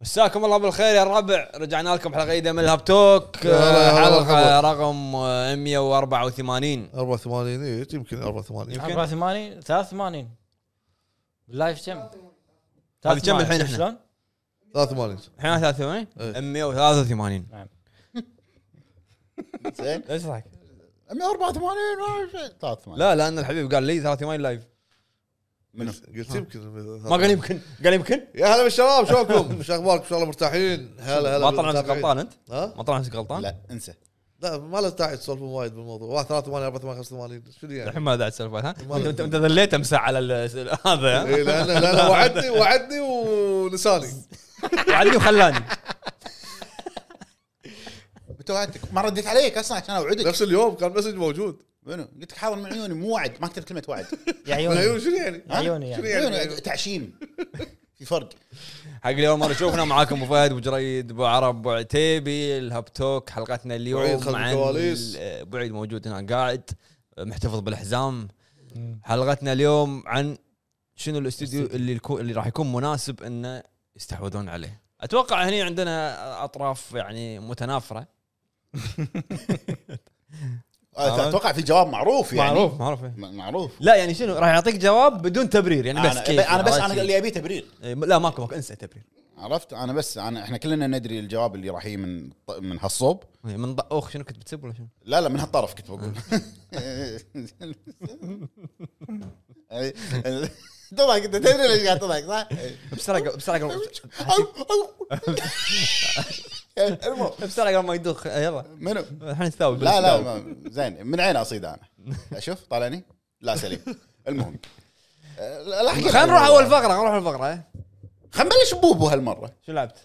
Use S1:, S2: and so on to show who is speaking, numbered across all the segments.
S1: مساكم الله بالخير يا الربع رجعنا لكم حلقه جديده من الهاب توك
S2: يا هلا، يا هلا
S1: حلقه
S2: بالخبر.
S1: رقم آه، 184
S2: 84 إيه، يمكن
S3: نعم.
S2: 84
S1: يمكن.
S3: 84 83 باللايف كم؟
S1: هذه كم الحين احنا؟
S3: شلون؟
S2: 83
S1: الحين 83
S2: إيه.
S1: 183
S4: زين
S1: ايش رايك؟
S4: 184 ما في شيء. 83
S1: لا لان الحبيب قال لي 83 لايف
S4: منو؟
S2: قلت يمكن
S1: ما قال يمكن قال يمكن
S2: يا هلا بالشباب شلونكم؟ شو اخباركم؟ ان شاء الله مرتاحين؟ هلا
S1: ما
S2: هلا
S1: طلع نفسك
S2: بالمتابعين.
S1: غلطان انت
S2: ها؟
S1: ما طلع نفسك غلطان
S4: لا انسى
S2: لا ما له داعي تسولفون وايد بالموضوع واحد 83 84 85 شنو يعني؟
S1: الحين ما داعي تسولف عنها. انت أنت- انت ذليت امس على ال- هذا ها؟
S2: إيه، لان لان وعدني وعدني ونساني
S1: وعدني وخلاني
S4: انت وعدتك ما رديت عليك اصلا عشان اوعدك
S2: نفس اليوم كان مسج موجود
S4: منو؟ قلت لك حاضر من عيوني مو وعد ما كتبت كلمه وعد
S2: من
S3: يا عيوني
S2: عيون شنو يعني؟
S3: يا عيوني
S2: شنو
S3: يعني
S2: يعني؟
S4: عيوني تعشيم في فرق
S1: حق اللي اول مره يشوفنا معاكم ابو فهد ابو جريد ابو عرب ابو عتيبي الهاب توك حلقتنا
S2: بعيد
S1: اليوم
S2: خلف
S1: عن
S2: الكواليس.
S1: ال- ابو عيد موجود هنا قاعد محتفظ بالحزام حلقتنا اليوم عن شنو الاستوديو اللي الكو... اللي راح يكون مناسب انه يستحوذون عليه اتوقع هني عندنا اطراف يعني متنافره
S4: آه، اتوقع في جواب معروف يعني
S1: معروف إيه.
S4: م- معروف
S1: لا يعني شنو راح يعطيك جواب بدون تبرير يعني بس
S4: انا
S1: كيف
S4: انا بس
S1: عرفت
S4: انا
S1: شي؟
S4: اللي ابي تبرير
S1: إيه، لا ماكو ماكو انسى تبرير
S4: عرفت انا بس انا احنا كلنا ندري الجواب اللي راح يجي من ط- من هالصوب
S1: إيه، من ضأوخ شنو كنت بتسب ولا شنو؟
S4: لا لا من هالطرف كنت بقول أي- ال- تضحك انت تدري ليش قاعد تضحك صح؟
S1: بسرعه بسرعه قبل-
S4: المهم
S1: بسرعه قبل ما يدوخ يلا
S4: منو؟
S1: الحين نتثاوب
S4: لا لا ما- زين من عين اصيد انا اشوف طالعني لا سليم المهم أه، لا لا أحكي لك
S1: خلينا نروح
S4: الموضوع.
S1: اول فقره خلينا نروح الفقره إيه.
S4: خلينا نبلش بوبو هالمره
S1: شو لعبت؟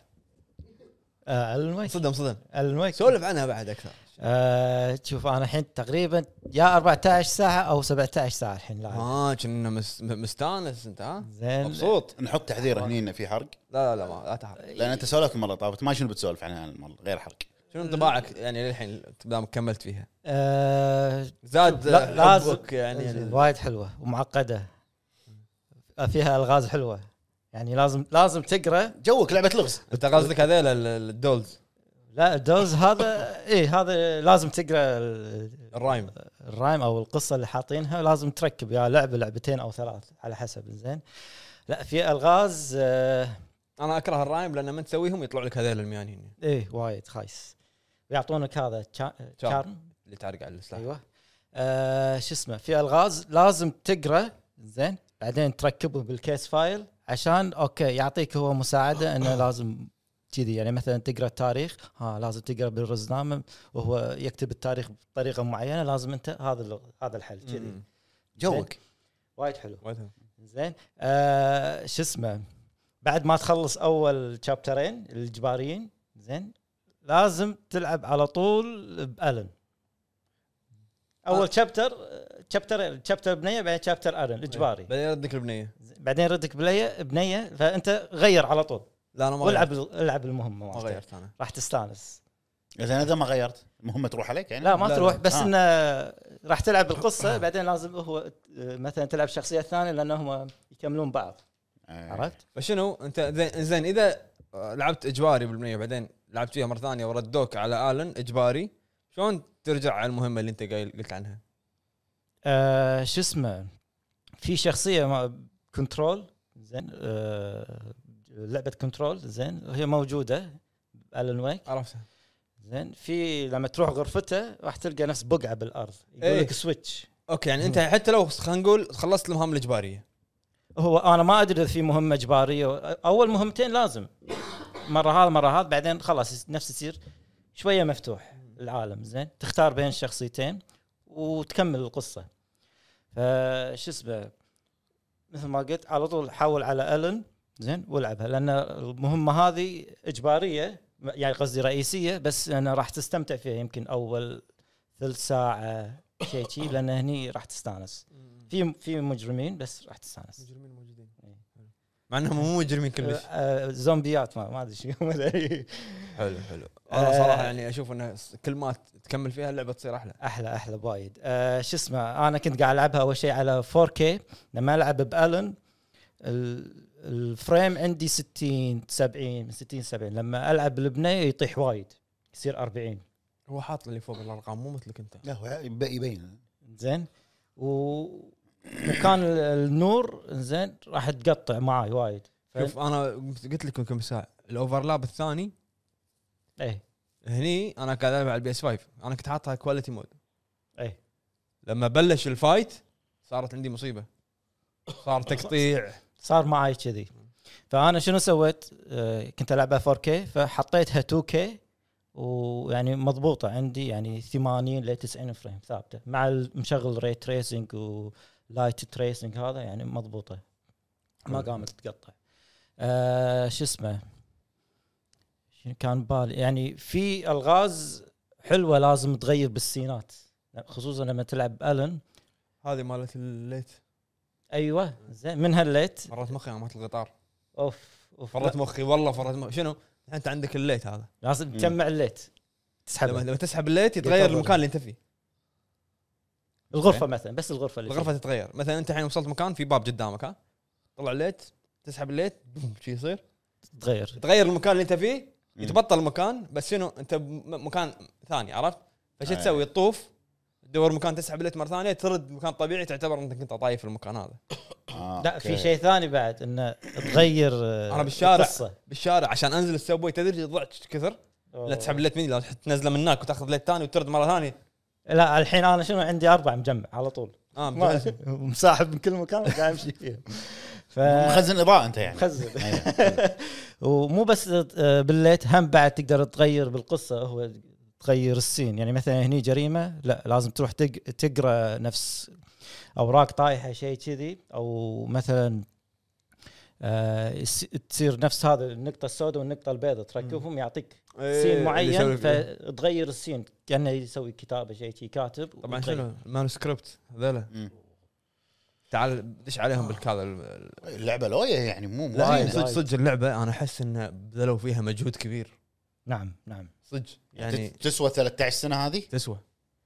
S3: آه، الميك
S1: صدم صدم
S3: الميك
S1: سولف عنها بعد اكثر
S3: آه، شوف انا الحين تقريبا يا 14 ساعه او 17 ساعه الحين لاعب
S1: اه كنا مس- مستانس انت ها؟
S3: زين
S1: مبسوط
S4: نحط تحذير هني انه في حرق
S3: إيه.
S1: لا لا لا ما لا تحرق
S4: لان انت سولفت المره طافت ما شنو بتسولف عنها المره غير حرق
S1: شنو انطباعك يعني للحين دامك كملت فيها؟
S3: آه،
S1: زاد
S3: لا- لازم
S1: حبك يعني ال-
S3: وايد حلوه ومعقده فيها الغاز حلوه يعني لازم لازم تقرا
S4: جوك لعبه لغز
S1: انت قصدك هذيل ال- ال- الدولز
S3: لا الدوز هذا اي هذا لازم تقرا ال-
S1: الرايم
S3: الرايم او القصه اللي حاطينها لازم تركب يا لعبه لعبتين او ثلاث على حسب زين لا في الغاز آه
S1: انا اكره الرايم لان من تسويهم يطلع لك هذيل الميانين
S3: ايه وايد خايس ويعطونك هذا تشا- آه، تشارم
S1: اللي تعرق على السلاح
S3: ايوه آه شو اسمه في الغاز لازم تقرا زين بعدين تركبه بالكيس فايل عشان اوكي يعطيك هو مساعده انه لازم كذي يعني مثلا تقرا التاريخ ها لازم تقرا بالرزنامه وهو يكتب التاريخ بطريقه معينه لازم انت هذا ال- هذا الحل كذي
S1: مم.
S4: جوك
S3: وايد حلو
S1: وايد.
S3: زين آه شو اسمه بعد ما تخلص اول شابترين الجباريين زين لازم تلعب على طول بالن اول شابتر شابتر شابتر بنيه بعدين شابتر ارن اجباري
S1: بعدين يردك البنيه
S3: بعدين ردك بليه بنيه فانت غير على طول
S1: لا انا ما غيرت
S3: والعب العب المهمه
S1: ما
S3: مالتك.
S1: غيرت انا
S3: راح تستانس
S4: اذا اذا ما غيرت المهمه تروح عليك يعني
S3: لا ما
S1: لا،
S3: تروح
S1: لا.
S3: بس
S4: آه.
S3: انه راح تلعب القصه بعدين لازم هو آه، مثلا تلعب شخصيه ثانيه لانهم يكملون بعض
S4: آه.
S3: عرفت؟
S1: فشنو انت زين زين اذا آه، لعبت اجباري بالبنيه بعدين لعبت فيها مره ثانيه وردوك على الن اجباري شلون ترجع على المهمه اللي انت قايل قلت عنها؟
S3: آه، شو اسمه في شخصيه ما كنترول زين آه، لعبه كنترول زين هي موجوده الن ويك
S1: عرفتها
S3: زين في لما تروح غرفته راح تلقى نفس بقعه بالارض
S1: إيه.
S3: يقول لك سويتش
S1: اوكي يعني انت حتى لو خلينا نقول خلصت المهام الاجباريه
S3: هو انا ما ادري اذا في مهمه اجباريه اول مهمتين لازم مره هذا مره هذا بعدين خلاص نفس يصير شويه مفتوح العالم زين تختار بين الشخصيتين وتكمل القصه فشو اسمه مثل ما قلت على طول حاول على الن زين والعبها لان المهمه هذه اجباريه يعني قصدي رئيسيه بس انا راح تستمتع فيها يمكن اول ثلث ساعه شيء شي لان هني راح تستانس في في مجرمين بس راح تستانس
S1: مجرمين موجودين
S3: إيه.
S1: مع انهم مو مجرمين كلش
S3: آه، آه، زومبيات ما ما ادري شو ما أدري. إيه.
S1: حلو حلو انا
S3: آه.
S1: صراحه يعني اشوف انه س- كل ما تكمل فيها اللعبه تصير احلى
S3: احلى احلى وايد آه، شو اسمه انا كنت قاعد العبها اول شيء على 4K لما العب بالن ال- الفريم عندي 60 70 من 60 70 لما العب البنيه يطيح وايد يصير 40
S1: هو حاط اللي فوق الارقام مو مثلك انت
S4: لا هو يب- يبين
S3: زين و- وكان ال- النور زين راح تقطع معاي وايد ف-
S1: شوف انا قلت لكم كم ساعه الاوفرلاب الثاني
S3: ايه
S1: هني انا قاعد العب على البي اس 5 انا كنت حاطها كواليتي مود
S3: ايه
S1: لما بلش الفايت صارت عندي مصيبه صار تقطيع
S3: صار معي كذي فانا شنو سويت؟ آه، كنت العبها 4K فحطيتها 2K ويعني مضبوطه عندي يعني 80 ل 90 فريم ثابته مع مشغل ري تريسنج ولايت تريسنج هذا يعني مضبوطه ما قامت تقطع آه شو اسمه شنو كان بالي يعني في الغاز حلوه لازم تغير بالسينات خصوصا لما تلعب الن
S1: هذه مالت الليت
S3: ايوه زين من هالليت
S1: مرات مخي أنا مالت القطار
S3: اوف اوف
S1: فرت مخي والله فرت مخي شنو؟ الحين انت عندك الليت هذا
S3: لازم
S4: مم.
S3: تجمع الليت
S1: لما,
S3: تسحب
S1: لما تسحب الليت يتغير
S2: يطول.
S1: المكان اللي انت فيه
S3: الغرفه مثلا بس الغرفه اللي
S1: الغرفه تتغير مثلا انت الحين وصلت مكان في باب قدامك ها طلع الليت تسحب الليت بوم، شي يصير
S3: فيها تتغير
S1: تغير المكان اللي انت فيه
S4: مم.
S1: يتبطل المكان بس شنو انت بمكان ثاني عرفت؟ فش
S4: آه.
S1: تسوي تطوف تدور مكان تسحب الليت مره ثانيه ترد مكان طبيعي تعتبر انك انت طايف في المكان هذا
S4: آه،
S3: لا
S4: أوكي.
S3: في شيء ثاني بعد انه تغير آه،
S1: أنا بالشارع.
S3: القصة.
S1: بالشارع عشان انزل السبوي تدري ضعت كثر لا تسحب الليت مني لا تنزله من هناك وتاخذ ليت ثاني وترد مره ثانيه
S3: لا الحين انا شنو عندي اربع مجمع على طول
S1: اه
S3: ما-
S1: مجهز.
S3: مساحب من كل مكان قاعد امشي فيها ف
S4: مخزن اضاءه انت يعني
S3: خزن
S4: أيوة.
S3: ومو بس آه، بالليت هم بعد تقدر تغير بالقصه هو تغير السين يعني مثلا هني جريمه لا لازم تروح تق- تقرا نفس اوراق طايحه شيء كذي او مثلا آه، يس- تصير نفس هذا النقطه السوداء والنقطه البيضاء تركبهم يعطيك
S1: إيه،
S3: سين
S1: اللي
S3: معين
S1: يسوي فيه.
S3: فتغير السين كانه يسوي كتابه شيء شي كاتب
S1: طبعا
S3: وتغير.
S1: شنو المانوسكريبت هذول
S4: مم.
S1: تعال دش عليهم بالكذا ال- ال-
S4: اللعبه لويه يعني مو مو
S1: لا
S4: هينة.
S1: هي صدق صدق اللعبه انا احس ان بذلوا فيها مجهود كبير
S3: نعم نعم
S1: صدق
S4: يعني
S1: يعني
S4: تسوى 13 سنه هذه
S1: تسوى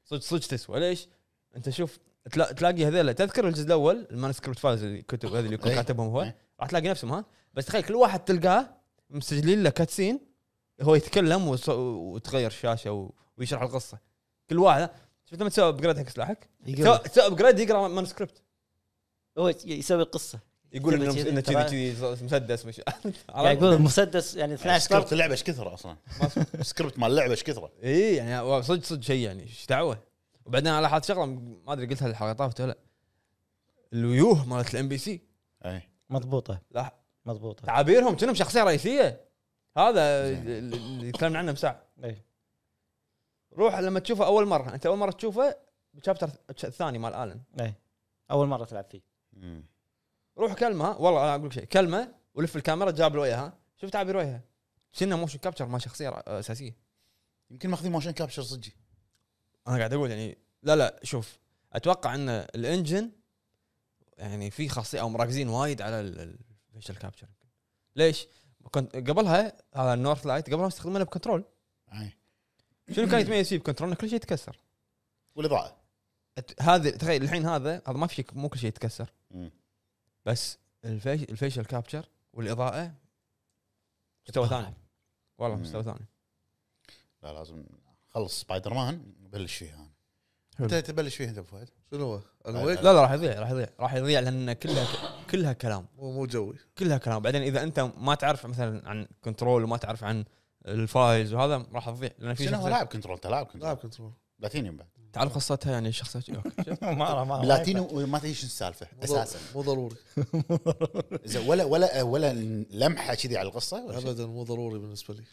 S1: صدق صدق تسوى ليش؟ انت شوف تلا- تلاقي هذول تذكر الجزء الاول المانسكريبت فايلز اللي كتب هذه اللي يكون
S4: إيه.
S1: كاتبهم هو
S4: إيه.
S1: راح تلاقي نفسهم ها بس تخيل كل واحد تلقاه مسجلين له كاتسين هو يتكلم وص- وتغير الشاشه و- ويشرح القصه كل واحد شفت لما تسوي ابجريد حق سلاحك
S3: يقول
S1: تسوي- تسوي ابجريد يقرا مانسكريبت
S3: هو يسوي القصه
S1: يقول
S3: كذا
S1: انه
S3: كذا،
S1: انه
S3: ترى-
S1: كذي كذي مسدس مش
S3: يعني يقول المسدس يعني 12
S4: سكريبت
S3: سطر
S4: اللعبه ايش كثر اصلا سكريبت مال اللعبه ايش كثره
S1: اي يعني هو صدق صدق شيء يعني ايش دعوه وبعدين انا لاحظت شغله ما ادري قلتها الحلقه طافت ولا لا. الويوه مالت الام بي سي
S4: اي
S3: مضبوطه
S1: لا
S3: مضبوطه
S1: تعابيرهم كأنهم شخصيه رئيسيه هذا ال- اللي تكلمنا عنه من ساعه
S3: إيه.
S1: روح لما تشوفه اول مره انت اول مره تشوفه بالشابتر الثاني مال الن
S3: اي اول مره إيه. تلعب فيه
S4: مم.
S1: روح كلمه ها. والله انا اقول لك شيء كلمه ولف الكاميرا جاب له اياها شوف تعابير وجهها كنا موشن كابتشر ما شخصيه ر- اساسيه
S4: يمكن ماخذين موشن كابشر صدق
S1: انا قاعد اقول يعني لا لا شوف اتوقع ان الانجن يعني في خاصيه او مركزين وايد على الفيشل كابتشر ليش؟ كنت قبلها هذا النورث لايت قبلها مستخدمينه بكنترول
S4: اي
S1: شنو كان يتميز فيه بكنترول إن كل شيء يتكسر
S4: والاضاءه
S1: أت- هذا تخيل الحين هذا هذا ما في شيء مو كل شيء يتكسر
S4: مم.
S1: بس الفيش الفيشل كابتشر والاضاءه مستوى ثاني والله
S4: مم.
S1: مستوى ثاني
S4: لا لازم خلص سبايدر مان بلش فيها انا
S1: حلو.
S4: انت تبلش فيها انت ابو فهد
S2: شنو هو؟
S4: لا،
S2: الويك
S1: لا لا راح يضيع راح يضيع راح يضيع لان كلها كلها كلام
S2: مو مو جوي
S1: كلها كلام بعدين اذا انت ما تعرف مثلا عن كنترول وما تعرف عن الفايز وهذا راح تضيع لان في
S4: شنو هو
S1: شخصيات
S4: لاعب كنترول انت لاعب كنترول
S2: لاعب كنترول
S4: بلاتينيوم بعد
S1: تعرف قصتها يعني شخصيات أوكي.
S3: ما
S4: آه،
S3: ما
S4: بلاتينيوم وما تدري شنو السالفه
S2: مو ضر-
S4: اساسا
S2: مو ضروري
S4: زين، ولا ولا ولا لمحه كذي على القصه ولا شيء.
S2: ابدا مو ضروري بالنسبه لي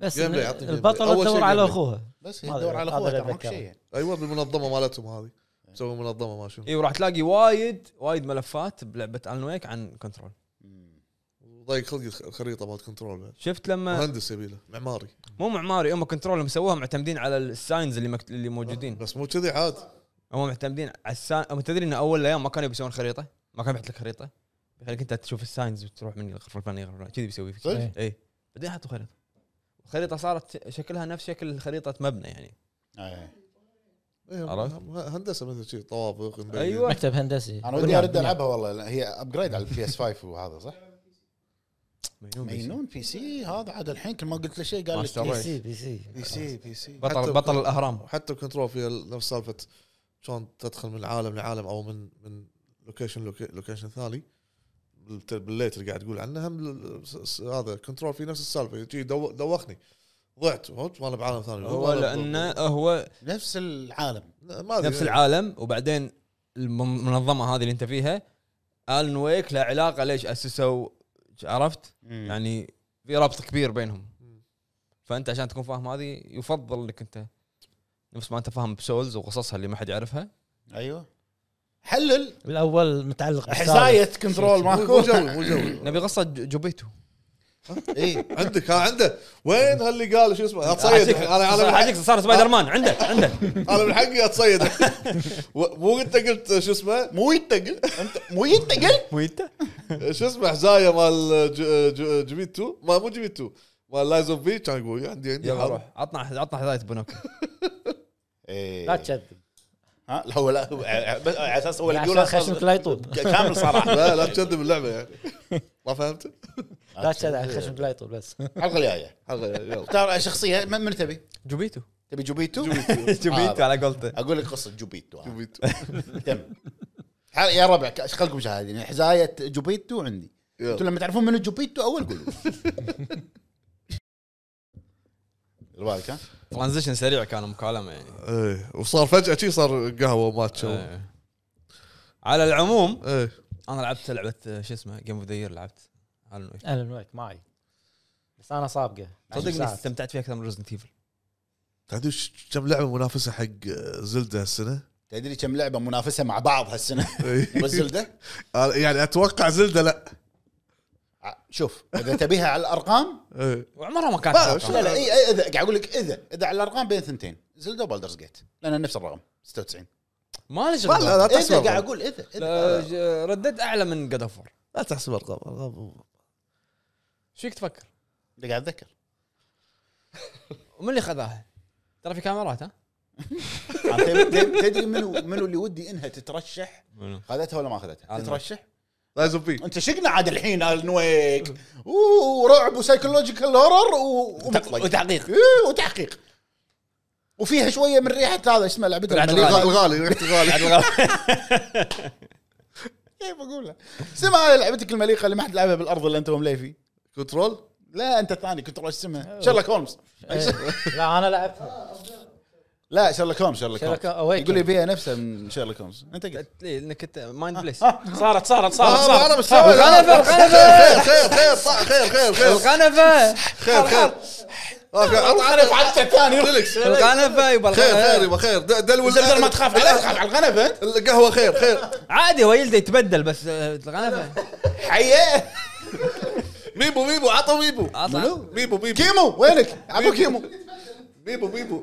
S3: بس
S2: جيم بلاي، عطني جيم
S3: البطله
S2: بلاي. أول
S3: تدور
S2: شيء
S3: على
S2: جيم بلاي.
S3: اخوها
S4: بس هي
S3: هذا-
S4: تدور على
S3: هذا
S4: اخوها
S3: اللي
S4: ترى ماكو
S3: أتذكره.
S4: شيء يعني.
S2: ايوه بالمنظمه مالتهم هذه مسوي منظمه ما شنو
S1: اي وراح تلاقي وايد وايد ملفات بلعبه الن ويك عن كنترول
S4: مم.
S2: وضايق خلقي الخريطه مالت كنترول بعد
S1: شفت لما
S2: مهندس يبي له معماري
S1: مو معماري هم كنترول مسووها معتمدين على الساينز اللي مكت... اللي موجودين
S2: بس مو كذي عاد
S1: هم معتمدين على الساين هم تدري ان اول الايام ما كانوا بيسوون خريطه ما كان بيحط لك خريطه يخليك انت تشوف الساينز وتروح من الغرفه الفلانيه للغرفة الفلانية. كذي بيسوي فيك
S4: صدق؟
S1: اي بعدين حطوا خريطه
S4: آه،
S1: الخريطه صارت شكلها نفس شكل خريطه مبنى يعني
S4: أي.
S2: إيه،
S1: عرفت؟
S2: هندسه مثل شيء طوابق نبين.
S1: أيوة.
S3: مكتب هندسي
S4: انا ودي ارد العبها والله لأن هي ابجريد على البي اس 5 وهذا صح؟ مجنون بي سي هذا عاد الحين كل ما قلت له شيء قال
S1: ماستر
S4: لي
S3: بي
S1: ريس.
S3: سي بي سي
S4: بي سي بي سي
S1: بطل
S2: حتى-
S1: بطل الاهرام
S2: وحتى الكنترول فيها نفس سالفه شلون تدخل من عالم لعالم او من من لوكيشن لوكيشن ثاني بالت- بالليت اللي قاعد تقول عنه هم ال- س- س- هذا كنترول في نفس السالفه يجي دو- دوخني ضعت هوت وانا بعالم ثاني
S1: هو لانه هو
S4: نفس العالم
S2: ما أدري.
S1: نفس العالم وبعدين المنظمه هذه اللي انت فيها الن ويك له علاقه ليش اسسوا عرفت؟
S4: يعني
S1: يعني في ربط كبير بينهم فانت عشان تكون فاهم هذه يفضل انك انت نفس ما انت فاهم بسولز وقصصها اللي ما حد يعرفها
S4: ايوه حلل
S3: الاول متعلق
S4: حسايه كنترول
S2: مو مو
S4: ماكو
S2: جوي مو جوي
S1: نبي قصه ج- جوبيتو
S4: اي
S2: إيه، عندك ها عنده وين هاللي قال شو اسمه اتصيد
S1: حاجيك-
S2: الحين. انا انا من
S1: حاجيك
S2: حق-
S1: صار سبايدر مان عنده عنده
S2: انا من حقي اتصيد و- مو انت قلت شو اسمه
S4: مو ينتقل انت مو ينتقل
S1: مو انت؟
S2: شو اسمه حزايه مال ج- ج- جبيت 2 ما مو جبيت 2 مال لايز اوف بي كان يقول عندي عندي
S1: يلا
S2: حرب.
S1: روح عطنا عطنا حذايه بنوك
S4: إيه.
S3: لا تكذب
S4: ها لا هو لا هو- بس على اساس هو اللي يقول
S3: عشان خشمك
S4: أصلاً
S3: لا يطول
S4: كامل صراحه
S2: لا لا تكذب اللعبه يعني ما فهمت؟
S3: لا تكذب عشان خشمك لا يطول بس
S4: الحلقه الجايه
S2: حلقه يلا
S4: ترى شخصيه من من تبي؟
S1: جوبيتو آه.
S4: تبي جوبيتو؟
S1: جوبيتو على قولته
S4: اقول لك قصه جوبيتو أنا.
S2: جبيت
S4: تم حال- يا ربع ايش خلكم شاهدين حزايه جوبيتو عندي
S2: يلا.
S4: انتم لما تعرفون منو جوبيتو اول قولوا اللي بالك ها؟
S1: ترانزيشن سريع كان مكالمه يعني
S2: ايه وصار فجاه شي صار قهوه وماتش و-
S1: آه. على العموم
S2: ايه
S1: انا لعبت لعبه آه، شو اسمه جيم اوف ذا يير لعبت Alan Wake.
S3: اهلا وياك معي بس انا سابقه
S1: صدقني
S3: ساعات.
S1: استمتعت فيها اكثر من ريزنت ايفل
S2: تدري ش- كم لعبه منافسه حق زلدة هالسنه؟
S4: تدري كم لعبه منافسه مع بعض هالسنه
S2: إيه.
S4: بس زلده
S2: أنا يعني اتوقع زلدة لا
S4: ع- شوف اذا تبيها على الارقام
S2: إيه.
S1: وعمرها ما كانت
S2: ما-
S1: رقم.
S2: شو-
S4: لا لا اي إي، اذا قاعد اقول لك اذا اذا على الارقام بين ثنتين زلده وبالدرز جيت لان نفس الرقم 96
S1: ما لي
S2: ما لا لا
S1: شغل
S4: اذا
S2: تحسب
S4: قاعد
S2: أرقام.
S4: اقول اذا اذا
S1: إيه، لا، ج- ردد اعلى من جاد اوف
S2: لا تحسب ارقام أرقام.
S1: شو فيك تفكر؟
S4: قاعد اتذكر
S1: ومن اللي خذاها؟ ترى في كاميرات ها؟
S4: عم تب- تب- تدري منو منو اللي ودي انها تترشح خذتها ولا ما اخذتها
S1: أنا.
S4: تترشح
S2: لايز اوف بي
S4: انت شقنا عاد الحين الن ويك ورعب وسايكولوجيكال هورر
S1: وتحقيق.
S4: وتحقيق وتحقيق وفيها شويه من ريحه هذا اسمه لعبه
S1: العدل
S4: المليقه
S1: الغالي.
S2: الغالي ريحه الغالي
S4: كيف اقولها؟ اسمها هذه لعبتك المليقه اللي ما حد لعبها بالارض الا انت ومليفي
S2: كنترول
S4: لا انت الثاني كنت رأي اسمها شيرلوك هولمز
S3: إيه. لا انا لعبتها
S4: لا شيرلوك هولمز شيرلوك
S3: شيرلوك
S4: هولمز
S3: أويكن.
S4: يقول لي بيها نفسها من شيرلوك هولمز انت قلت
S1: ليه؟ انك انت مايند بليس
S3: صارت صارت صارت
S2: آه، انا
S3: صارت
S2: مستوعب
S1: الغلبة،
S2: خير خير خير صح، خير خير خير
S1: القنفه
S2: خير خير اوكي
S4: الغنف عدته الثاني
S1: القنفه يبا
S2: خير خير
S1: القنفة.
S2: يبا خير دل- دلو
S4: زلزال ما تخاف على تخاف على الغنف انت
S2: القهوه خير خير
S1: عادي هو يلده يتبدل بس آه، القنفه
S4: حيه
S2: ميبو ميبو عطوا ميبو
S1: عطى.
S4: منو؟
S2: ميبو ميبو
S4: كيمو وينك؟ عبو كيمو
S2: ميبو ميبو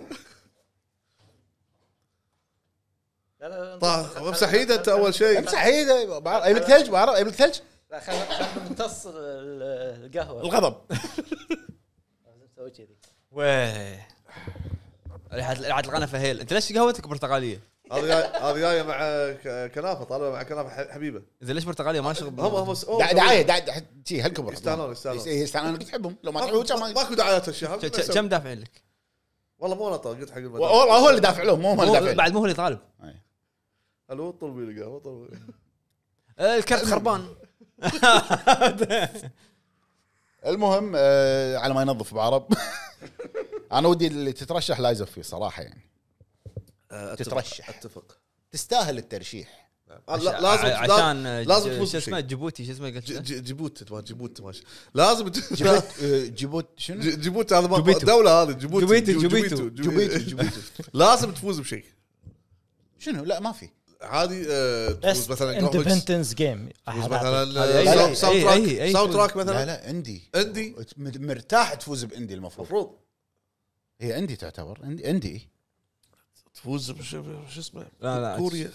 S3: لا، لا، لا،
S2: طاح امسح ايده انت اول شيء
S4: امسح ايده بعرف اجيب لك ثلج بعرف اجيب لك ثلج
S3: لا، خل- خل- نمتص ال- ال- القهوه
S4: الغضب
S3: لازم نسوي كذي
S1: ويه ريحه ريحه القنفه هيل انت ليش قهوتك برتقاليه؟
S2: هذه جاي- هذه جايه مع ك- كنافه طالبه مع كنافه ح- حبيبه
S1: زين ليش برتقاليه ما
S2: هم
S1: شغل
S2: هم هم-
S4: دع- دعايه دعايه شي هالكبر
S2: يستاهلون- يستاهلون.
S4: إيه، يستاهلون انا كنت احبهم لو ما
S2: ماكو-
S4: تحبهم كان ما
S2: ماكو دعايات هالشيء هم-
S1: ك- كم دافعين لك؟
S2: والله مو انا طال- قلت حق المدام
S4: والله هو اللي دافع لهم مو هم اللي دافع
S1: مو-
S4: لهم.
S1: بعد مو هو اللي طالب
S2: الو طلبي القهوه طلبي أه،
S1: آه، الكرت خربان
S4: المهم آه، على ما ينظف بعرب انا ودي اللي تترشح لا يزف فيه صراحه يعني تترشح.
S2: اتفق
S4: تستاهل الترشيح
S2: آه، لا- لازم
S1: ع- عشان آه،
S2: لازم
S1: ج-
S2: تفوز
S1: شو اسمه
S2: بشيء.
S1: جيبوتي شو اسمه قلت
S2: ج-
S1: له؟
S2: ج- جيبوت ما جيبوت ماشي لازم ت-
S4: جيبوت آه، جيبوت شنو؟
S2: ج- جيبوت هذا ما-
S1: جوبيتو.
S2: دوله هذه جيبوت
S1: جوبيتو،
S2: جو-
S1: جوبيتو.
S4: جوبيتو
S2: جوبيتو
S4: جوبيتو
S2: لازم تفوز بشيء
S4: شنو؟ لا ما في
S2: عادي آه، تفوز
S3: بس
S2: مثلا جرافيكس
S3: اندبندنس جيم
S2: تفوز مثلا
S1: هذه
S2: آه،
S1: أي-
S2: ساوند-
S1: أي-
S2: ساوند
S1: أي-
S2: تراك
S1: أي
S2: ساوند
S1: فوز.
S2: تراك
S4: لا
S2: مثلا
S4: لا اندي
S2: اندي
S4: م- مرتاح تفوز باندي المفروض
S2: المفروض
S4: هي اندي تعتبر اندي اندي
S2: تفوز بش- شو اسمه
S1: لا، لا. يعني
S2: كوريا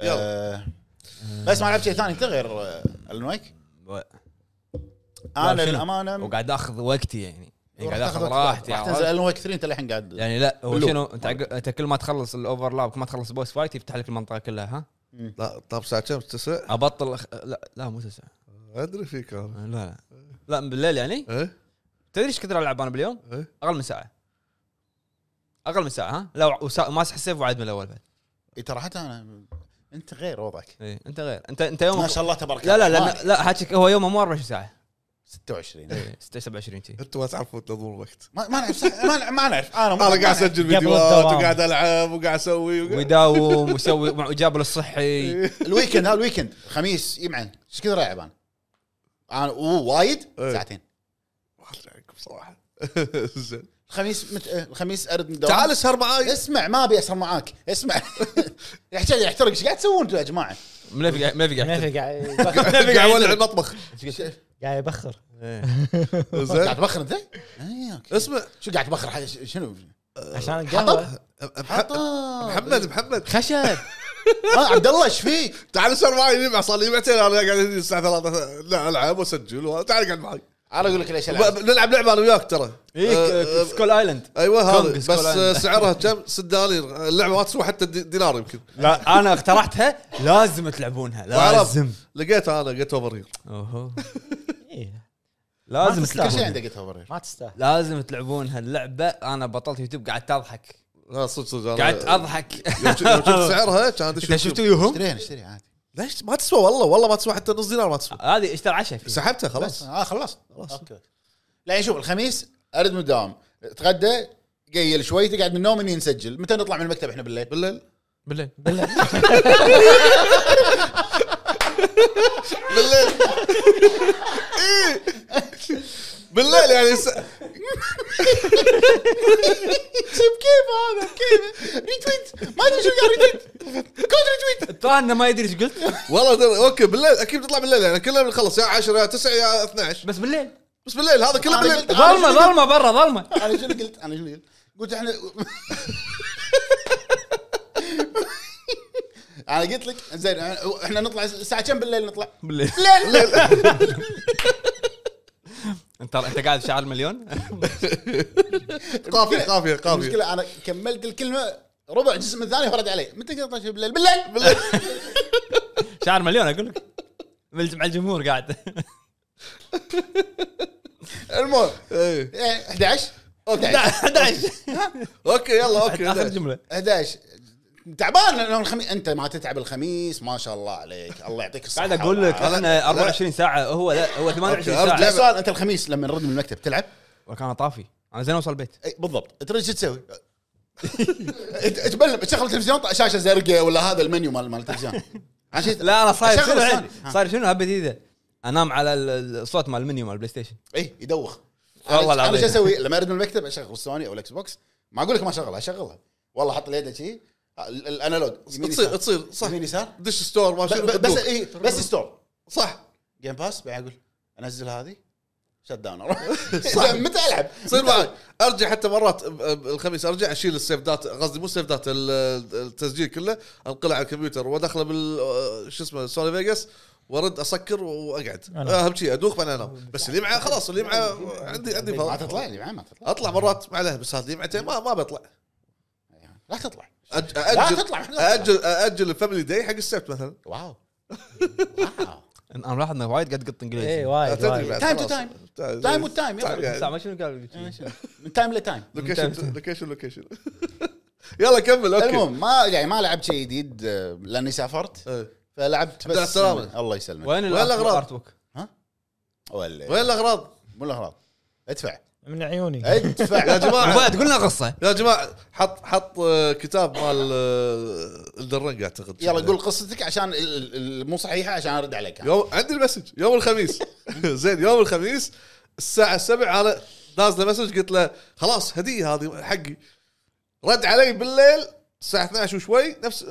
S2: يلا.
S4: آه بس ما لعبت شيء ثاني أنت غير آه، النويك
S1: و-
S4: انا
S1: شنو؟
S4: للامانه
S1: وقاعد اخذ وقتي يعني يعني قاعد اخذ
S4: تاخذ-
S1: راحتي
S4: راح
S1: عرفت؟
S4: تنزل لانه هو كثير انت الحين قاعد
S1: يعني لا هو
S4: اللوب.
S1: شنو انت عق- انت كل ما تخلص الاوفرلاب كل ما تخلص بوس فايت يفتح لك المنطقه كلها ها
S2: لا طاب ساعه كم تسع
S1: ابطل أخ... لا لا مو تسع
S2: ادري فيك انا
S1: لا لا لا بالليل يعني
S2: ايه
S1: تدري ايش كثر العب انا باليوم؟
S2: ايه
S1: اقل من ساعه اقل من ساعه ها لو وسا... ماسح السيف وعاد من الاول بعد
S4: إي إيه، ترى حتى انا انت غير وضعك
S1: إيه. انت غير انت انت يومك
S4: ما شاء الله تبارك
S1: لا لا
S4: الرحمن.
S1: لا لا حاجك هو يومه مو 24 ساعه
S4: 26
S1: إيه، 6 27 شي
S2: انتم ما تعرفون تنظمون الوقت
S4: ما ما نعرف ما نعرف- ما نعرف انا
S2: انا قاعد اسجل فيديوهات
S3: الدوام.
S2: وقاعد العب وقاعد اسوي
S1: إيه.
S2: وقاعد-
S1: ويداوم ويسوي مع جابل الصحي
S4: الويكند ها الويكند خميس يمعن ايش كثر العب انا؟ انا اوه وايد
S2: إيه.
S4: ساعتين
S2: ما ادري عنكم صراحه زين
S4: الخميس مت... آه، الخميس ارد من الدوام.
S2: تعال اسهر معاي
S4: اسمع ما ابي اسهر معاك اسمع يحتاج طيب. يحترق ايش قاعد تسوون انتم يا جماعه؟
S1: ملفق ملفق
S3: ما
S1: قاعد
S3: في قاعد
S2: قاعد اولع المطبخ
S3: قاعد يبخر
S4: قاعد
S2: زين
S4: تبخر انت؟ إي، أوكي.
S2: اسمع
S4: شو قاعد تبخر حاجة- ش- شنو؟
S3: عشان القهوه
S2: محمد
S4: حطه
S2: محمد محمد
S3: خشب
S4: ها عبد الله ايش فيك؟
S2: تعال اسهر معي يبع صار لي يبعتين انا قاعد هنا الساعه 3 لا العب واسجل و- تعال اقعد معي
S4: انا اقول لك ليش العب
S2: ب- نلعب لعبه انا وياك ترى
S1: إيه،
S2: آه، آه،
S1: سكول ايلاند
S2: ايوه هذا
S1: كونغ،
S2: بس
S1: سكول
S2: آه، سعرها كم؟ 6 دنانير اللعبه ما تسوى حتى دي- دينار يمكن
S1: لا انا اخترعتها لازم تلعبونها لازم
S2: وعرفت، لقيتها انا لقيت اوفر هير
S1: اوه
S3: إيه،
S1: لازم
S3: ما تستاهل.
S4: كل شيء
S1: تلعبونها
S4: عندك تهور
S3: ما تستاهل
S1: لازم تلعبونها اللعبه انا بطلت يوتيوب قعدت اضحك
S2: لا صدق صدق أنا
S1: قعدت اضحك
S2: يوم شف- يوم شفت سعرها كان
S1: انت شفتوا يوهم؟
S4: اشتريها اشتريها عادي
S2: ليش ما تسوى والله والله ما تسوى حتى نص دينار ما تسوى
S1: هذه اشتر عشاء فيها
S2: سحبتها
S4: خلاص
S2: خلاص
S4: اه خلصت
S2: خلاص.
S4: اوكي لا يعني شوف الخميس ارد من الدوام اتغدى قيل شوي تقعد من النوم اني نسجل متى نطلع من المكتب احنا بالليل
S2: بالليل
S1: بالليل
S2: بالليل إيه. بالليل يعني س-
S4: شوف كيف هذا كيف ريتويت ما ادري شو قاعد ريتويت كود ريتويت
S1: ترى انه ما يدري ايش قلت
S2: والله در- اوكي بالليل اكيد بتطلع بالليل يعني كلنا بنخلص يا 10 يا 9 يا 12
S1: بس بالليل
S2: بس بالليل هذا كله
S4: أنا قلت-
S2: بالليل
S1: ظلمه ظلمه برا ظلمه
S4: انا شنو قلت انا شنو قلت قلت احنا انا قلت لك زين احنا نطلع الساعه كم بالليل نطلع؟
S1: بالليل
S4: بالليل
S1: انت انت قاعد شعر مليون
S2: قافيه قافيه قافيه
S4: المشكله انا كملت الكلمه ربع جزء من الثاني ورد علي متى قلت نطلع شي بالليل؟ بالليل بالليل
S1: شعر مليون اقول لك مع الجمهور قاعد
S4: المهم
S2: إيه.
S4: إيه، 11 11
S1: 11
S2: اوكي يلا
S1: اخر
S2: اوكي 11.
S1: جمله
S4: 11 تعبان لانه الخميس انت ما تتعب الخميس ما شاء الله عليك الله يعطيك الصحه
S1: قاعد اقول لك
S4: والعافية.
S1: احنا 24 ساعه هو لا هو 28
S2: أوكي،
S4: لا
S1: ساعه
S2: أرجع.
S4: سؤال انت الخميس لما نرد من المكتب تلعب؟
S1: وكان طافي انا زين اوصل البيت
S4: اي بالضبط ترد شو تسوي؟ تبلم تشغل التلفزيون طق شاشه زرقاء ولا هذا المنيو مال مال التلفزيون عشان
S1: لا انا صاير
S4: أشغل
S1: شنو
S4: لساني.
S1: الحين؟ صار شنو هبه جديده انام على ال- ال- الصوت مال المنيو مال البلاي ستيشن
S4: اي يدوخ
S1: والله
S4: انا
S1: العظيم.
S4: شو اسوي لما ارد من المكتب اشغل السوني او الاكس بوكس ما اقول لك ما اشغلها اشغلها والله حط اليد شي ال- الانالوج يمين
S2: تصير
S4: يسار.
S2: تصير صح
S4: يمين يسار
S2: دش ستور ما
S4: ب-
S2: شنو
S4: ب- بس إيه.
S2: بدوك.
S4: اي بس ستور
S2: صح
S4: جيم باس بعد اقول انزل هذه شت داون صح متى العب؟
S2: صير
S4: متى
S2: معي ارجع حتى مرات ب- ب- الخميس ارجع اشيل السيف دات قصدي مو السيف دات ال- التسجيل كله انقله على الكمبيوتر وادخله بال شو اسمه سوني فيجاس وارد اسكر واقعد
S3: أنا.
S2: اهم شيء ادوخ بعدين انام بس اللي معه خلاص اللي معه عندي عندي
S4: ما
S2: فضل.
S4: تطلع لي معاه ما تطلع
S2: اطلع مرات ما عليه بس هذا لمعتين ما ما بطلع
S4: لا تطلع
S2: أج- اجل
S4: تطلع، إحنا-
S2: اجل اجل الفاميلي داي حق السبت مثلا
S4: واو واو
S1: انا ملاحظ انه إيه، وايد قاعد يقط
S3: اي
S1: انجليزي
S3: وايد
S2: تدري
S3: وايد
S2: بعد
S4: تايم تو
S2: خلاص.
S4: تايم.
S2: تا-
S4: تايم والتايم يلا.
S2: يعني.
S1: ساعة ما شنو قال
S4: من تايم لتايم
S2: لوكيشن لوكيشن لوكيشن يلا كمل اوكي
S4: المهم ما يعني ما لعبت شيء جديد آه، لاني سافرت
S2: إيه.
S4: فلعبت
S2: على
S4: بس
S2: السلامة.
S4: الله يسلمك
S1: وين
S2: الأغراض؟
S1: الارت بوك؟
S4: ولا
S2: وين الاغراض؟
S4: مو الاغراض ادفع
S3: من عيوني
S4: إيه،
S2: يا
S4: ادفع
S2: جماعه
S1: عباد قلنا قصه
S2: يا جماعه حط حط آه، كتاب مال آه، الدرنج اعتقد
S4: يلا قول قصتك عشان ال- ال- ال- مو صحيحه عشان ارد عليك أنا.
S2: يوم عندي المسج يوم الخميس زين يوم الخميس الساعه 7 انا نازله مسج قلت له خلاص هديه هذه حقي رد علي بالليل الساعه 12 وشوي نفس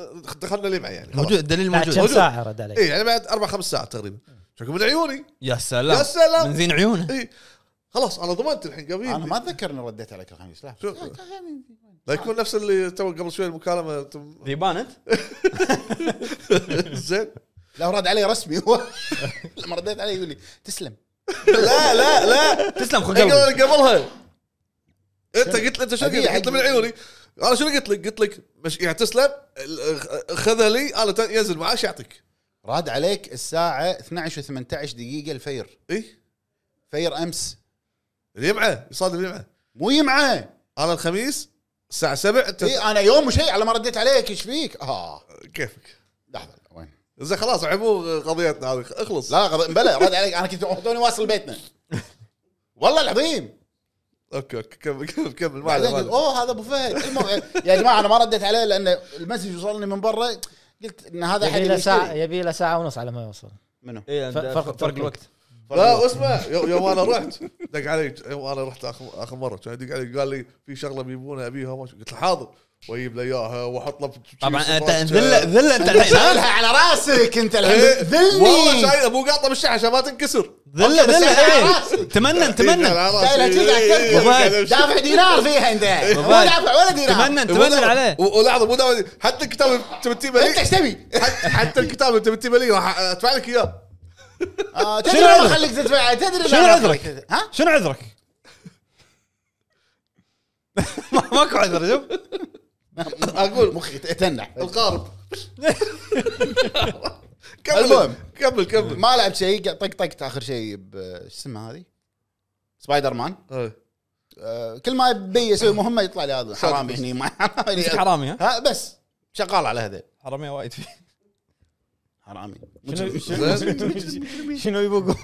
S2: دخلنا لي معي يعني خلاص.
S1: موجود الدليل
S3: بعد
S1: موجود
S3: كم ساعه رد عليك
S2: اي يعني بعد اربع خمس ساعات تقريبا شكو من عيوني
S1: يا سلام
S2: يا سلام.
S1: من زين عيونه
S2: اي خلاص انا ضمنت الحين قبل
S4: انا ما اتذكر اني رديت عليك الخميس لا
S2: شو- لا يكون نفس اللي تو قبل شوي المكالمه تم-
S1: ذيبان انت؟
S2: زين
S4: لا رد علي رسمي هو لما رديت علي يقول لي تسلم
S2: لا لا لا
S1: تسلم خو
S2: اقرا
S1: قلبي
S2: اللي قبلها انت قلت لي انت شنو قلت لي؟
S4: هدية
S2: قلت لي من
S4: حقي.
S2: عيوني انا شنو قلت لك؟ قلت لك مش يعني تسلم خذها لي انا تن- ينزل معاش يعطيك
S4: راد عليك الساعه 12 و18 دقيقه الفير
S2: اي
S4: فير امس
S2: الجمعه يصادم الجمعه
S4: مو يمعه
S2: انا الخميس الساعه 7 انت
S4: اي انا إيه، يوم وشيء على ما رديت عليك ايش فيك؟ اه
S2: كيفك
S4: لحظه وين؟
S2: زين خلاص عمو قضيتنا هذه اخلص
S4: لا غض... بلا رد عليك انا كنت توني واصل بيتنا والله العظيم
S2: اوكي اوكي كمل كمل كمل ما
S4: بعدين
S2: عليه، ما
S4: قلت
S2: عليه
S4: اوه هذا ابو فهد المهم، يا جماعه انا ما رديت عليه لان المسج وصلني من برا قلت ان هذا احد
S3: يبي له
S4: اللي
S3: ساعه
S4: يشتري
S3: يبي له ساعه ونص على ما يوصل
S4: منو؟
S1: اي
S3: فرق- فرق- فرق الوقت.
S2: لا اسمع يو- يوم انا رحت دق علي يوم انا رحت اخر اخر مره كان يدق علي قال لي في شغله بيبونها ابيها وما شو- قلت له حاضر واجيب له اياها واحط له في-
S1: طبعا
S2: في
S1: انت
S2: صفات-
S1: ذله ذله انت الحين
S4: سألها
S1: ها؟
S4: على راسك انت
S2: إيه،
S4: الحين
S2: والله
S4: ذلني
S2: شايل ابو قاطه بالشحن عشان ما تنكسر إيه،
S1: ذله
S4: بس يعني
S1: ذله
S4: على
S1: إيه.
S4: راسي.
S1: تمنن تمنن
S4: شايلها كذا على الكركر. دافع دينار فيها انت مو
S1: فهد.
S4: دافع ولا دينار
S1: تمنن تمنن عليه
S2: ولحظه مو دعوة دي. حتى الكتاب تبي تجيبه
S4: انت
S2: لي
S4: ايش تبي؟
S2: حت- حتى الكتاب تبي تجيبه لي راح ادفع لك اياه
S4: آه، تدري
S1: شنو
S4: لو
S1: عذرك؟
S4: اخليك تدفع تدري لو
S1: شنو
S4: أخليك
S1: عذرك؟
S4: تدفع. ها؟
S1: شنو عذرك؟ ما- ماكو عذر شوف
S4: اقول مخي تنح
S2: القارب
S4: المهم.
S2: كمل كمل كمل
S4: ما لعبت شيء طق طقت اخر شيء ب شو اسمها هذه؟ سبايدر مان
S2: إيه.
S4: آه، كل ما بي يسوي مهمه يطلع لي هذا حرامي هني ما حرامي
S1: حرامي ها؟
S4: ها بس شغال على هذا
S1: حرامي وايد فيه
S4: حرامي
S3: شنو يبغون؟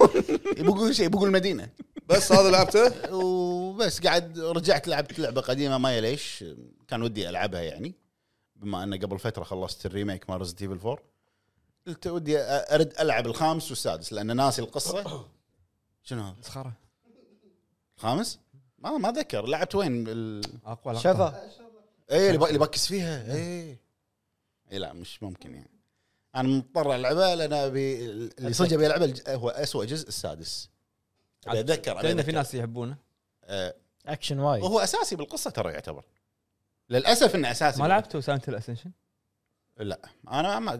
S4: بقول شيء بقول مدينه
S2: بس هذا لعبته
S4: وبس قاعد رجعت لعبت لعبه قديمه ما ليش كان ودي العبها يعني بما ان قبل فتره خلصت الريميك مال ريزنت ايفل 4 قلت ودي أ- ارد العب الخامس والسادس لان ناسي القصه شنو هذا؟
S1: مسخره
S4: الخامس؟ ما ما اتذكر لعبت وين ال...
S1: اقوى لقطة.
S3: شفا
S4: ايه اللي ب- اللي بكس فيها ايه اي لا مش ممكن يعني انا مضطر العبها لان ابي اللي صدق ابي العبه الج- هو اسوء جزء السادس أبي اتذكر أبي
S1: لان في
S4: أتذكر.
S1: ناس يحبونه
S4: آه،
S3: اكشن وايد
S4: وهو اساسي بالقصه ترى يعتبر للاسف انه اساسي
S1: ما لعبته سايلنت الاسنشن
S4: لا انا ما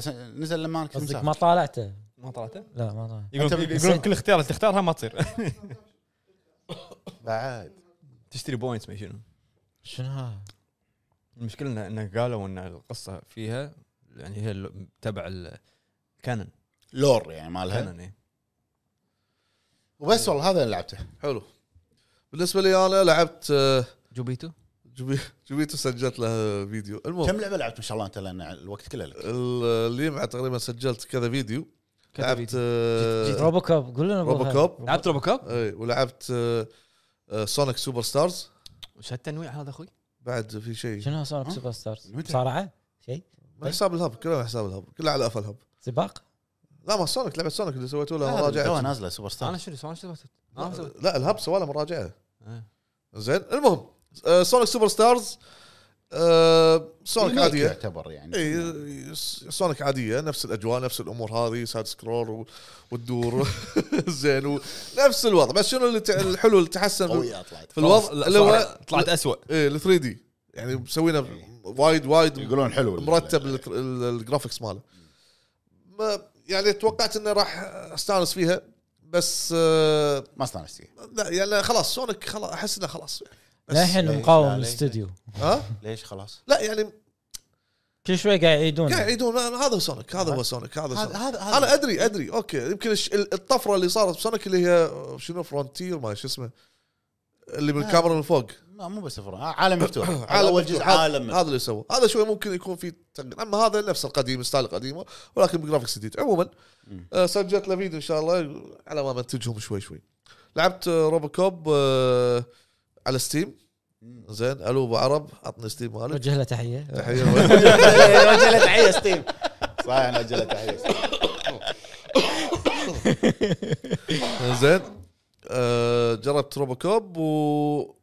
S4: أس- نزل لما انا كنت
S3: قصدك
S4: مسافر.
S3: ما طالعته
S1: ما طلعته؟
S3: لا ما طالعته
S1: يقولون يقولون كل اختيار اللي تختارها ما تصير
S4: بعد
S1: تشتري بوينتس ما شنو
S3: شنو هذا؟
S1: المشكله انه إنه قالوا ان القصه فيها يعني هي ال- إيه. تبع الكانون
S4: لور يعني مالها
S1: كانون اي
S4: وبس والله هذا اللي لعبته
S2: حلو بالنسبه لي انا لعبت آه،
S1: جوبيتو
S2: جبي- جبيت وسجلت له فيديو المهم
S4: كم لعبه لعبت ما شاء الله انت لان الوقت كله لك
S2: ال- اللي مع تقريبا سجلت كذا فيديو لعبت آه،
S3: روبو كوب قول لنا أبو
S2: روبو
S3: فهد.
S2: كوب.
S1: لعبت روبو كاب
S2: اي ولعبت آه، آه، سونيك سوبر ستارز
S1: وش هالتنويع هذا اخوي؟
S2: بعد في شيء
S3: شنو سونيك
S4: ها؟
S3: سوبر ستارز؟
S4: متى؟
S3: مصارعه؟ شيء؟
S2: من حساب الهب كلها من حساب الهب كلها على قفا الهب
S3: سباق؟
S2: لا ما سونيك لعبه سونيك اللي سويتوا لها
S4: تو
S2: مراجعه
S4: نازله سوبر
S1: انا
S4: ستار
S1: شنو سويت؟ شنو سويت؟ أنا سويت؟
S2: لا الهب سوى لها مراجعه
S1: آه.
S2: زين المهم آه، سونيك سوبر ستارز آه، سونيك
S4: ريميك
S2: عاديه
S4: يعتبر يعني
S2: إيه. اي سونيك عاديه نفس الاجواء نفس الامور هذه ساد سكرول و- وتدور زين ونفس الوضع بس شنو اللي ت- الحلو اللي تحسن
S4: قويه طلعت
S2: في الوضع
S1: لا،
S2: اللي هو
S1: صراحة طلعت اسوء
S2: ايه ال 3 دي يعني مسوينا وايد وايد
S4: يقولون حلو
S2: مرتب ال- ال- الجرافكس ماله ما- يعني توقعت انه راح استانس فيها بس آه،
S4: ما استانست فيه
S2: لا يعني خلاص سونيك خلاص احس انه خلاص يعني بس-
S3: للحين
S4: ليش؟
S3: مقاوم
S4: لا، ليش؟
S3: الاستوديو
S2: ها
S4: ليش خلاص
S2: لا يعني
S3: كل شوي قاعد يعيدون
S2: قاعد يعيدون إيه، لا، هذا هو سونيك هذا هو سونيك هذا
S4: هذا
S2: سونيك
S4: هذا
S2: انا
S4: هذا
S2: ادري ادري اوكي يمكن الش- ال- الطفره اللي صارت بسونيك اللي هي شنو فرونتير ما شو اسمه اللي من
S4: آه.
S2: الكاميرا من فوق
S4: ما مو بس فرع عالم مفتوح
S2: عالم
S4: عالم اول جزء
S2: مفتوح. هذا-
S4: عالم مفتوح.
S2: هذا اللي سوى هذا شوي ممكن يكون في تغيير اما هذا نفس القديم ستايل القديم ولكن بجرافيكس جديد عموما
S4: مم.
S2: آه، سجلت له فيديو ان شاء الله على ما منتجهم شوي شوي لعبت آه، روبو كوب آه، على ستيم زين الو ابو عرب عطني ستيم مالك
S3: وجه له تحيه
S2: إيه. تحيه
S4: وجه له تحيه ستيف صحيح وجه له تحيه ستيف.
S2: زين آه، جربت روبوكوب و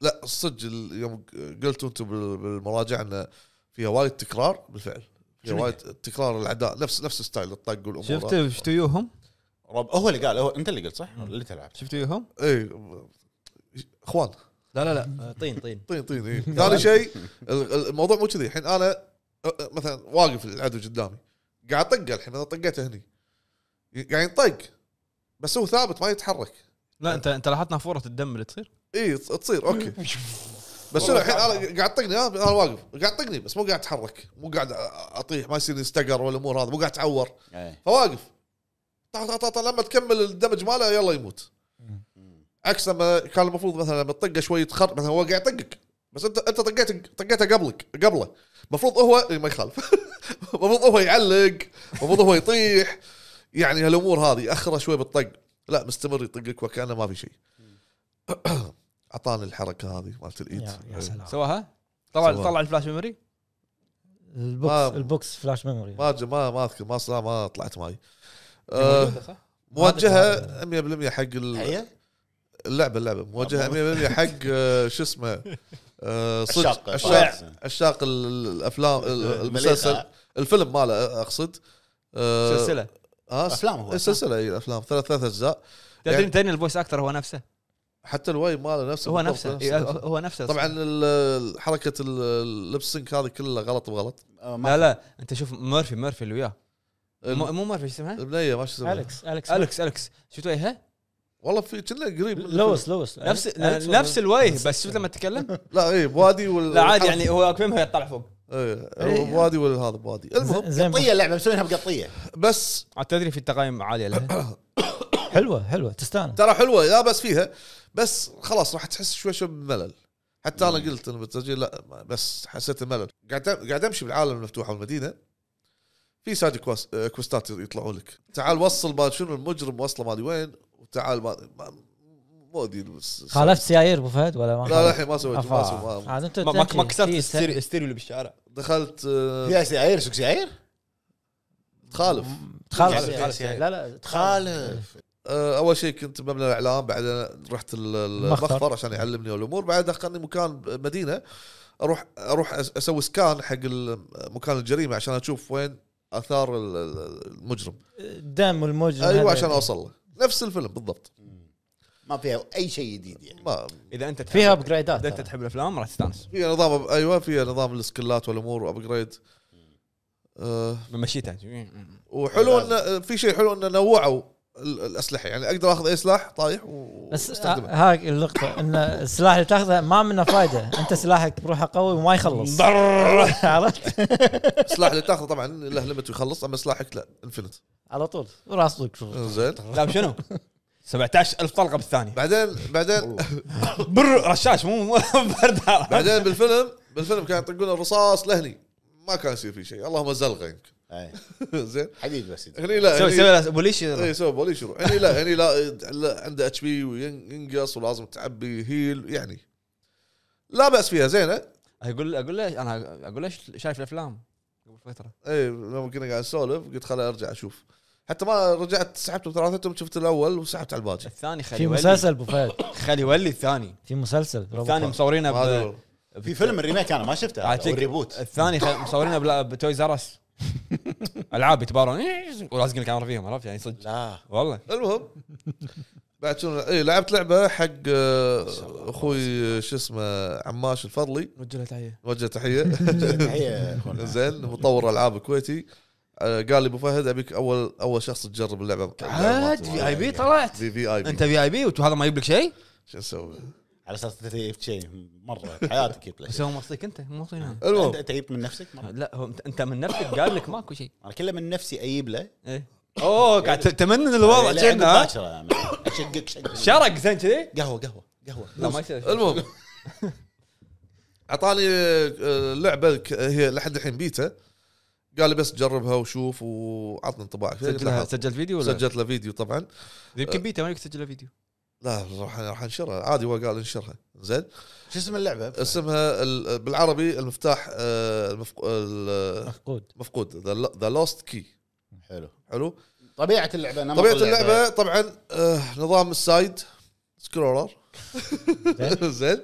S2: لا صدق ال- يوم قلتوا انتم بال- بالمراجعه ان فيها وايد تكرار بالفعل فيها
S4: شنو
S2: وايد تكرار الاعداء نفس نفس ستايل الطق والامور
S1: شفت شفت ويوهم؟
S4: رب هو اللي قال هو انت اللي قلت صح؟ اللي تلعب
S1: شفت ويوهم؟
S2: اي اخوان
S1: لا لا لا آه، طين طين
S2: طين طين اي ثاني شيء ال- ال- الموضوع مو كذي الحين انا أ- أ- مثلا واقف العدو قدامي قاعد طقه الحين انا طقيته هني ي- قاعد ينطق بس هو ثابت ما يتحرك
S1: لا انت انت لاحظت نافوره الدم اللي تصير؟
S2: اي إيه، تصير اوكي بس انا الحين انا قاعد طقني انا أنا واقف قاعد طقني بس مو قاعد اتحرك مو قاعد اطيح ما يصير استقر والامور هذا مو قاعد اتعور
S4: إيه.
S2: فواقف طا طا طا طا لما تكمل الدمج ماله يلا يموت عكس لما كان المفروض مثلا لما تطقه شوي تخر مثلا هو قاعد يطقك بس انت انت طقيت طقيته قبلك قبله المفروض هو إي ما يخالف المفروض هو يعلق المفروض هو يطيح يعني هالامور هذه اخره شوي بالطق لا مستمر يطقك وكانه ما في شيء اعطاني الحركه هذه مالت الايد
S3: يا يا سلام
S1: آه. سواها طلع
S2: سواها.
S1: طلع الفلاش ميموري
S3: البوكس
S2: ما-
S3: البوكس فلاش ميموري
S2: ما ج- ما ما اذكر ما صار- ما طلعت معي آه،
S1: موجودة صح؟
S2: موجهه 100% حق ال-
S4: هي
S2: اللعبه اللعبه موجهه 100% حق آه، شو اسمه آه، صدق
S4: عشاق.
S2: عشاق عشاق ال- ال- الافلام ال-
S4: آه.
S2: المسلسل الفيلم ماله اقصد آه،
S1: سلسله
S2: اه
S4: افلام هو
S2: سلسله اي الافلام إيه، ثلاث ثلاث اجزاء
S1: تدري
S2: يعني-
S1: تدري الفويس اكتر هو نفسه
S2: حتى الوي ماله نفسه
S1: هو
S2: بالضبط
S1: نفسه إيه، هو نفسه
S2: طبعا ال- حركه اللبس سينك هذه كلها غلط بغلط
S4: آه، ما-
S1: لا لا انت شوف مورفي مورفي اللي وياه مو
S2: الم-
S1: مو مورفي شو اسمها؟
S2: البنيه ما شو اسمها
S3: اليكس اليكس
S1: الكس الكس شفت وجهها؟
S2: والله في كنا قريب من
S3: لويس لويس
S1: إيه؟ نفس
S3: أليكس
S1: آه، نفس الوجه بس شفت لما تتكلم؟
S2: الفيلم. لا اي بوادي وال
S1: لا عادي يعني هو اكمها يطلع فوق
S2: اي بوادي ولا هذا بوادي المهم
S3: زين
S4: قطيه اللعبه مسوينها بقطيه
S2: بس
S1: عاد تدري في تقايم عاليه لها
S3: حلوه حلوه تستانس
S2: ترى حلوه لا بس فيها بس خلاص راح تحس شوي شوي بملل حتى انا قلت انا بالتسجيل لا ما- بس حسيت الملل قاعد قاعد امشي بالعالم المفتوح والمدينه في سادي كواس... آه، كوستات يطلعوا لك تعال وصل ما شنو المجرم وصله ما ادري وين وتعال ما ما- مو ادري بس-
S3: خالفت سيايير ابو فهد ولا ما
S2: لا لا
S3: خالفت؟
S2: الحين ما سويت ما سويت
S3: أفا.
S2: ما-
S3: عاد انت
S1: ما- ما
S3: تمشي.
S1: ما كسرت
S3: في
S1: الستيريو الستيريو اللي بالشارع
S2: دخلت آه،
S4: فيها سيايير سوق سيايير
S2: تخالف
S1: يعني
S3: تخالف
S4: تخالف.
S3: تخالف. لا لا
S4: خالف
S2: آه، اول شيء كنت بمبنى الاعلام بعدين رحت ال- ال-
S3: المخفر.
S2: المخفر عشان يعلمني الامور بعد دخلني مكان مدينه اروح اروح أس- اسوي سكان حق ال- مكان الجريمه عشان اشوف وين اثار ال- ال- المجرم
S3: الدم والموج
S2: ايوه عشان اوصل له نفس الفيلم بالضبط
S4: ما فيها اي شيء جديد يعني
S2: ما
S1: اذا انت تحب-
S3: فيها
S1: اذا انت
S3: ابجريدات
S1: تحب الافلام راح تستانس
S2: في نظام ايوه في نظام السكلات والامور وابجريد أه
S1: مشيتها
S2: وحلو ان في شيء حلو ان نوعوا ال- الاسلحه يعني اقدر اخذ اي سلاح طايح
S3: بس
S2: واستخدمه
S3: هاي النقطة ان السلاح اللي تاخذه ما منه فايدة، انت سلاحك بروحه قوي وما يخلص عرفت؟
S2: السلاح اللي تاخذه طبعا له ليمت ويخلص اما سلاحك لا انفنت
S3: على طول وراس ضيق شغل.
S2: زين
S1: لا شنو؟ 17000 طلقه بالثانية
S2: بعدين بعدين
S1: بر رشاش مو مو برد
S2: بعدين بالفيلم بالفيلم كانوا يطقون الرصاص لهني ما كان يصير في شيء اللهم زلقه يمكن
S4: إيه.
S2: زين
S4: حديد بس يدري.
S2: هني لا
S1: سوي
S2: هني-
S1: سوي بوليش
S4: إيه.
S2: اي سوي بوليش يروح هني لا هني لا, لا عنده اتش بي وينقص ولازم تعبي هيل يعني لا باس فيها زينه
S1: اقول اقول له انا اقول له شايف الافلام قبل فتره
S2: اي إيه، لما كنا قاعد نسولف قلت خليني ارجع اشوف حتى ما رجعت سحبت ثلاثتهم شفت الاول وسحبت على الباقي
S1: الثاني خلي
S3: في
S1: يولي
S3: مسلسل ابو فهد
S1: خلي يولي الثاني
S3: في مسلسل برافو
S1: الثاني
S3: فهد.
S1: مصورينه ب...
S2: هذا
S4: في فيلم الريميك انا ما شفته
S1: عاد
S4: هذا،
S1: تك-
S4: والريبوت
S1: الثاني خ... مصورينه بلا... بتوي زرس العاب يتبارون ولازقين الكاميرا فيهم عرفت يعني صدق
S4: لا
S1: والله
S2: المهم بعد شنو اي لعبت لعبه حق آه، اخوي شو اسمه عماش الفضلي
S1: نوجه له تحيه
S2: وجه تحيه
S4: تحيه اخونا
S2: زين مطور العاب كويتي آه، قال لي ابو فهد ابيك اول اول شخص تجرب اللعبه
S1: عاد في اي بي طلعت
S2: في في اي
S1: انت
S2: بي
S1: في اي بي وهذا ما يجيب لك شيء
S2: شو نسوي؟
S4: على اساس تجيب شيء مره حياتك جبت له
S1: بس
S4: شيء.
S1: هو معطيك انت مو معطينا
S2: المهم
S4: انت أنت جبت من نفسك مره
S1: لا هو انت من نفسك قال لك ماكو شيء
S4: انا كله من نفسي اجيب له
S1: ايه اوه قاعد تمنن الوضع
S4: لعبة
S1: كنا ها؟
S4: باكرة يا عمي. اشقك شقك
S1: شرق زين كذي
S4: قهوه قهوه قهوه
S1: لا ما يصير
S2: المهم اعطاني آه، لعبه ك- هي لحد الحين بيتا قال لي بس جربها وشوف وعطني انطباعك فيها. قلت له
S1: سجلها
S2: حاضر.
S1: سجلت فيديو ولا
S2: سجلت له فيديو طبعا
S1: يمكن بيتا ما يمديك تسجل له فيديو
S2: لا راح راح انشرها عادي هو قال انشرها زين
S4: شو اسم اللعبه؟
S2: اسمها ال- بالعربي المفتاح آه، المفق- ال-
S3: مفقود
S2: المفقود ذا لوست كي
S4: حلو
S2: حلو
S4: طبيعه اللعبه نمط
S2: طبيعه اللعبه طبعا آه، نظام السايد سكرولر زين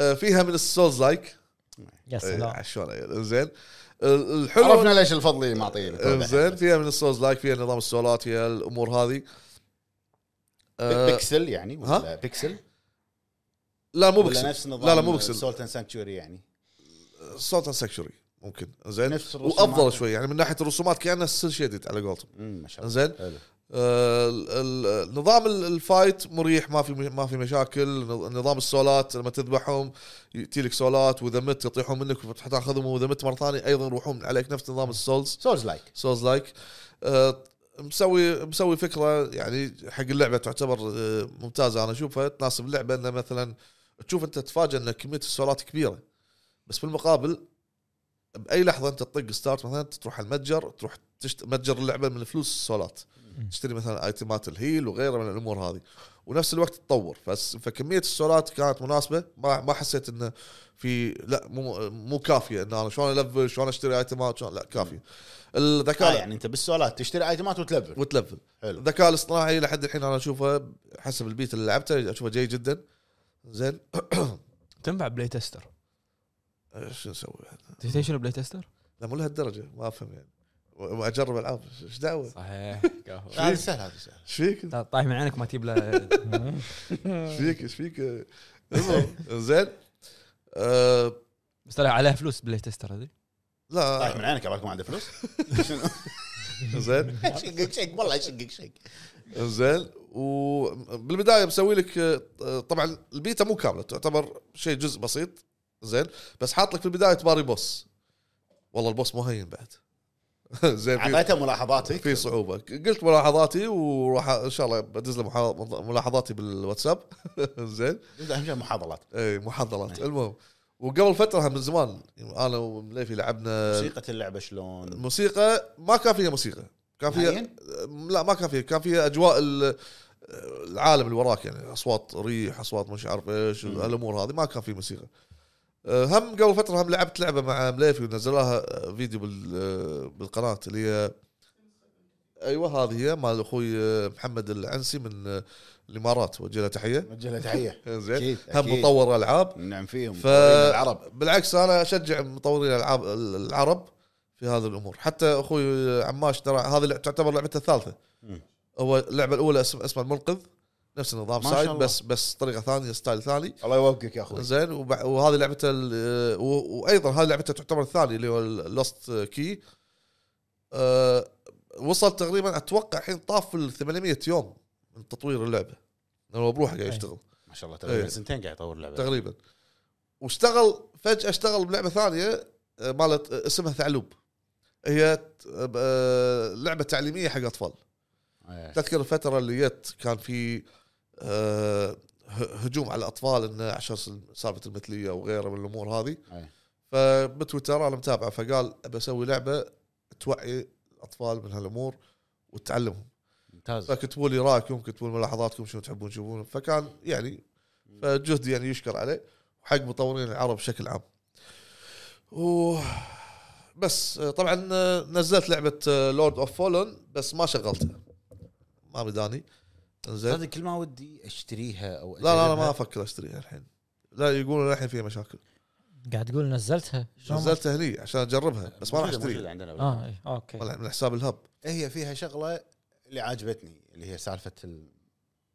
S2: آه، فيها من السولز لايك
S3: يا
S2: آه،
S3: سلام
S2: شلون أقول؟ زين ال- الحلو
S4: عرفنا ليش الفضلي معطيه
S2: آه، زين فيها من السولز لايك فيها نظام السولات فيها الامور هذه آه،
S4: بيكسل يعني ولا بيكسل
S2: لا مو
S4: ولا
S2: بكسل
S4: نفس نظام
S2: لا لا، مو بيكسل.
S4: سولتن سانكتوري يعني
S2: صوت سكشوري ممكن زين
S4: نفس الرسومات.
S2: وافضل شوي يعني من ناحيه الرسومات كانها سيل شيدد على قولتهم
S4: امم ما شاء الله
S2: زين
S4: حلو
S2: آه، ال- ال- نظام ال- الفايت مريح ما في ما في مشاكل نظ- نظام السولات لما تذبحهم يجيلك سولات واذا مت يطيحون منك تاخذهم واذا مت مره ثانيه ايضا يروحون عليك نفس نظام السولز
S4: سولز لايك
S2: سولز لايك آه، مسوي مسوي فكره يعني حق اللعبه تعتبر آه، ممتازه انا اشوفها تناسب اللعبه انه مثلا تشوف انت تتفاجئ ان كميه السولات كبيره بس بالمقابل باي لحظه انت تطق ستارت مثلا تروح على المتجر تروح تشت... متجر اللعبه من فلوس السولات تشتري مثلا ايتمات الهيل وغيره من الامور هذه ونفس الوقت تتطور فس... فكميه السولات كانت مناسبه ما ما حسيت انه في لا مو مو كافيه ان انا شلون الفل شلون اشتري ايتمات شلون لا كافيه الذكاء
S4: آه يعني انت بالسولات تشتري ايتمات وتلفل
S2: وتلفل
S4: حلو.
S2: الذكاء الاصطناعي لحد الحين انا اشوفه حسب البيت اللي لعبته اشوفه جيد جدا زين
S1: تنفع بلاي تستر
S2: شو نسوي؟
S1: تدري شنو بلاي تستر؟
S2: لا مو لهالدرجه ما افهم يعني اجرب العاب ايش دعوه؟
S1: صحيح
S4: هذا سهل هذا سهل
S2: ايش فيك؟
S1: طا- طايح من عينك ما تجيب له
S2: ايش فيك؟ ايش فيك؟ المهم، زين آه،
S1: بس طلع عليها فلوس بلاي تستر هذه
S4: طايح
S2: لا
S4: طيب، من عينك عبالك ما عنده فلوس شنو؟
S2: زين
S4: شقق شق والله شقق شق
S2: زين وبالبدايه مسوي لك آه، طبعا البيتا مو كامله تعتبر شيء جزء بسيط زين بس حاط لك في البدايه تباري بوس والله البوس مو هين بعد زين في-
S4: اعطيته ملاحظاتك
S2: في صعوبه قلت ملاحظاتي وراح ان شاء الله بدز له محا- ملاحظاتي بالواتساب زين
S4: اهم شيء محاضرات
S2: اي محاضرات المهم وقبل فتره من زمان انا ومليفي لعبنا
S4: موسيقى اللعبه شلون
S2: الموسيقى ما كان فيها موسيقى كان فيها
S4: معين؟
S2: لا ما كان فيها كان فيها اجواء ال- العالم اللي وراك يعني اصوات ريح اصوات مش عارف ايش الامور هذه ما كان في موسيقى أه، هم قبل فتره هم لعبت لعبه مع مليفي ونزلوها أه، فيديو بال- أه، بالقناه اللي هي ايوه هذه هي مال اخوي أه، محمد العنسي من أه، الامارات وجه له تحيه
S4: نوجه له تحيه
S2: زين
S4: أكيد،
S2: هم
S4: أكيد.
S2: مطور العاب
S4: نعم فيهم
S2: ف...
S4: العرب
S2: بالعكس انا اشجع مطورين الالعاب العرب في هذه الامور حتى اخوي عماش ترى هذه لع- تعتبر لعبته الثالثه
S4: مم.
S2: هو اللعبه الاولى اسم- اسمها المنقذ نفس النظام
S4: ما
S2: سايد
S4: شاء الله.
S2: بس بس طريقه ثانيه ستايل ثاني
S4: الله يوفقك يا اخوي
S2: زين وبع- وهذه لعبته ال- و- وايضا هذه لعبته تعتبر الثانيه اللي هو اللوست كي آه، وصل تقريبا اتوقع الحين طاف ال 800 يوم من تطوير اللعبه هو بروحه قاعد
S3: أي.
S2: يشتغل
S4: ما شاء الله تقريبا
S2: إيه.
S4: سنتين قاعد يطور اللعبه
S2: تقريبا واشتغل فجاه اشتغل بلعبه ثانيه آه، مالت آه، اسمها ثعلوب هي ت- آه، آه، لعبه تعليميه حق اطفال
S4: إيه.
S2: تذكر الفتره اللي جت كان في آه، ه- هجوم على الاطفال انه عشان س- سالفه المثليه وغيره من الامور هذه
S4: أي.
S2: فبتويتر انا متابعه فقال ابى اسوي لعبه توعي الاطفال من هالامور وتعلمهم
S4: ممتاز
S2: فكتبوا لي رايكم كتبوا لي ملاحظاتكم شنو تحبون تشوفون فكان يعني فجهدي يعني يشكر عليه وحق مطورين العرب بشكل عام و بس آه، طبعا آه، نزلت لعبه لورد اوف فولن بس ما شغلتها ما بداني زين
S4: هذا كل ما ودي اشتريها او
S2: لا لا انا ما افكر اشتريها الحين لا يقولون الحين فيها مشاكل
S3: قاعد تقول نزلتها شلون ما-
S2: نزلتها هني عشان اجربها بس ما راح
S4: موجودة-
S2: اشتريها
S4: موجودة عندنا
S3: اه إيه، اوكي
S2: طلع من حساب الهب
S4: هي فيها شغله اللي عاجبتني اللي هي سالفه ال...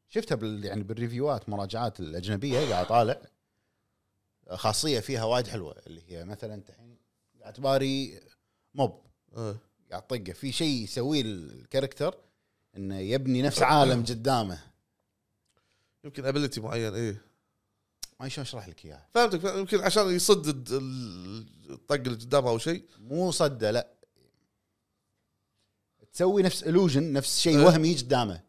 S4: شفتها بال... يعني بالريفيوات مراجعات الاجنبيه قاعد طالع خاصيه فيها وايد حلوه اللي هي مثلا انت الحين قاعد تباري موب
S2: آه.
S4: قاعد طقه في شيء يسويه الكاركتر انه يبني نفس عالم قدامه
S2: يمكن ابيلتي معين ايه
S4: ما شلون اشرح لك اياها
S2: فهمتك فهمت- يمكن عشان يصد الد- ال- الطق اللي قدامه او شيء
S4: مو صده لا تسوي نفس الوجن نفس شيء
S2: إيه.
S4: وهمي قدامه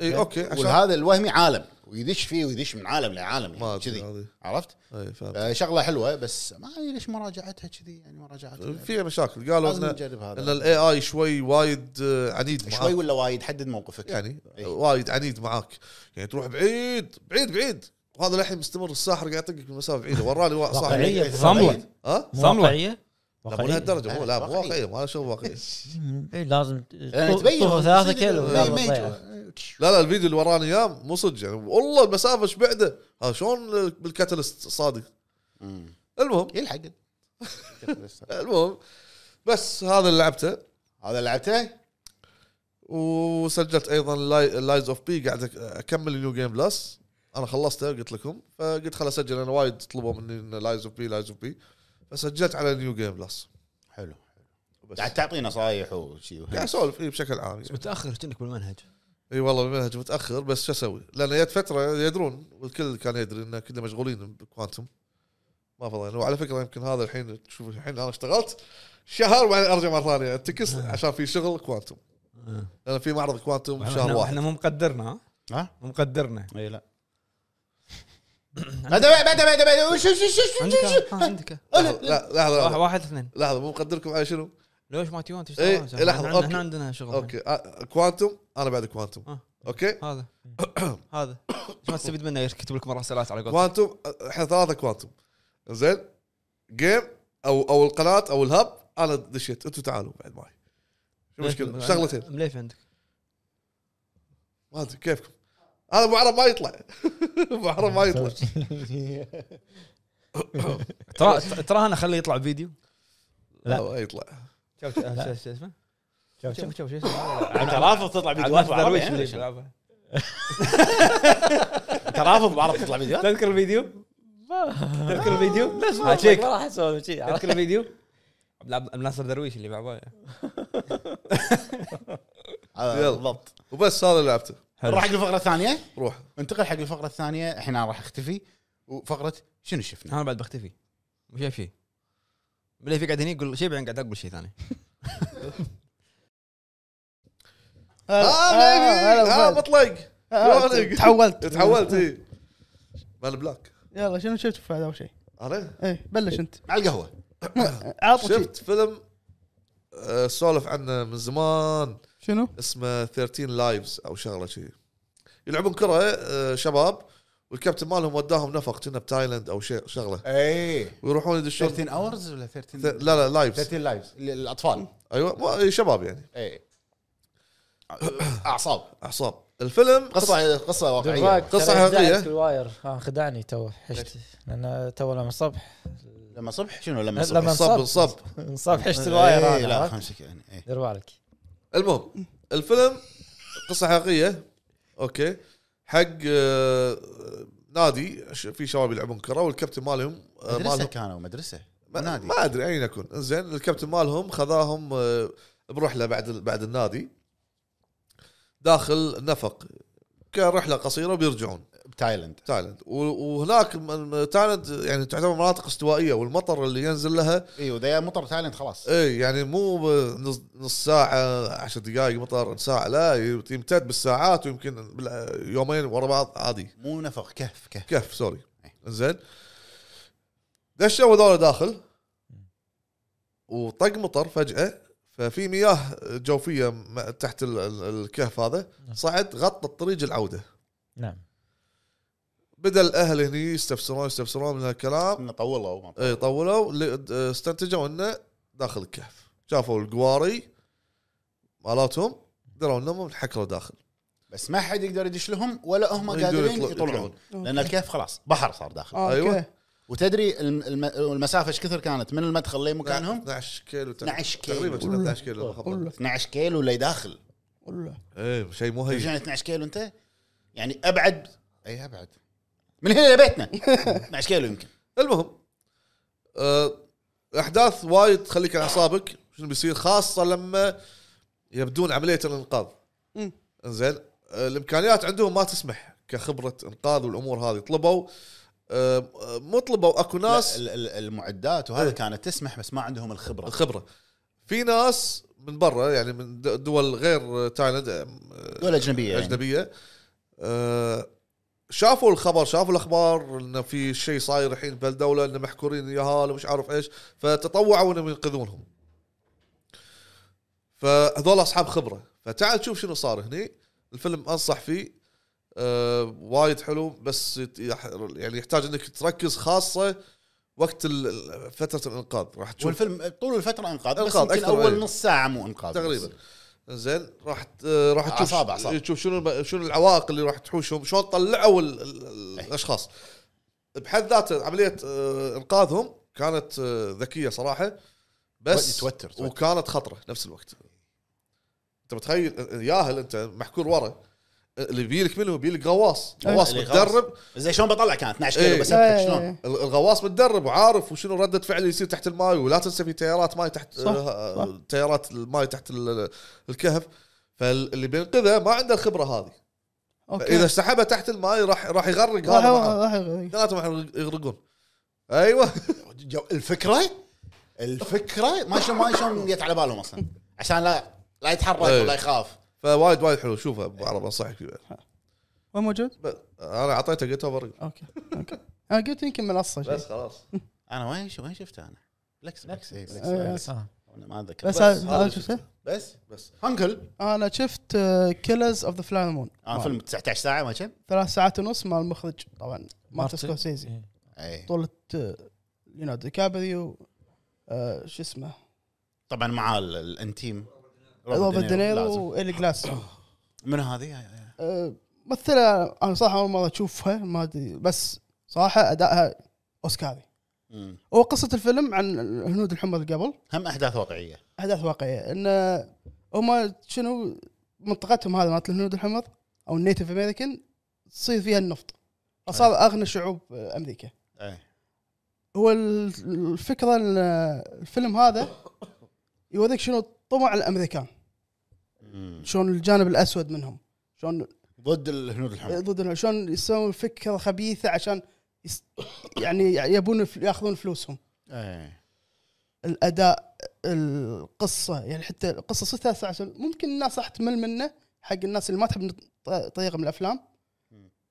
S4: إيه،
S2: اي اوكي عشان
S4: وهذا الوهمي عالم ويدش فيه ويدش من عالم لعالم
S2: ما
S4: يعني
S2: ادري
S4: كذي
S2: هذه
S4: عرفت؟
S2: اي إيه، فهمت
S4: آه، شغله حلوه بس ما ادري ليش مراجعتها كذي يعني مراجعتها
S2: فيها إيه، مشاكل قالوا
S4: لازم
S2: ان
S4: نجرب
S2: ان
S4: هذا
S2: الاي اي شوي وايد آه، عنيد معاك
S4: شوي ولا وايد حدد موقفك
S2: يعني
S4: إيه.
S2: وايد عنيد معاك يعني تروح بعيد بعيد بعيد وهذا الحين مستمر الساحر قاعد يطقك من مسافه بعيده وراني وا- صاحبي
S3: واقعيه
S4: واقعية.
S3: صامله
S2: ها؟
S3: مو
S1: صاملة.
S3: واقعيه
S2: لا مو
S3: واقعية.
S2: لهالدرجه مو لا مو
S4: إيه، واقعية.
S2: واقعيه ما شغل واقعيه
S3: مم، إيه، لازم
S4: يعني تبين
S3: طوفه ثلاثة كيلو طيب.
S4: إيه،
S3: لازم
S4: ما
S3: تضيعها.
S4: يجوا.
S2: لا لا الفيديو اللي وراني اياه مو صدق يعني والله المسافه ايش بعده ها شلون بالكاتلست صادق
S4: مم. إيه
S2: المهم
S4: يلحق
S2: المهم بس هذا اللي لعبته
S4: هذا لعبته
S2: وسجلت ايضا لايز اوف بي قاعد أك- اكمل النيو جيم بلس انا خلصته قلت لكم فقلت خل اسجل انا وايد طلبوا مني لايز اوف بي لايز اوف بي فسجلت على نيو جيم بلس
S4: حلو
S2: بس
S4: قاعد تعطي نصايح وشي
S2: قاعد اسولف إيه، بشكل عام
S1: بس متاخر كأنك بالمنهج
S2: اي والله المنهج متاخر بس شو اسوي؟ لان جت فتره يدرون والكل كان يدري ان كنا مشغولين بكوانتم ما فضينا وعلى فكره يمكن هذا الحين تشوف الحين انا اشتغلت شهر وبعدين ارجع مره ثانيه انتكس عشان في شغل كوانتم لان في معرض كوانتم شهر
S1: احنا,
S2: واحد
S1: احنا مو مقدرنا ها؟
S4: ها؟
S1: مو مقدرنا
S4: اي لا بعد بعد بعد بعد شو شو شو شو
S1: عندك ها، ها، عندك
S2: لحظه لا، لحظه
S1: واحد-
S2: لحظه
S1: واحد اثنين
S2: لحظه مو مقدركم على شنو؟
S1: ليش ما تيون
S2: إيه،
S1: تشتغل
S2: لحظة،
S1: إحنا-
S2: أوكي.
S1: احنا عندنا شغل
S2: اوكي آه، كوانتم انا بعد كوانتم
S1: آه.
S2: اوكي
S1: هذا هذا ايش ما تستفيد منه يكتب لك مراسلات على قولتك
S2: كوانتم احنا ثلاثه كوانتم زين جيم او او القناه او الهب انا دشيت انتم تعالوا بعد معي شو المشكله؟ شغلتين
S1: مليف عندك
S2: ما ادري كيفكم هذا ابو عرب ما يطلع ابو عرب ما يطلع
S5: طيب.
S1: ترى ترى انا خليه يطلع فيديو
S3: لا.
S2: لا ما يطلع
S1: شوف شوف شوف شو اسمه
S3: شوف
S1: شوف
S3: شوف
S1: شوف شو اسمه
S4: انت رافض تطلع
S1: عباس
S4: فيديوهات
S1: درويش
S4: بعربي،
S1: اللي
S4: يعني؟
S1: يلعبها.
S4: انت رافض بعرض تطلع فيديوهات
S1: تذكر الفيديو؟ تذكر الفيديو؟
S3: ليش ما
S1: هاتشيك.
S3: ما راح اسولف شيء
S1: تذكر الفيديو؟ عبد العب- عبد الناصر درويش اللي بعباية
S4: آه،
S2: يلا.
S4: بالضبط
S2: وبس هذا اللي لعبته
S4: نروح حق الفقره الثانيه
S2: روح
S4: انتقل حق الفقره الثانيه احنا راح اختفي وفقره شنو شفنا
S1: انا بعد بختفي مو شايف شيء مليف يقعد هني يقول شيء بعدين قاعد اقول شيء ثاني
S3: آه،
S2: اه بيبي اه مطلق شلونك؟
S5: تحولت
S2: تحولت اي مان بلاك
S5: يلا شنو شفت في هذا اول شيء؟
S2: انا
S5: ايه بلش انت
S4: على القهوه
S5: عطني شيء
S2: شفت فيلم آه، سولف عنه من زمان
S5: شنو؟
S2: اسمه 13 لايفز او شغله شيء يلعبون كره آه، شباب والكابتن مالهم وداهم نفق كنا بتايلند او شيء شغله
S4: اي
S2: ويروحون يدشون
S4: 13 اورز إيه. ولا
S2: ث-
S4: 13
S2: لا لا لايفز
S4: 13 لايفز الاطفال
S2: ايوه مو- شباب يعني
S4: اي اعصاب
S2: اعصاب الفيلم
S4: قصه قصه واقعيه
S3: دراك،
S2: قصة
S3: طيب. ترى
S2: حقيقية.
S3: خدعت الواير ها خدعني تو حشت لان تو لما الصبح
S4: لما صبح شنو لما صبح
S3: لما
S2: انصب
S3: انصب
S2: انصب
S3: انصب حشت الواير
S4: إيه،
S3: انا
S4: لا
S3: عرفت؟
S4: خمسة يعني إيه.
S3: دير بالك
S2: المهم الفيلم قصه حقيقيه اوكي حق آه، نادي ش- في شباب يلعبون كره والكابتن مالهم آه،
S4: مدرسه
S2: مالهم
S4: كانوا مدرسه
S2: ما,
S4: نادي
S2: ما ادري اين اكون زين الكابتن مالهم خذاهم آه، برحله بعد ال- بعد النادي داخل نفق كرحله قصيره وبيرجعون
S4: بتايلاند
S2: تايلاند و- وهناك م- تايلاند يعني تعتبر مناطق استوائيه والمطر اللي ينزل لها
S4: ايوه ذا مطر تايلاند خلاص
S2: اي يعني مو ب- نص, نص ساعة عشر دقائق مطر ساعة لا يمتد بالساعات ويمكن بال- يومين ورا بعض عادي
S4: مو نفق كهف كهف
S2: كيف سوري
S4: إيه.
S2: زين دشوا هذول داخل وطق مطر فجأة ففي مياه جوفية م- تحت ال- ال- الكهف هذا صعد غطى الطريق العودة
S3: نعم
S2: بدأ الأهل هني يستفسرون يستفسرون من هالكلام
S4: انه طولوا ما-
S2: اي طولوا ل- استنتجوا انه داخل الكهف شافوا القواري مالتهم دروا انهم انحكروا داخل
S4: بس ما حد يقدر يدش لهم ولا هم
S2: يقدرون
S4: قادرين
S2: يطلعون.
S4: يطلعون لان الكهف خلاص بحر صار داخل
S5: آه،
S2: أيوة.
S5: أوكي.
S4: وتدري الم- الم- المسافه ايش كثر كانت من المدخل لمكانهم
S2: 12 كيلو تقريبا
S4: 12
S2: تقريبا
S4: كيلو
S2: كنا 12 كيلو
S5: والله.
S4: 12 كيلو اللي داخل
S5: والله
S2: اي إيه، شيء مو
S4: شو
S2: هين
S4: يعني 12 كيلو انت يعني ابعد اي ابعد من هنا لبيتنا 12 كيلو يمكن
S2: المهم آه، احداث وايد تخليك على اعصابك شنو بيصير خاصه لما يبدون عمليه الانقاذ
S5: مم.
S2: زين الامكانيات آه، عندهم ما تسمح كخبره انقاذ والامور هذه طلبوا آه، مو طلبوا اكو ناس
S4: ال- ال- المعدات وهذا كانت تسمح بس ما عندهم الخبره
S2: الخبره في ناس من برا يعني من د- دول غير تايلاند
S4: ولا اجنبيه يعني.
S2: اجنبيه آه، شافوا الخبر شافوا الاخبار انه في شيء صاير الحين بهالدوله انه محكورين ياهال ومش عارف ايش فتطوعوا انهم ينقذونهم فهذول اصحاب خبره فتعال تشوف شنو صار هني الفيلم انصح فيه آه وايد حلو بس يت- يح- يعني يحتاج انك تركز خاصه وقت ال- ال- فتره الانقاذ راح تشوف
S4: والفيلم طول الفتره انقاذ بس
S2: إنقاذ
S4: يمكن
S2: أكثر،
S4: اول
S2: أي.
S4: نص ساعه مو انقاذ بس.
S2: تقريبا زين راح ت- راح تشوف
S4: أعصاب- أعصاب.
S2: تشوف شنو شنو العوائق اللي راح تحوشهم شلون طلعوا ال ال ال الاشخاص بحد ذاته عمليه آه، انقاذهم كانت آه، ذكيه صراحه بس
S4: توتر- توتر.
S2: وكانت خطره نفس الوقت انت متخيل ياهل انت محكور ورا اللي بيلك منه بيلك غواص
S5: أي.
S2: غواص
S4: اللي غواص.
S2: متدرب
S4: زين شلون بطلع كانت 12
S2: إيه.
S4: كيلو بس أفكر شلون
S2: ال- الغواص متدرب وعارف وشنو ردة فعله يصير تحت الماي ولا تنسى في تيارات ماي تحت
S5: صح،
S2: آه،
S5: صح.
S2: تيارات الماي تحت ال- الكهف فاللي بينقذه ما عنده الخبره هذه اذا سحبه تحت الماي راح راح يغرق
S5: راح
S2: هذا معاه.
S5: راح يغني.
S2: اثنيناتهم راح يغرقون ايوه
S4: جو- الفكره الفكره ما شلون ما شلون جت على بالهم اصلا عشان لا لا يتحرك
S2: إيه.
S4: ولا يخاف
S2: فوايد وايد حلو شوفه ابو عرب انصحك فيه
S5: هو موجود؟
S2: ب- انا اعطيته جيت اوفر
S5: اوكي اوكي انا قلت يمكن منصه شيء
S2: بس خلاص
S5: آه،
S4: انا وين شو وين شفته انا؟ بلكس بلكس إيه، بلكس
S5: إيه.
S3: يعني.
S4: بلكس.
S3: آه،
S4: أنا ما اتذكر
S5: بس
S4: بس
S5: هذا
S2: هذا
S5: هذا شفته
S4: بس
S2: بس
S4: انكل
S5: انا شفت آه، كيلرز اوف ذا فلاين مون
S4: انا آه، فيلم 19 ساعه ما كان؟
S5: ثلاث ساعات ونص مال المخرج طبعا مارتن
S3: مارتن.
S5: سكورسيزي
S3: إيه.
S4: اي
S5: بطولة ليوناردو كابريو آه، شو اسمه
S4: طبعا مع ال- الانتيم
S5: روبرت
S4: لازم.
S5: دينيرو والي جلاس
S4: من هذه
S5: آه، ممثلة انا صراحة اول مرة اشوفها ما ادري بس صراحة ادائها اوسكاري
S4: مم.
S5: هو قصة الفيلم عن الهنود الحمر اللي قبل
S4: هم احداث واقعيه
S5: احداث واقعية ان آه، هم شنو منطقتهم هذا مالت الهنود الحمر او النيتف امريكان تصير فيها النفط فصار اغنى شعوب آه، امريكا
S4: اي
S5: هو ال- الفكره ال- الفيلم هذا يوريك شنو طمع الامريكان
S4: مم.
S5: شلون الجانب الاسود منهم شلون
S4: ضد الهنود الحمر
S5: ضد شلون يسوون فكره خبيثه عشان يس يعني يبون ف- ياخذون فلوسهم
S4: اي
S5: الاداء القصه يعني حتى القصه صرت ثلاث ساعات ممكن الناس راح تمل منه حق الناس اللي ما تحب الط- طريقه من الافلام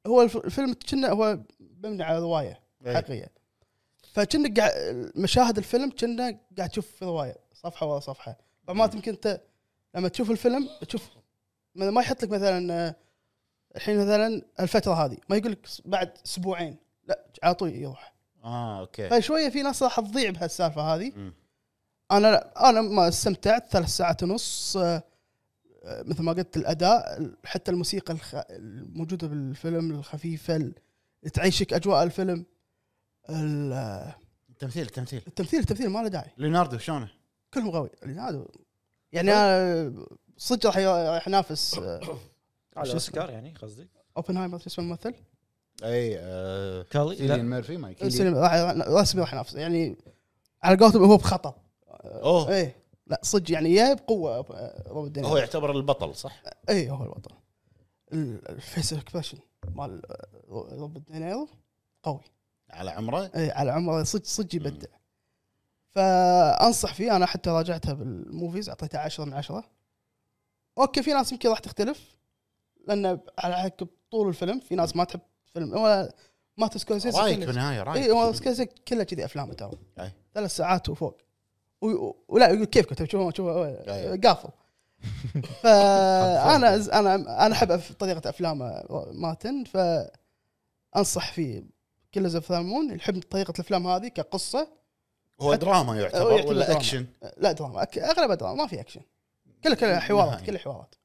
S5: هو الف- الفيلم كنا هو مبني على روايه
S4: إيه.
S5: حقيقيه فكنا قاعد مشاهد الفيلم كنا قاعد تشوف في روايه صفحه ورا صفحه فما يمكن انت لما تشوف الفيلم تشوف ما ما يحط لك مثلا آه، الحين مثلا الفتره هذه ما يقول لك س- بعد اسبوعين لا على طول يروح
S4: اه اوكي
S5: فشويه طيب، في ناس راح تضيع بهالسالفه هذه
S4: مم.
S5: انا لا انا ما استمتعت ثلاث ساعات ونص آه، آه، مثل ما قلت الاداء ال- حتى الموسيقى الخ... الموجوده بالفيلم الخفيفه ال- تعيشك اجواء الفيلم ال... آه،
S4: التمثيل التمثيل
S5: التمثيل التمثيل ما له داعي
S4: ليوناردو شلونه؟
S5: كلهم قوي يعني هذا- يعني أنا صدق راح ي- راح ينافس آه،
S3: على
S5: شو اسمه؟
S3: اوسكار يعني قصدي
S5: اوبنهايمر شو اسمه الممثل
S4: اي آه،
S3: كالي
S4: كيليان
S3: لا.
S4: ميرفي ما كيليان
S5: سلم- راح رسمي راح ينافس يعني على قولتهم هو بخطر
S4: اوه
S5: ايه لا صدق يعني يا بقوه آه، روبرت
S4: هو
S5: دينيرو
S4: يعتبر البطل صح؟
S5: اي إيه، هو البطل ال- الفيس اكسبريشن مال آه، روبرت دينيرو قوي
S4: على عمره
S5: اي على عمره صدق صدق
S4: مم.
S5: يبدع فانصح فيه انا حتى راجعتها بالموفيز اعطيتها 10 من 10 اوكي في ناس يمكن راح تختلف لان على حق طول الفيلم في ناس ما تحب فيلم ولا ما تسكوسيزي
S4: رايك بالنهايه
S5: اي هو
S4: رايك
S5: سكورسيزي كله كذي افلامه ترى
S4: آه، أي.
S5: ثلاث ساعات وفوق و- و- ولا يقول كيفكم تبي تشوفون شوفوا
S4: أي.
S5: قافل فانا انا انا احب أف- طريقه افلامه ماتن فانصح فيه كل اوف مون يحب طريقه الافلام هذه كقصه
S4: هو دراما
S5: هو
S4: يعتبر
S5: يعتبر
S4: ولا
S5: دراما.
S4: اكشن؟
S5: لا دراما أك- اغلبها دراما ما في اكشن كله كله حوارات
S4: نهائي.
S5: كله حوارات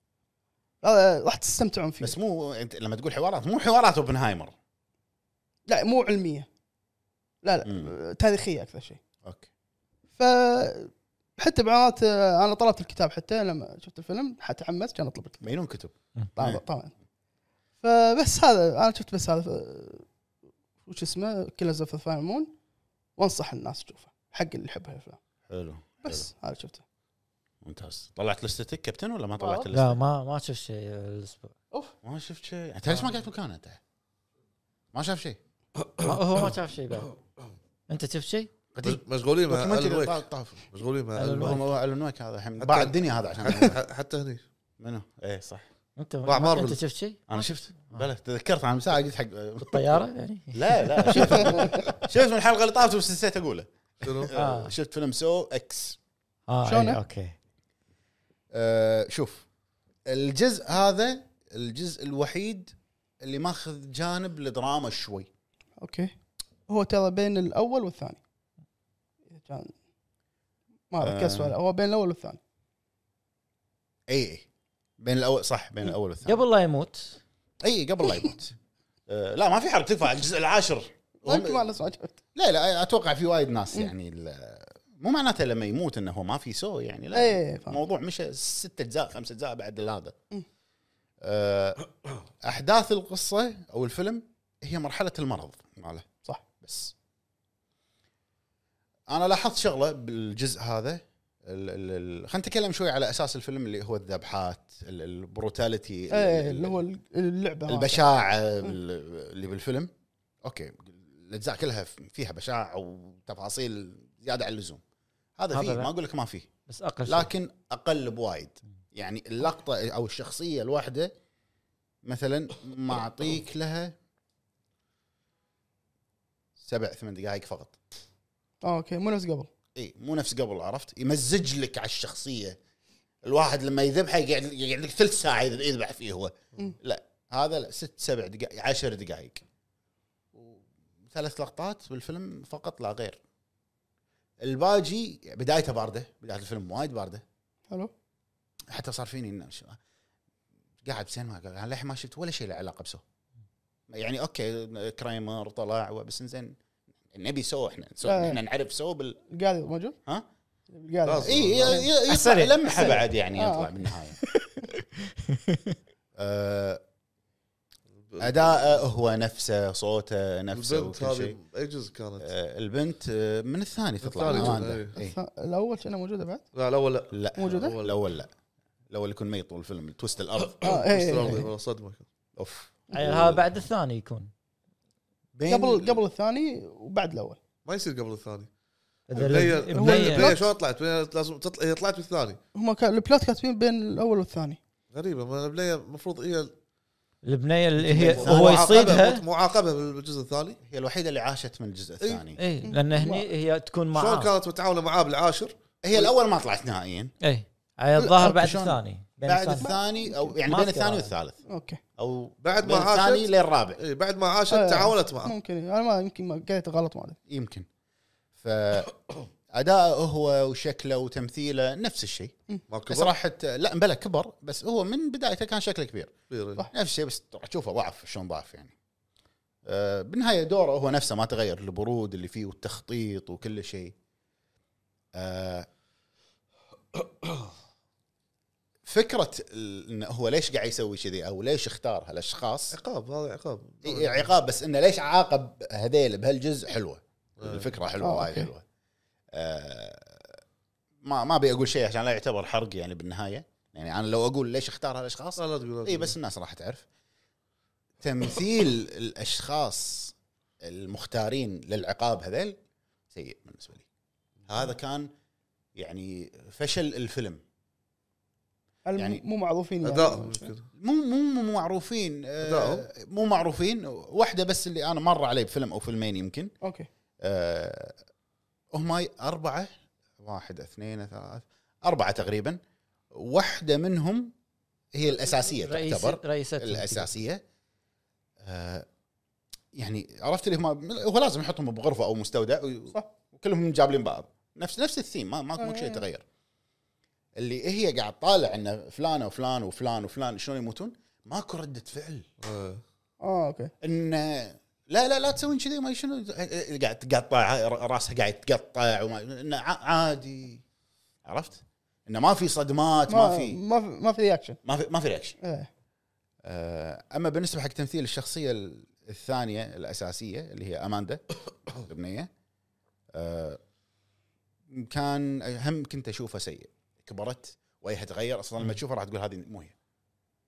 S5: آه، راح تستمتعون فيه
S4: بس مو انت لما تقول حوارات مو حوارات اوبنهايمر
S5: لا مو علميه لا لا
S4: مم.
S5: تاريخيه اكثر شيء
S4: اوكي
S5: ف حتى بعض انا طلبت الكتاب حتى لما شفت الفيلم حتحمس كان اطلب الكتاب
S4: مينون كتب
S5: طبعا
S4: إيه.
S5: طبعا فبس هذا انا شفت بس هذا آه، وش اسمه كيلرز اوف ذا مون وانصح الناس تشوفه حق اللي يحب هالافلام
S4: حلو
S5: بس هذا شفته
S4: ممتاز طلعت لستك كابتن ولا ما طلعت
S3: لا
S4: لستك؟
S3: ما ما شفت شيء الاسبوع
S4: ما شفت شيء انت ليش ما قعدت مكانه انت؟ ما شاف شيء
S3: ما- هو ما شاف شيء بعد انت شفت شيء؟
S4: قديم
S2: مشغولين مع ألون
S4: دوكيومنتري
S2: ويك.
S4: طا- طاف
S2: مشغولين مع
S3: ألون
S2: ألون ويك.
S3: ويك.
S4: والله الون ويك هذا الحين
S2: حتى-
S4: باع الدنيا هذا
S2: حتى-
S4: عشان
S2: ح- حتى هني
S4: منو؟ اي صح
S3: انت
S2: مع
S3: ما-
S2: مارفل.
S3: انت شفت شيء؟
S4: انا شفت بلى تذكرت انا من ساعه آه. قلت حق
S3: طياره يعني
S4: لا لا شفت شفت من الحلقه اللي طافت بس نسيت اقوله
S2: شنو؟
S3: آه.
S4: شفت فيلم سو اكس
S3: اه
S5: شلونه؟
S3: إيه، اوكي
S4: آه، شوف الجزء هذا الجزء الوحيد اللي ماخذ جانب الدراما شوي
S5: اوكي هو ترى بين الاول والثاني إذا كان ما ركزت
S4: آه.
S5: ولا هو بين الاول والثاني
S4: اي اي إيه، بين الاول صح بين الاول والثاني
S3: قبل لا يموت
S4: اي قبل لا يموت آه، لا ما في حرب تدفع الجزء العاشر هم-
S5: ممكن ما الناس ما شفت
S4: لا لا اتوقع في وايد ناس يعني ال- مو معناته لما يموت
S5: إيه.
S4: انه هو ما في سو يعني لا
S5: اي فاهم.
S4: الموضوع مشى ست اجزاء خمس اجزاء بعد هذا
S5: آه. مم.
S4: آه، احداث القصه او الفيلم هي مرحله المرض ماله
S5: صح.
S4: بس انا لاحظت شغله بالجزء هذا ال- ال- ال- خلينا نتكلم شوي على اساس الفيلم اللي هو الذبحات ال- البروتاليتي ال-
S5: ايه
S4: ال-
S5: اللي هو اللعبه هذا.
S4: البشاعه بال- اللي بالفيلم اوكي الاجزاء كلها فيها بشاعه وتفاصيل زياده عن اللزوم هذا
S3: هذا
S4: فيه
S3: لا.
S4: ما اقول لك ما فيه
S3: بس اقل شيء
S4: لكن اقل بوايد يعني اللقطه او الشخصيه الواحده مثلا ما اعطيك لها سبع ثمان دقائق فقط
S5: آه، اوكي مو نفس قبل
S4: اي مو نفس قبل عرفت يمزج لك على الشخصيه الواحد لما يذبحه يقعد يقعد لك ثلث ساعه يذ- يذبح فيه هو
S5: مم.
S4: لا هذا لا ست سبع دقائق عشر دقائق ثلاث لقطات بالفيلم فقط لا غير الباجي بدايته بارده بدايه الفيلم وايد بارده
S5: حلو
S4: حتى صار فيني إن شو- قاعد بسينما قاعد- انا للحين ما شفت ولا شيء له علاقه بسو يعني اوكي كريمر طلع بس زين نبي سو احنا سو
S5: آه.
S4: احنا نعرف سو بال
S5: القاعد موجود؟ إيه.
S4: ها؟
S5: القاعد
S2: لازم.
S4: اي
S3: على
S4: يطلع
S3: السريع.
S4: لمحه بعد يعني
S5: آه.
S4: يطلع بالنهايه آه، اداءه هو نفسه صوته نفسه
S2: البنت
S4: وكل شيء
S2: هذه اي جزء كانت؟
S4: آه، البنت آه، من الثاني تطلع
S2: الثاني
S4: ما
S2: جزء،
S4: عنده.
S2: إيه.
S4: إيه.
S5: الاول كانها موجوده بعد؟
S2: لا الاول لا
S4: لا
S5: موجودة؟
S4: الاول لا الاول يكون ميت طول الفيلم توست الارض
S5: اه
S2: بس
S5: ايه
S2: الأرضي
S5: إيه.
S2: والله صدمه
S4: اوف
S3: عيل هذا آه، بعد الثاني يكون
S4: بين-
S5: قبل قبل الثاني وبعد الاول
S2: ما يصير قبل الثاني
S3: إذا
S2: بلاير
S3: البلاير-
S5: بلاير-
S2: بلاير شلون طلعت بلاير لازم تطلع هي طلعت بالثاني
S5: هم كان البلوت كاتبين بين الاول والثاني
S2: غريبه ما بلاير المفروض هي
S3: البنيه اللي هي
S4: هو
S3: هو
S2: معاقبة-
S3: يصيدها
S2: معاقبه بالجزء الثاني
S4: هي الوحيده اللي عاشت من الجزء
S2: إي.
S4: الثاني
S3: اي لان إيه، هني هي تكون
S2: شلون
S3: معاه
S2: كانت متعاونه معاه بالعاشر
S4: هي الاول ما طلعت نهائيا
S3: اي عيل إيه. الظاهر
S4: أوكي،
S3: بعد
S4: شلون؟
S3: الثاني يعني بين
S2: يعني
S4: بعد
S3: الثاني.
S4: الثاني او يعني
S3: ما
S4: بين
S3: أذكر
S4: الثاني
S3: أنا.
S4: والثالث
S5: اوكي
S4: او
S2: بعد
S4: بين
S2: ما
S4: الثاني
S2: عاشت
S4: للرابع
S2: إيه بعد ما عاشت
S5: آه.
S2: تعاونت معاه
S5: ممكن إيه. انا ما يمكن ما قريت غلط ما ادري
S4: يمكن ف اداؤه هو وشكله وتمثيله نفس الشيء
S2: ما
S4: بس
S2: كبر
S4: راح ت- لا بلا كبر بس هو من بدايته كان شكله كبير
S2: كبير إيه.
S5: صح.
S4: نفس الشيء بس راح تشوفه ضعف شلون ضعف يعني آه، بالنهايه دوره هو نفسه ما تغير البرود اللي فيه والتخطيط وكل شيء آه، فكره ال- انه هو ليش قاعد يسوي كذي او ليش اختار هالاشخاص
S2: عقاب هذا عقاب
S4: إي- عقاب بس انه ليش عاقب هذيل بهالجزء حلوه
S2: إيه.
S4: الفكره حلوه
S5: آه،
S4: وايد
S5: أوكي.
S4: حلوه آه، ما ما ابي اقول شيء عشان لا يعتبر حرق يعني بالنهايه يعني انا لو اقول ليش اختار هالاشخاص
S2: لا لا تقول لا
S4: اي
S2: تقول.
S4: إيه، بس الناس راح تعرف تمثيل الاشخاص المختارين للعقاب هذيل سيء بالنسبه لي هذا كان يعني فشل الفيلم
S5: الم-
S4: يعني
S5: مو معروفين
S2: اداء ممكن
S4: مو مو مو مو معروفين آه،
S2: أداؤهم؟
S4: مو معروفين واحده بس اللي انا مر علي بفيلم او فيلمين يمكن
S5: اوكي
S4: آه، هم هاي اربعه واحد اثنين ثلاث اربعه تقريبا واحده منهم هي الاساسيه
S3: رئيس-
S4: تعتبر
S3: رئيسة
S4: الاساسيه آه، يعني عرفت اللي هم هو لازم يحطهم بغرفه او مستودع و-
S5: صح.
S4: وكلهم جابلين بعض نفس نفس الثيم ما ما مو شيء تغير اللي هي قاعد طالع ان فلان وفلان وفلان وفلان شلون يموتون ماكو رده فعل
S2: إيه.
S5: اه اوكي
S4: ان لا لا لا تسوين كذي ما شنو قاعد تقطع راسها قاعد يتقطع وما إنه ع- عادي عرفت؟ انه ما في صدمات ما في
S5: ما في ما في رياكشن
S4: ما في ما في رياكشن
S5: ايه
S4: آه، اما بالنسبه حق تمثيل الشخصيه ال- الثانيه الاساسيه اللي هي اماندا البنيه آه، كان هم كنت اشوفها سيء كبرت وجهها تغير اصلا لما تشوفها راح تقول هذه مو هي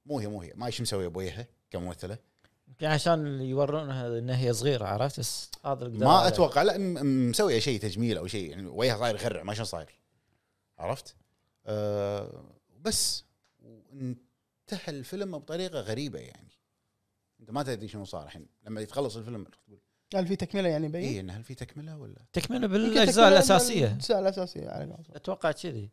S4: مو هي مو هي ما ايش مسويه بوجهها كممثله
S3: يمكن يعني عشان اللي يورونها ان هي صغيره عرفت بس هذا القدر
S4: ما
S3: عليه.
S4: اتوقع لا م- م- مسويه شيء تجميل او شيء يعني وجهها صاير يخرع ما شلون صاير عرفت؟ أه بس انتهى الفيلم بطريقه غريبه يعني انت ما تدري شنو صار الحين لما يتخلص الفيلم راح تقول
S5: هل في تكمله يعني بين
S4: اي ان هل في تكمله ولا
S3: تكمله
S5: يمكن
S3: بالاجزاء
S5: تكملة
S3: الاساسيه
S5: الاجزاء الاساسيه على قولتهم.
S3: اتوقع كذي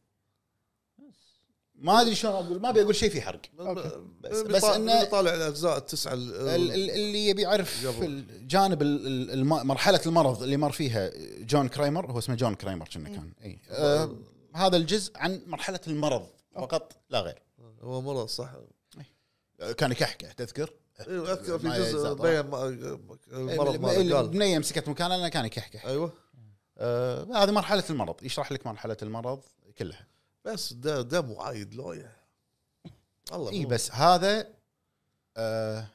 S4: ما ادري شلون اقول ما ابي اقول شيء في حرق
S5: أوكي.
S4: بس-
S2: بس
S4: بس
S2: بس
S4: إنه-
S2: انه طالع الاجزاء التسعه
S4: ال- ال- اللي يبي يعرف
S2: قبل.
S4: الجانب ال- ال- الم- مرحله المرض اللي مر فيها جون كريمر هو اسمه جون كريمر كنا كان اي أه هذا الجزء عن مرحله المرض فقط لا غير
S2: هو مرض صح
S4: أه، كان يكحكه تذكر
S2: ايوه اذكر في
S4: ما
S2: جزء
S4: يزال.
S2: بين ما-
S4: إيه،
S2: المرض ماله قال
S4: البنيه مسكت مكانها لانها كان يكحكح
S2: ايوه
S4: آه هذه مرحله المرض يشرح لك مرحله المرض كلها
S2: بس ده ده مو عايد لويا يعني. الله
S4: اي
S2: مو-
S4: بس هذا آه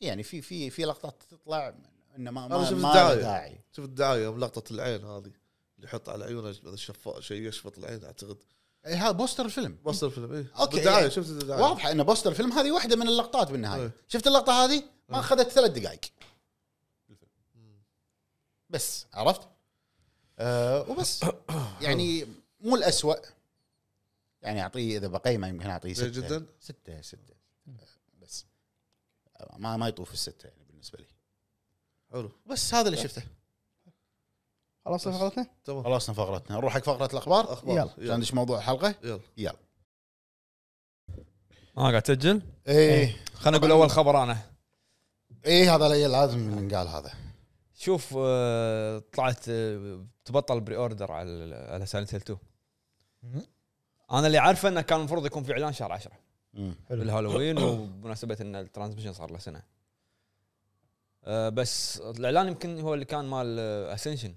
S4: يعني في في في لقطات تطلع انه ما
S2: أنا
S4: ما,
S2: شفت
S4: ما
S2: الدعاية.
S4: لها داعي
S2: شوف الدعايه يوم لقطه العين هذه اللي يحط على عيونه هذا الشفاء شيء يشفط العين اعتقد
S4: إيه، هذا بوستر الفيلم
S2: بوصل الفيلم ايه
S4: أوكي،
S2: الدعايه
S4: يعني
S2: شفت الدعايه
S4: واضحه ان بوستر الفيلم هذه واحده من اللقطات بالنهايه
S2: إيه.
S4: شفت اللقطه هذه ما
S2: إيه.
S4: اخذت ثلاث دقائق
S2: مم.
S4: بس عرفت آه وبس يعني مو الأسوأ يعني اعطيه اذا بقيمه يمكن اعطيه
S2: زين
S4: سته
S2: جدا
S4: سته سته بس ما ما يطوف السته يعني بالنسبه لي
S2: حلو
S4: بس هذا اللي شفته
S5: خلاص
S2: بس.
S5: فقرتنا
S2: تمام
S4: خلصنا فقرتنا نروح حق فقره الاخبار
S2: اخبار
S5: يلا.
S4: عشان ندش موضوع الحلقه
S2: يلا
S4: يلا
S1: ما قاعد تسجل
S4: ايه
S1: خلنا اقول اول خبر انا
S4: ايه هذا اللي لازم نقال هذا
S1: شوف آه، طلعت آه، تبطل بري اوردر على على سايلنت هيل 2 انا اللي عارفه انه كان المفروض يكون في اعلان شهر 10
S3: حلو.
S1: بالهالوين وبمناسبه ان الترانسميشن صار له سنه آه، بس الاعلان يمكن هو اللي كان مال آه، اسنشن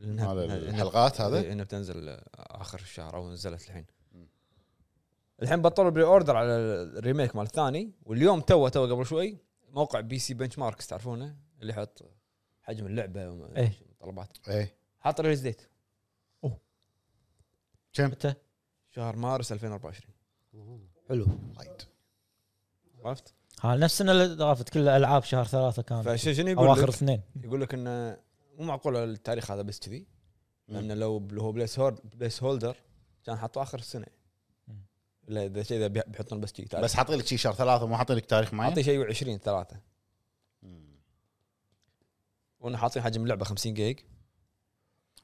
S4: مال الحلقات هذا
S1: انه بتنزل آه، اخر الشهر او نزلت الحين
S4: مم.
S1: الحين بطلوا بري اوردر على الريميك مال الثاني واليوم تو تو قبل شوي موقع بي سي بنش ماركس تعرفونه اللي يحط حجم اللعبه
S3: إيه.
S1: وطلبات
S4: ايه
S1: حاط ريليز ديت
S4: كم
S3: متى؟
S1: شهر مارس 2024
S3: حلو
S4: وايد
S1: عرفت؟
S3: ها نفس السنه اللي طافت كل الالعاب شهر ثلاثه كان
S1: فشنو يقول
S3: اواخر
S1: لك؟
S3: اثنين
S1: يقول لك انه مو معقول التاريخ هذا بس كذي
S4: مم.
S1: لانه لو لو هو بليس هورد بليس هولدر كان حطوه اخر السنه
S3: مم.
S1: لا اذا كذا بي- بيحطون بس كذي
S4: بس حاطين لك شي شهر ثلاثه مو حاطين لك تاريخ معين
S1: حاطين شيء 20 ثلاثه
S4: مم.
S1: وانا حاطين حجم اللعبه 50 جيج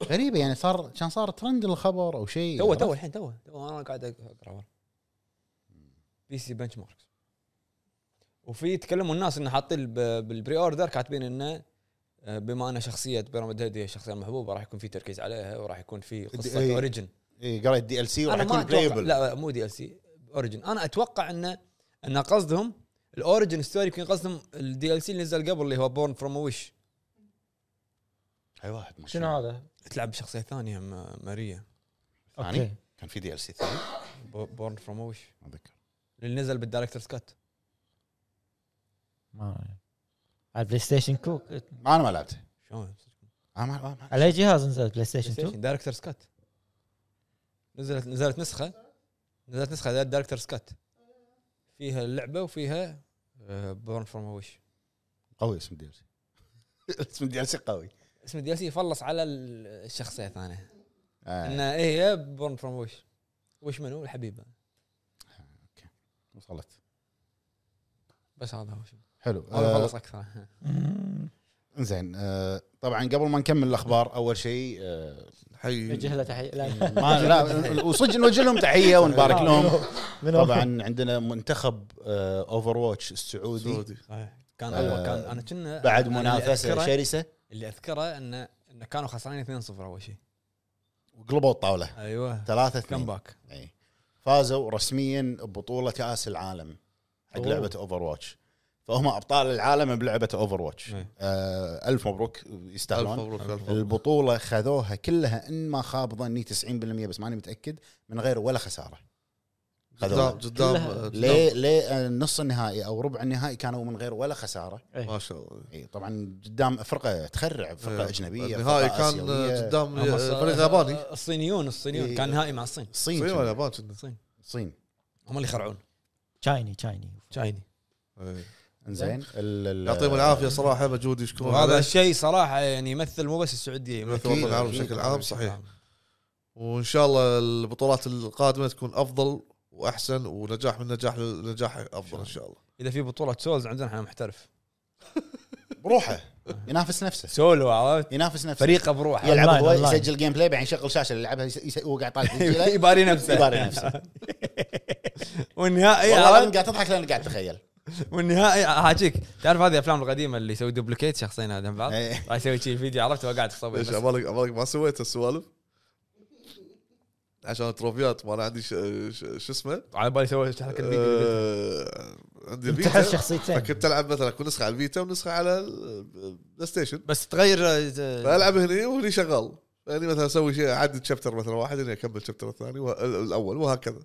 S4: إيه، غريبه يعني صار كان صار ترند الخبر او شيء
S1: تو تو الحين تو تو انا قاعد اقرا ورا. بي سي بنش ماركس وفي تكلموا الناس انه حاطين ب- بالبري اوردر كاتبين انه آه، بما ان شخصيه بيراميد هيد هي الشخصيه المحبوبه راح يكون في تركيز عليها وراح يكون في قصه
S4: إيه.
S1: اوريجن
S4: اي قريت دي ال سي وراح
S1: انا ما
S4: يكون
S1: اتوقع
S4: بلايبل
S1: لا مو دي ال سي اوريجن انا اتوقع انه انه قصدهم الاوريجن ستوري يمكن قصدهم الدي ال سي اللي نزل قبل اللي هو بورن فروم ويش
S4: اي واحد ما
S3: شنو هذا؟
S1: تلعب بشخصيه ثانيه م- ماريا
S4: ثاني
S3: اوكي
S4: كان في دي ال سي ثاني
S1: بورن فروم ويش
S4: ما اتذكر
S1: اللي نزل بالدايركتر سكات
S3: ما أعرف. على البلاي ستيشن كوك
S4: ما انا ما لعبته
S1: شلون
S4: انا ما- ما ما-
S3: على اي جهاز نزل بلاي ستيشن 2
S1: دايركتر سكات نزلت نزلت نسخه نزلت نسخه دايركتر سكات فيها اللعبه وفيها آه، بورن فروم ويش
S4: قوي اسم الدي ال سي اسم الدي ال سي قوي
S1: اسم الدي سي يفلص على ال- الشخصيه الثانيه
S4: آه،
S1: انه ايه بورن فروم ويش وش منو الحبيبه
S4: وصلت
S1: بس هذا هو شيء
S4: حلو
S1: هذا
S4: آه،
S1: خلص اكثر
S4: زين آه، طبعا قبل ما نكمل الاخبار اول شيء آه،
S2: حي
S3: وجه له تحيه لا
S4: ما لا وصدق نوجه لهم تحيه ونبارك لهم
S3: من أول.
S4: طبعا عندنا منتخب اوفر واتش السعودي
S2: سعودي
S1: كان
S4: آه،
S1: اول كان انا كنا
S4: بعد
S1: أنا اللي
S4: منافسه
S1: أذكره-
S4: شرسه
S1: اللي اذكره انه انه كانوا خسرانين 2-0 اول شيء
S4: وقلبوا الطاوله
S1: ايوه
S4: ثلاثة
S1: كم
S4: اثنين
S1: باك
S4: اي فازوا رسميا ببطوله كاس العالم حق
S1: أوه.
S4: لعبه اوفر واتش فهم ابطال العالم بلعبه اوفر واتش
S1: إيه.
S4: آه الف مبروك
S2: الف
S4: يستاهلون
S2: مبروك الف مبروك
S4: البطوله خذوها كلها ان ما خاب ظني 90% بس ماني متاكد من غير ولا خساره خذوها.
S2: قدام قدام
S3: كلها.
S2: آه،
S4: ليه ليه آه، نص النهائي او ربع النهائي كانوا من غير ولا خساره
S2: قدام. ما شاء الله
S4: اي طبعا قدام فرقه تخرع فرقه
S2: إيه.
S4: اجنبيه
S2: النهائي
S4: فرقة
S2: كان
S4: آسيوية.
S2: آه، قدام
S1: هم
S2: آه، فريق ياباني
S1: الصينيون الصينيون
S4: إيه.
S1: كان نهائي مع الصين
S4: الصين
S2: صين ولا
S4: كنا.
S2: يابان كنا
S1: الصين
S4: الصين
S1: هم اللي يخرعون
S3: تشايني تشايني
S1: تشايني
S2: إيه.
S4: زين ال- ال-
S2: يعطيهم العافيه صراحه مجهود يشكرون
S1: وهذا
S2: عليه
S1: الشيء صراحه يعني يمثل مو بس السعوديه يمثل إيه.
S2: يمثل وطن العرب
S4: أكيد.
S2: بشكل عام صحيح وان شاء الله البطولات القادمه تكون افضل واحسن ونجاح من نجاح لنجاح افضل ان شاء الله
S1: اذا في بطوله سولز عندنا احنا محترف
S4: بروحه ينافس نفسه
S1: سولو عرفت
S4: ينافس نفسه
S1: فريق بروحه
S4: يلعب
S3: أونلاين،
S4: هو
S3: أونلاين.
S4: يسجل جيم بلاي بعدين يشغل شاشه اللي يلعبها يس- يس- هو قاعد طالع تسجيله
S1: يباري نفسه
S4: يباري نفسه
S1: والنهائي
S4: والله العظيم
S1: عرفت؟
S4: قاعد تضحك لان قاعد تخيل
S1: والنهائي حاجيك تعرف هذه الافلام القديمه اللي يسوي دوبليكيت شخصين هذا بعض
S4: إيه.
S1: راح يسوي شي الفيديو عرفت هو قاعد يصور
S2: ليش
S1: بس.
S2: عبالك عبالك ما سويت السوالف عشان التروفيات ما انا عندي ش- ش- شو اسمه
S1: على بالي سوى حركه
S4: إيه.
S1: الفيديو
S2: آه، عندي
S3: تحس
S2: الفيتا
S3: شخصيتين
S2: فكنت العب مثلا اكون نسخه على الفيتا ونسخه على البلاي ستيشن
S1: بس تغير آه،
S2: فالعب هني وهني شغال يعني مثلا اسوي شيء اعدي تشابتر مثلا واحد اني اكمل تشابتر الثاني وه- ال- الاول وهكذا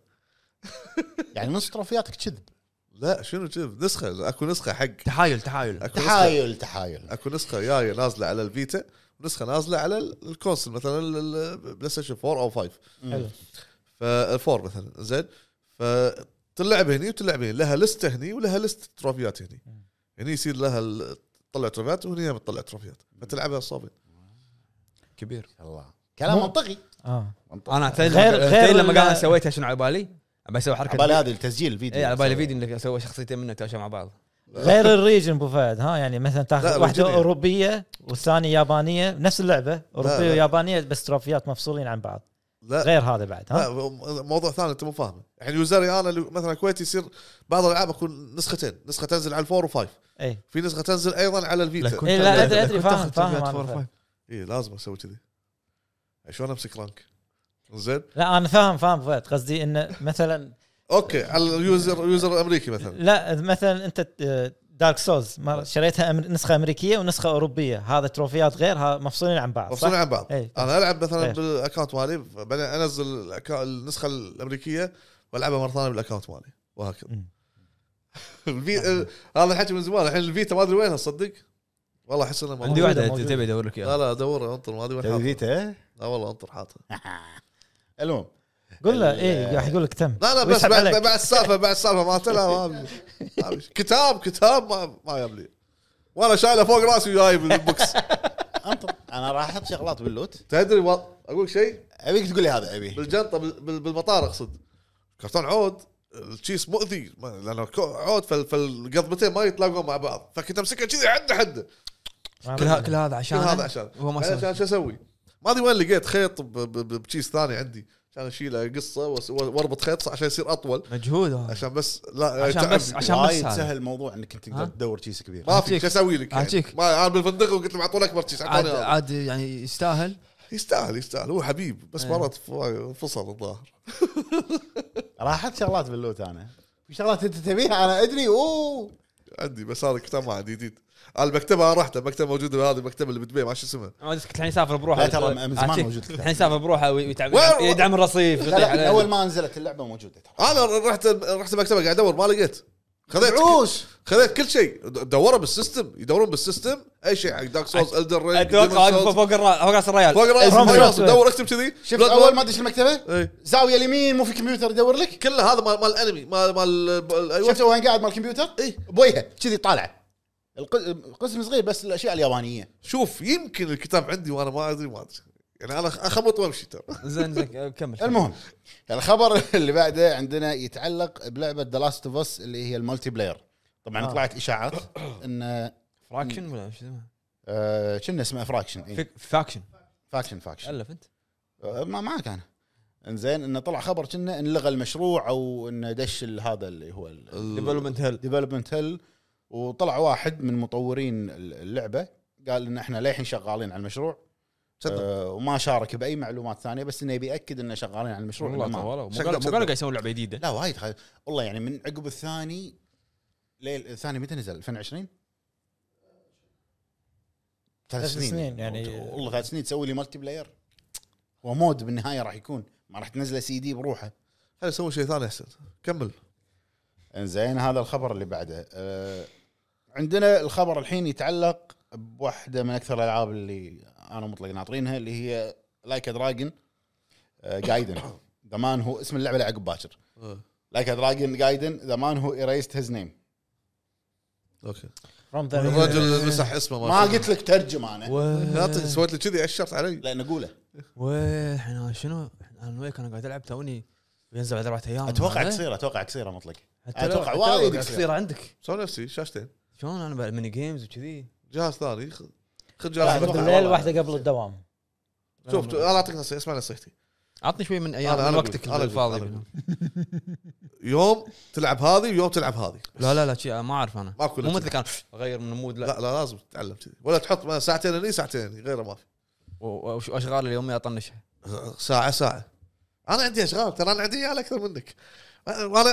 S4: يعني نص تروفياتك كذب
S2: لا شنو كذب نسخه اكو نسخه حق
S1: تحايل تحايل
S2: اكو نسخه
S4: تحايل تحايل
S2: اكو نسخه جايه نازله على الفيتا ونسخه نازله على ال- الكونسل مثلا ال- ال- بلاي ستيشن 4 او 5
S3: حلو
S2: فالفور مثلا زين فتلعب هني وتلعب هني لها لسته هني ولها لست تروفيات هني هني يصير لها ال- تطلع تروفيات وهني هم تطلع تروفيات فتلعبها صافي
S1: كبير
S4: الله كلام
S3: مو-
S4: منطقي
S3: اه
S4: منطقي
S1: انا تدري
S3: غير- غير
S1: غير لما
S3: ال-
S1: قاعد سويتها شنو على بالي؟ ابي اسوي حركه
S4: على بالي هذا التسجيل الفيديو
S1: اي على بالي فيديو انك اسوي شخصيتين منه تاشا مع بعض
S3: غير الريجن ابو فهد ها يعني مثلا
S2: لا،
S3: تاخذ واحده
S2: أوريجينية.
S3: اوروبيه والثانيه يابانيه نفس اللعبه اوروبيه
S2: لا.
S3: ويابانيه بس تروفيات مفصولين عن بعض
S2: لا
S3: غير هذا بعد
S2: لا
S3: ها
S2: مو- موضوع ثاني انت مو فاهمه يعني يوزري انا لو- مثلا كويتي يصير بعض الالعاب اكون نسختين نسخه تنزل على الفور وفايف
S3: اي
S2: في نسخه تنزل ايضا على الفيتا
S3: إيه، لا، أدري- أدري، فاهم- فاهم
S2: اي لازم اسوي كذي شلون امسك رانك زين
S3: لا انا فاهم فاهم فهد قصدي انه مثلا
S2: اوكي على اليوزر يوزر الامريكي مثلا
S3: لا آه، مثلا انت دارك سولز شريتها أمر- نسخه امريكيه ونسخه اوروبيه هذا تروفيات غير ها مفصولين عن بعض
S2: مفصول
S3: صح؟
S2: عن بعض
S3: إيه.
S2: انا العب مثلا
S3: إيه.
S2: بالاكونت مالي بعدين انزل الأكا- النسخه الامريكيه والعبها مره ثانيه بالاكونت مالي وهكذا
S3: مم.
S2: الفي- ال- هذا الحكي من زمان الحين الفيتا ما ادري وينها تصدق والله احس انها
S1: عندي
S2: موجودة.
S1: واحده
S3: موجودة.
S1: تبي ادور لك
S2: لا
S1: اياها
S2: لا دور انطر ما ادري وين حاطها
S4: فيديو
S2: لا والله انطر حاطها
S4: المهم
S3: قول له
S4: ال-
S3: اي راح يقول لك تم
S2: لا لا بس
S3: ويسحب
S2: بعد
S3: عليك.
S2: بعد السالفه بعد السالفه مالته لا ما أبي. ما أبي. كتاب كتاب ما ما جاب لي وانا شايله فوق راسي وجايب البوكس
S4: انطر انا راح احط شغلات باللوت
S2: تدري و- اقول شيء
S4: ابيك تقول لي هذا ابي
S2: بالجنطه بال- بال- بالمطار اقصد كرتون عود الشيس مؤذي ما- لانه كو- عود فال- فالقضبتين ما يتلاقون مع بعض فكنت امسكها كذي حد حد
S1: كل ه- كل هذا
S2: شو
S1: عشان
S2: هذا عشان
S1: هو ما
S2: أنا
S1: سوى
S2: عشان شو اسوي؟ ما ادري وين لقيت خيط ب- ب- ب- بشيس ثاني عندي عشان اشيله قصه وأس- واربط خيط عشان يصير اطول
S1: مجهود هذا.
S2: عشان بس لا
S1: عشان
S2: تعب.
S1: بس عشان بس
S4: وايد
S1: هذا.
S4: سهل الموضوع انك انت
S1: ها؟
S4: تقدر تدور شيء كبير
S2: ما في
S1: عجيك.
S2: شو اسوي لك يعني.
S1: عجيك.
S2: ما انا بالفندق وقلت لهم اعطونا اكبر شيء
S1: عاد
S2: اعطوني هذا.
S1: عاد يعني يستاهل
S2: يستاهل يستاهل هو حبيب بس
S1: إيه.
S2: مرات ف- انفصل الظاهر
S4: راح احط شغلات باللوت انا في شغلات انت تبيها انا ادري اوه
S2: عندي بس هذا كتاب ما عندي جديد أنا المكتبه انا رحت المكتبه موجوده هذه المكتبه اللي بدبي ما شو اسمها
S1: ما أدري، الحين يسافر بروحه
S4: لا ترى من زمان
S1: عاد شيك.
S4: موجود الكتاب.
S1: الحين يسافر بروحه ويتعب
S2: وين-
S1: يدعم الرصيف
S4: لا، لا، من
S1: يطيح
S4: اول
S1: عليه.
S4: ما نزلت اللعبه موجوده ترى
S2: انا رحت رحت المكتبه قاعد ادور ما لقيت خذيت
S4: عوش
S2: خذيت كل شيء د- دوروا بالسيستم يدورون بالسيستم اي شيء حق دارك سولز الدر رينج
S1: اتوقع واقف
S2: فوق
S1: فوق الرا- فوق راس الريال
S2: راسي،
S3: From
S2: فوق راسي
S3: Software.
S2: دور اكتب كذي
S4: شفت
S2: Bloodborne.
S4: اول ما ادش المكتبه
S2: إي.
S4: زاويه اليمين مو في كمبيوتر يدور لك
S2: كله هذا مال مال الانمي مال مال ب- ايوه
S4: شفت وين قاعد مال الكمبيوتر
S2: إي.
S4: بويها كذي طالعه الق- قسم صغير بس الاشياء اليابانيه
S2: شوف يمكن الكتاب عندي وانا ما ادري ما ادري يعني انا اخبط وامشي ترى
S1: زين زين كمل
S4: المهم الخبر اللي بعده عندنا يتعلق بلعبه ذا لاست اوف اس اللي هي المالتي بلاير طبعا
S3: آه.
S4: طلعت اشاعات ان
S1: فراكشن ولا شو اسمه
S4: آه، كنا اسمها فراكشن إي.
S1: فيك- فاكشن
S4: فاكشن فاكشن
S1: الف انت
S4: آه، ما معك انا انزين انه طلع خبر كنا انلغى المشروع او انه دش ال- هذا اللي هو
S1: ديفلوبمنت هيل
S4: ديفلوبمنت هيل وطلع واحد من مطورين اللعبه قال ان احنا للحين شغالين على المشروع
S2: تصدق
S4: آه، وما شارك باي معلومات ثانيه بس انه يبي ياكد انه شغالين على المشروع
S1: والله
S4: إنه ما-
S1: والله مو
S2: شكله-
S1: قالوا مو
S2: شكله.
S1: قالوا قاعد يسوون لعبه جديده
S4: لا وايد خ... والله يعني من عقب الثاني ليل الثاني متى نزل 2020 ثلاث
S3: ثلاث
S4: سنين,
S3: سنين يعني.
S4: والله ثلاث سنين تسوي لي مالتي بلاير هو مود بالنهايه راح يكون ما راح تنزله سي دي بروحه
S2: خلينا نسوي شيء ثاني احسن كمل
S4: انزين هذا الخبر اللي بعده أه عندنا الخبر الحين يتعلق بواحده من اكثر الالعاب اللي انا مطلق ناطرينها اللي هي لايك دراجون جايدن ذا مان هو اسم اللعبه لعقب باكر لايك دراجون جايدن ذا مان هو erased هيز نيم
S2: اوكي
S3: From the-
S2: الرجل اللي مسح اسمه
S4: ما
S2: شفته.
S4: قلت لك ترجم انا
S2: لا ت- سويت لي كذي اشرت علي
S4: لان اقوله
S1: ويه احنا شنو انا وياك انا قاعد العب توني ينزل بعد اربع ايام
S4: اتوقع
S1: هذا.
S4: قصيره اتوقع قصيره مطلق
S1: حتى لو-
S4: أمم. أتوقع
S1: حتى لو
S4: وايد
S1: قاعد
S4: قصيرة.
S1: قصيره عندك
S2: سوي نفسي شاشتين
S1: شلون انا بعد ميني جيمز وكذي
S2: جهاز ثاني خ- خذ
S4: لا،
S2: جهاز
S3: واحده
S4: أتوقع
S3: بالليل
S4: والله.
S3: واحده قبل الدوام
S2: شوف شوف، انا اعطيك نصيحه اسمع نصيحتي
S1: عطني شوي من
S2: أنا-
S1: ايام
S2: أنا
S1: من
S2: أقول-
S1: وقتك
S2: أنا أقول-
S1: الفاضي
S2: أنا أقول.
S1: منهم.
S2: يوم تلعب هذه ويوم تلعب هذه
S1: لا لا لا شيء ما اعرف انا
S2: ماكو
S1: مو
S2: نفس-
S1: مثل كان اغير من المود
S2: لا
S1: لا
S2: لا لازم تتعلم كذي ولا تحط ما- ساعتين هني ساعتين هني غيره ما في
S1: واشغال اليوميه اطنشها
S2: ساعه ساعه انا عندي اشغال ترى انا عندي عيال اكثر منك وانا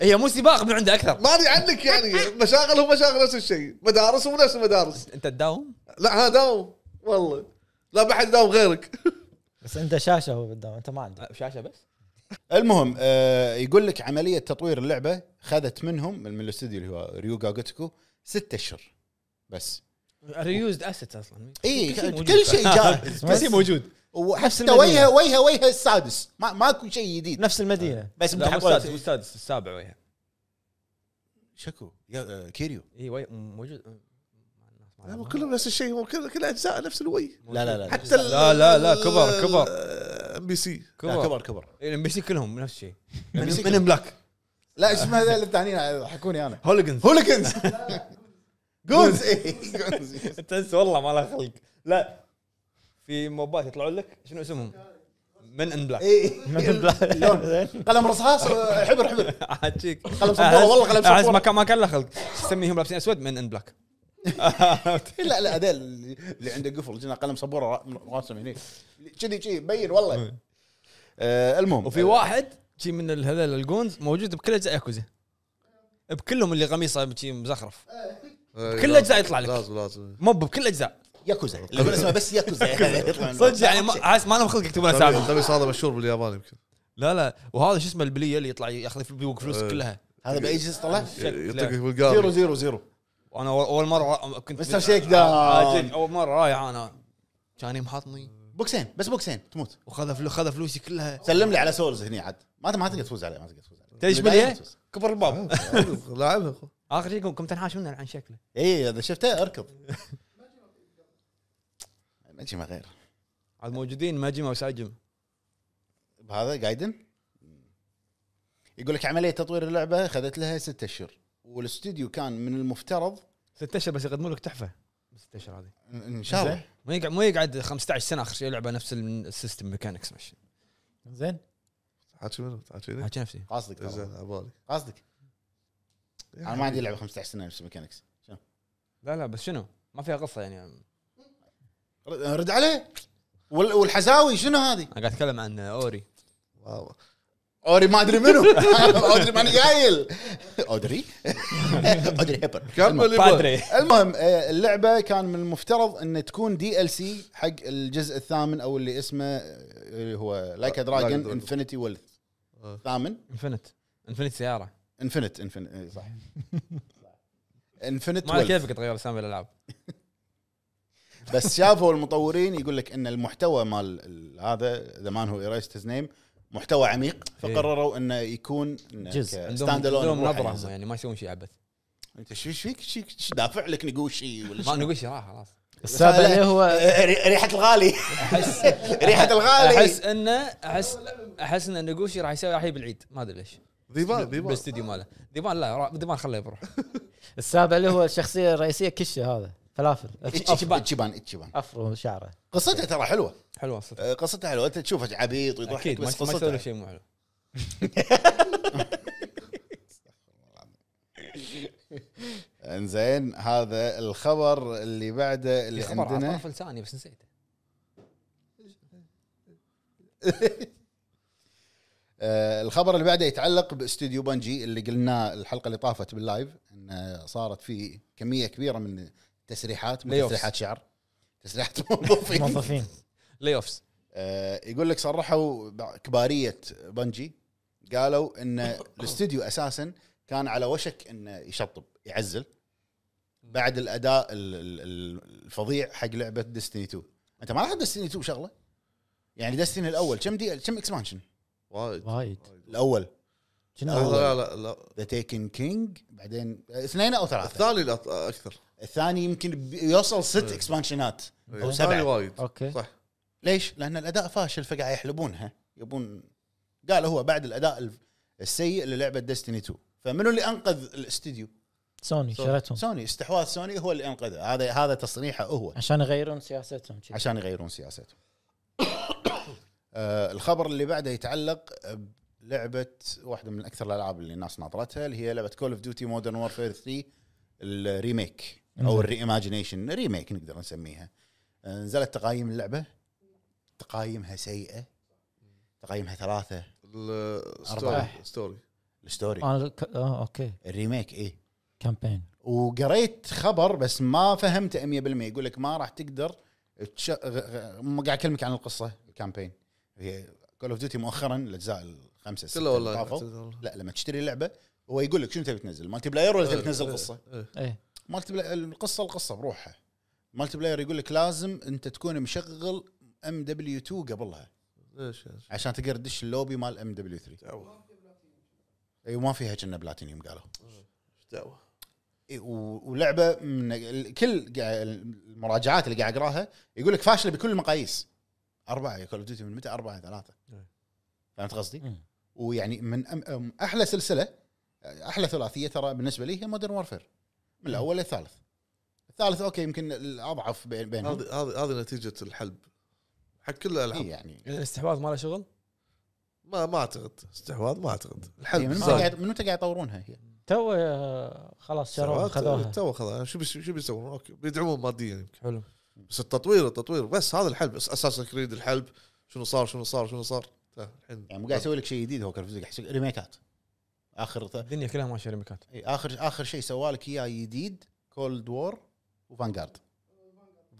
S1: هي إيه، مو سباق من عنده اكثر
S2: ما ادري عنك يعني مشاغلهم مشاغل نفس الشيء مدارسهم نفس المدارس
S1: انت تداوم
S2: لا انا داوم والله لا ما حد داوم غيرك
S3: بس عنده شاشه هو بالدوام انت ما عندك
S1: شاشه بس
S4: المهم آه يقول لك عمليه تطوير اللعبه خذت منهم من من الاستوديو اللي هو ريوغا جوتكو ستة اشهر بس
S6: ريوزد اسيتس اصلا
S4: اي
S6: كل شيء موجود.
S4: إيه، كل شيء جاء
S6: كل شيء موجود نفس
S4: وحتى
S6: المدينة.
S4: وجهه وجهه وجهه السادس ما ماكو شيء جديد
S6: نفس المدينه
S4: بس
S1: لا مو
S4: متحولة-
S1: السادس مو السادس السابع وياه
S4: شكو يا- آه، كيريو
S1: اي إيه، وي- موجود
S2: هم كلهم نفس الشيء هم كل كل اجزاء نفس الوي
S4: لا لا لا
S2: حتى
S1: لا لا لا كبر كبر
S2: ام بي سي
S4: لا،
S1: كبر
S4: كبر كبر
S1: الام بي سي كلهم نفس الشيء
S4: NBC
S1: من
S4: كلهم.
S1: من بلاك
S4: لا اسم هذا اللي الثانيين ضحكوني انا
S1: هوليجنز
S4: هوليكنز جونز إيه، جونز.
S1: تنسى والله ما له خلق لا في موبات يطلعون لك شنو اسمهم؟ من ان بلاك
S4: إيه. لون. قلم رصاص آه، حبر حبر
S1: عاجيك
S4: قلم سبورة، والله قلم
S1: أحس
S4: سبورة.
S1: ما كان ما كان له خلق شو يسميهم لابسين اسود من ان بلاك
S4: لا لا هذول اللي عنده قفل جنا قلم سبوره را- من راسهم هني كذي كذي مبين والله آه المهم
S1: وفي واحد شي من ال- هذول الجونز موجود بكل اجزاء ياكوزا بكلهم اللي قميصه شي مزخرف كل أجزاء يطلع لك.
S2: لازم لازم
S1: موب بكل اجزاء
S4: آه، ياكوزا اللي يقول اسمه بس ياكوزا يطلع منه.
S1: صدق يعني ما أحس ما لهم خلق يكتبون اسامي
S2: قميص هذا مشهور باليابان يمكن
S1: لا لا وهذا شو اسمه البليه اللي يطلع ياخذ فلوس فلوس
S2: أه.
S1: كلها
S4: هذا باي جزء طلع؟
S2: يطقك
S4: زيرو
S2: بالقارب
S4: زيرو زيرو
S1: وانا أول- اول مره كنت آه،
S4: مستر شيك داون.
S1: عاجل، اول مره رايح انا كان يمحطني
S4: بوكسين بس بوكسين تموت
S1: وخذ فلو خذ فلوسي كلها
S4: سلم لي على سولز هني عاد ما ما تقدر تفوز عليه ما تقدر تفوز عليه
S1: تدري إيش باليه؟ كبر الباب
S2: لاعبها
S1: اخر شيء قمت انحاش منه عن شكله
S4: اي اذا إيه، شفته اركض ماشي ما غير
S1: عاد موجودين ماجما وساجم
S4: بهذا جايدن يقول لك عمليه تطوير اللعبه اخذت لها ستة اشهر والاستوديو كان من المفترض
S1: ست اشهر بس يقدمون لك تحفه ست اشهر هذه
S4: ان إن شاء الله
S1: مو يقعد مو يقعد 15 سنه اخر شيء لعبه نفس السيستم ميكانكس ماشي
S6: زين
S2: حاكي منه حاكي
S1: حاكي نفسي
S4: قاصدك
S2: زين
S4: ترى.
S2: على بالي
S4: قاصدك انا ما عندي لعبه 15 سنه نفس ميكانكس
S1: لا لا بس شنو ما فيها قصه يعني انا
S4: رد عليه وال- والحزاوي شنو هذه؟
S1: قاعد اتكلم عن اوري
S2: واو.
S4: اوري ما ادري منو اودري ماني قايل اودري اودري هيبر
S2: كمل
S4: المهم-
S2: يبا.
S1: بادري
S4: المهم آه، اللعبه كان من المفترض ان تكون دي ال سي حق الجزء الثامن او اللي اسمه آه، اللي هو لايك دراجون
S2: Dragon.
S4: انفنتي ولث
S2: آه.
S4: الثامن
S1: انفنت انفنت سياره
S4: انفنت انفنت إي إيه، صح انفنت
S1: ما على
S4: ولث
S1: كيفك تغير اسامي الالعاب
S4: بس شافوا المطورين يقول لك ان المحتوى مال ال- هذا ذا مان هو ايريست هيز نيم محتوى عميق فقرروا انه يكون
S3: جزء.
S1: عندهم
S4: ستاند
S1: عندهم نظره
S4: الون
S1: يعني ما يسوون شيء عبث
S4: انت شو ايش فيك شي- شي دافع لك نقوشي ولا
S1: ما
S4: شي؟
S1: نقول شيء راح خلاص
S6: السابع اللي هو
S2: إيه.
S4: آه، ري- ريحه الغالي
S1: احس
S4: ريحه الغالي
S1: احس انه احس احس ان نقوشي راح يسوي راح يجيب العيد ما ادري ليش
S2: ذيبان ذيبان
S1: بالاستديو ماله ديبان لا را- ديبان خليه بروح
S3: السابع اللي هو الشخصيه الرئيسيه كشه هذا فلافل
S4: إتش- إتشيبان إتشيبان إتشيبان
S3: افرو شعره
S4: قصتها ترى حلوه
S1: حلوه الصدق
S4: آه، قصتها حلوه انت تشوفه عبيط ويضحك
S1: اكيد ما
S4: بس
S1: ما يسوي له
S4: قصتها
S1: شيء مو حلو
S4: انزين هذا الخبر اللي بعده اللي
S1: في خبر على
S4: عندنا
S1: طرف لساني بس نسيته
S4: آه، الخبر اللي بعده يتعلق باستوديو بنجي اللي قلناه الحلقه اللي طافت باللايف انه صارت في كميه كبيره من التسريحات مو
S1: Layoffs.
S4: تسريحات شعر تسريحات موظفين
S3: موظفين
S1: لي اوفس
S4: آه، يقول لك صرحوا بع- كباريه بنجي قالوا ان الاستوديو اساسا كان على وشك انه يشطب يعزل بعد الاداء ال- ال- ال- الفظيع حق لعبه ديستني 2 انت ما لاحظت ديستني 2 شغله يعني ديستني الاول كم دي كم اكسبانشن
S2: وايد
S3: وايد
S4: الاول
S2: لا
S3: شنو
S2: لا لا, لا.
S4: ذا تيكن كينج بعدين اثنين او ثلاثه
S2: الثاني الأط- اكثر
S4: الثاني يمكن بي- يوصل ست اكسبانشنات او
S2: الثاني
S4: سبعه
S2: وايد
S3: اوكي
S2: صح
S4: ليش؟ لان الاداء فاشل فقاعد يحلبونها يبون قال هو بعد الاداء الف- السيء للعبه ديستني 2 فمنو اللي انقذ الاستديو؟
S3: سوني
S2: سوني.
S3: شرتهم
S4: سوني استحواذ سوني هو اللي انقذه هذا هذا تصريحه هو
S3: عشان يغيرون سياستهم كذي.
S4: عشان يغيرون سياستهم. آه الخبر اللي بعده يتعلق بلعبه واحده من اكثر الالعاب اللي الناس ناطرتها اللي هي لعبه كول اوف ديوتي مودرن وورفير 3 الريميك او
S3: انزين.
S4: الري ايماجينيشن ريميك نقدر نسميها آه، نزلت تقايم اللعبه تقايمها سيئه تقايمها ثلاثه أربعة.
S2: الستوري ستوري
S4: الستوري
S3: انا ك- آه، اوكي
S4: الريميك ايه
S3: كامبين
S4: وقريت خبر بس ما فهمته 100% يقول لك ما راح تقدر تش... غ- غ- ما قاعد اكلمك عن القصه الكامبين هي كول اوف ديوتي مؤخرا الاجزاء الخمسه الستة
S2: كله والله
S4: اللي طافوا،
S2: يعتذر.
S4: لا لما تشتري لعبه هو يقول لك شنو تبي تنزل مالتي بلاير ولا تبي
S2: إيه،
S4: تنزل
S2: إيه،
S4: قصه
S2: إيه.
S6: ايه
S4: مالتي بلاير القصه القصه بروحها مالتي بلاير يقول لك لازم انت تكون مشغل ام دبليو 2 قبلها
S2: ليش ليش؟
S4: عشان تقدر تدش اللوبي مال ام دبليو 3
S2: دعوه
S4: اي وما فيها كنا بلاتينيوم قالوا
S2: إيش دعوه
S4: إي، و- ولعبه من ال- كل قاعد- المراجعات اللي قاعد اقراها يقول لك فاشله بكل المقاييس اربعه كول اوف ديوتي من متى اربعه ثلاثه
S2: إيه.
S4: فهمت قصدي؟
S3: مم.
S4: ويعني من أم- أم- احلى سلسله احلى ثلاثيه ترى بالنسبه لي هي مودرن وارفير من الاول للثالث الثالث اوكي يمكن الاضعف بين بينهم إيه،
S2: هذه هذه هذه نتيجه الحلب حق كل الالعاب
S4: إي يعني
S1: إيه،
S6: الاستحواذ ماله شغل
S2: ما ما اعتقد استحواذ ما اعتقد
S4: إي،
S2: الحلب
S4: يعني إيه، من متى
S2: صار.
S4: قاعد من متى قاعد يطورونها هي؟
S3: تو آه، خلاص شروها
S2: استحواذ،
S3: خذوها
S2: تو خذوها شو بيس- شو بيسوون اوكي بيدعمون ماديا يمكن
S1: حلو.
S2: بس التطوير التطوير بس هذا الحلب اساسا كريد الحلب شنو صار شنو صار شنو صار تا، الحين
S4: يعني مو قاعد يسوي لك شيء جديد هو كرفيزيك قاعد يسوي ريميكات اخر
S6: الدنيا كلها ماشيه ريميكات
S4: إي، اخر اخر شيء سوالك اياه جديد كولد وور وفانجارد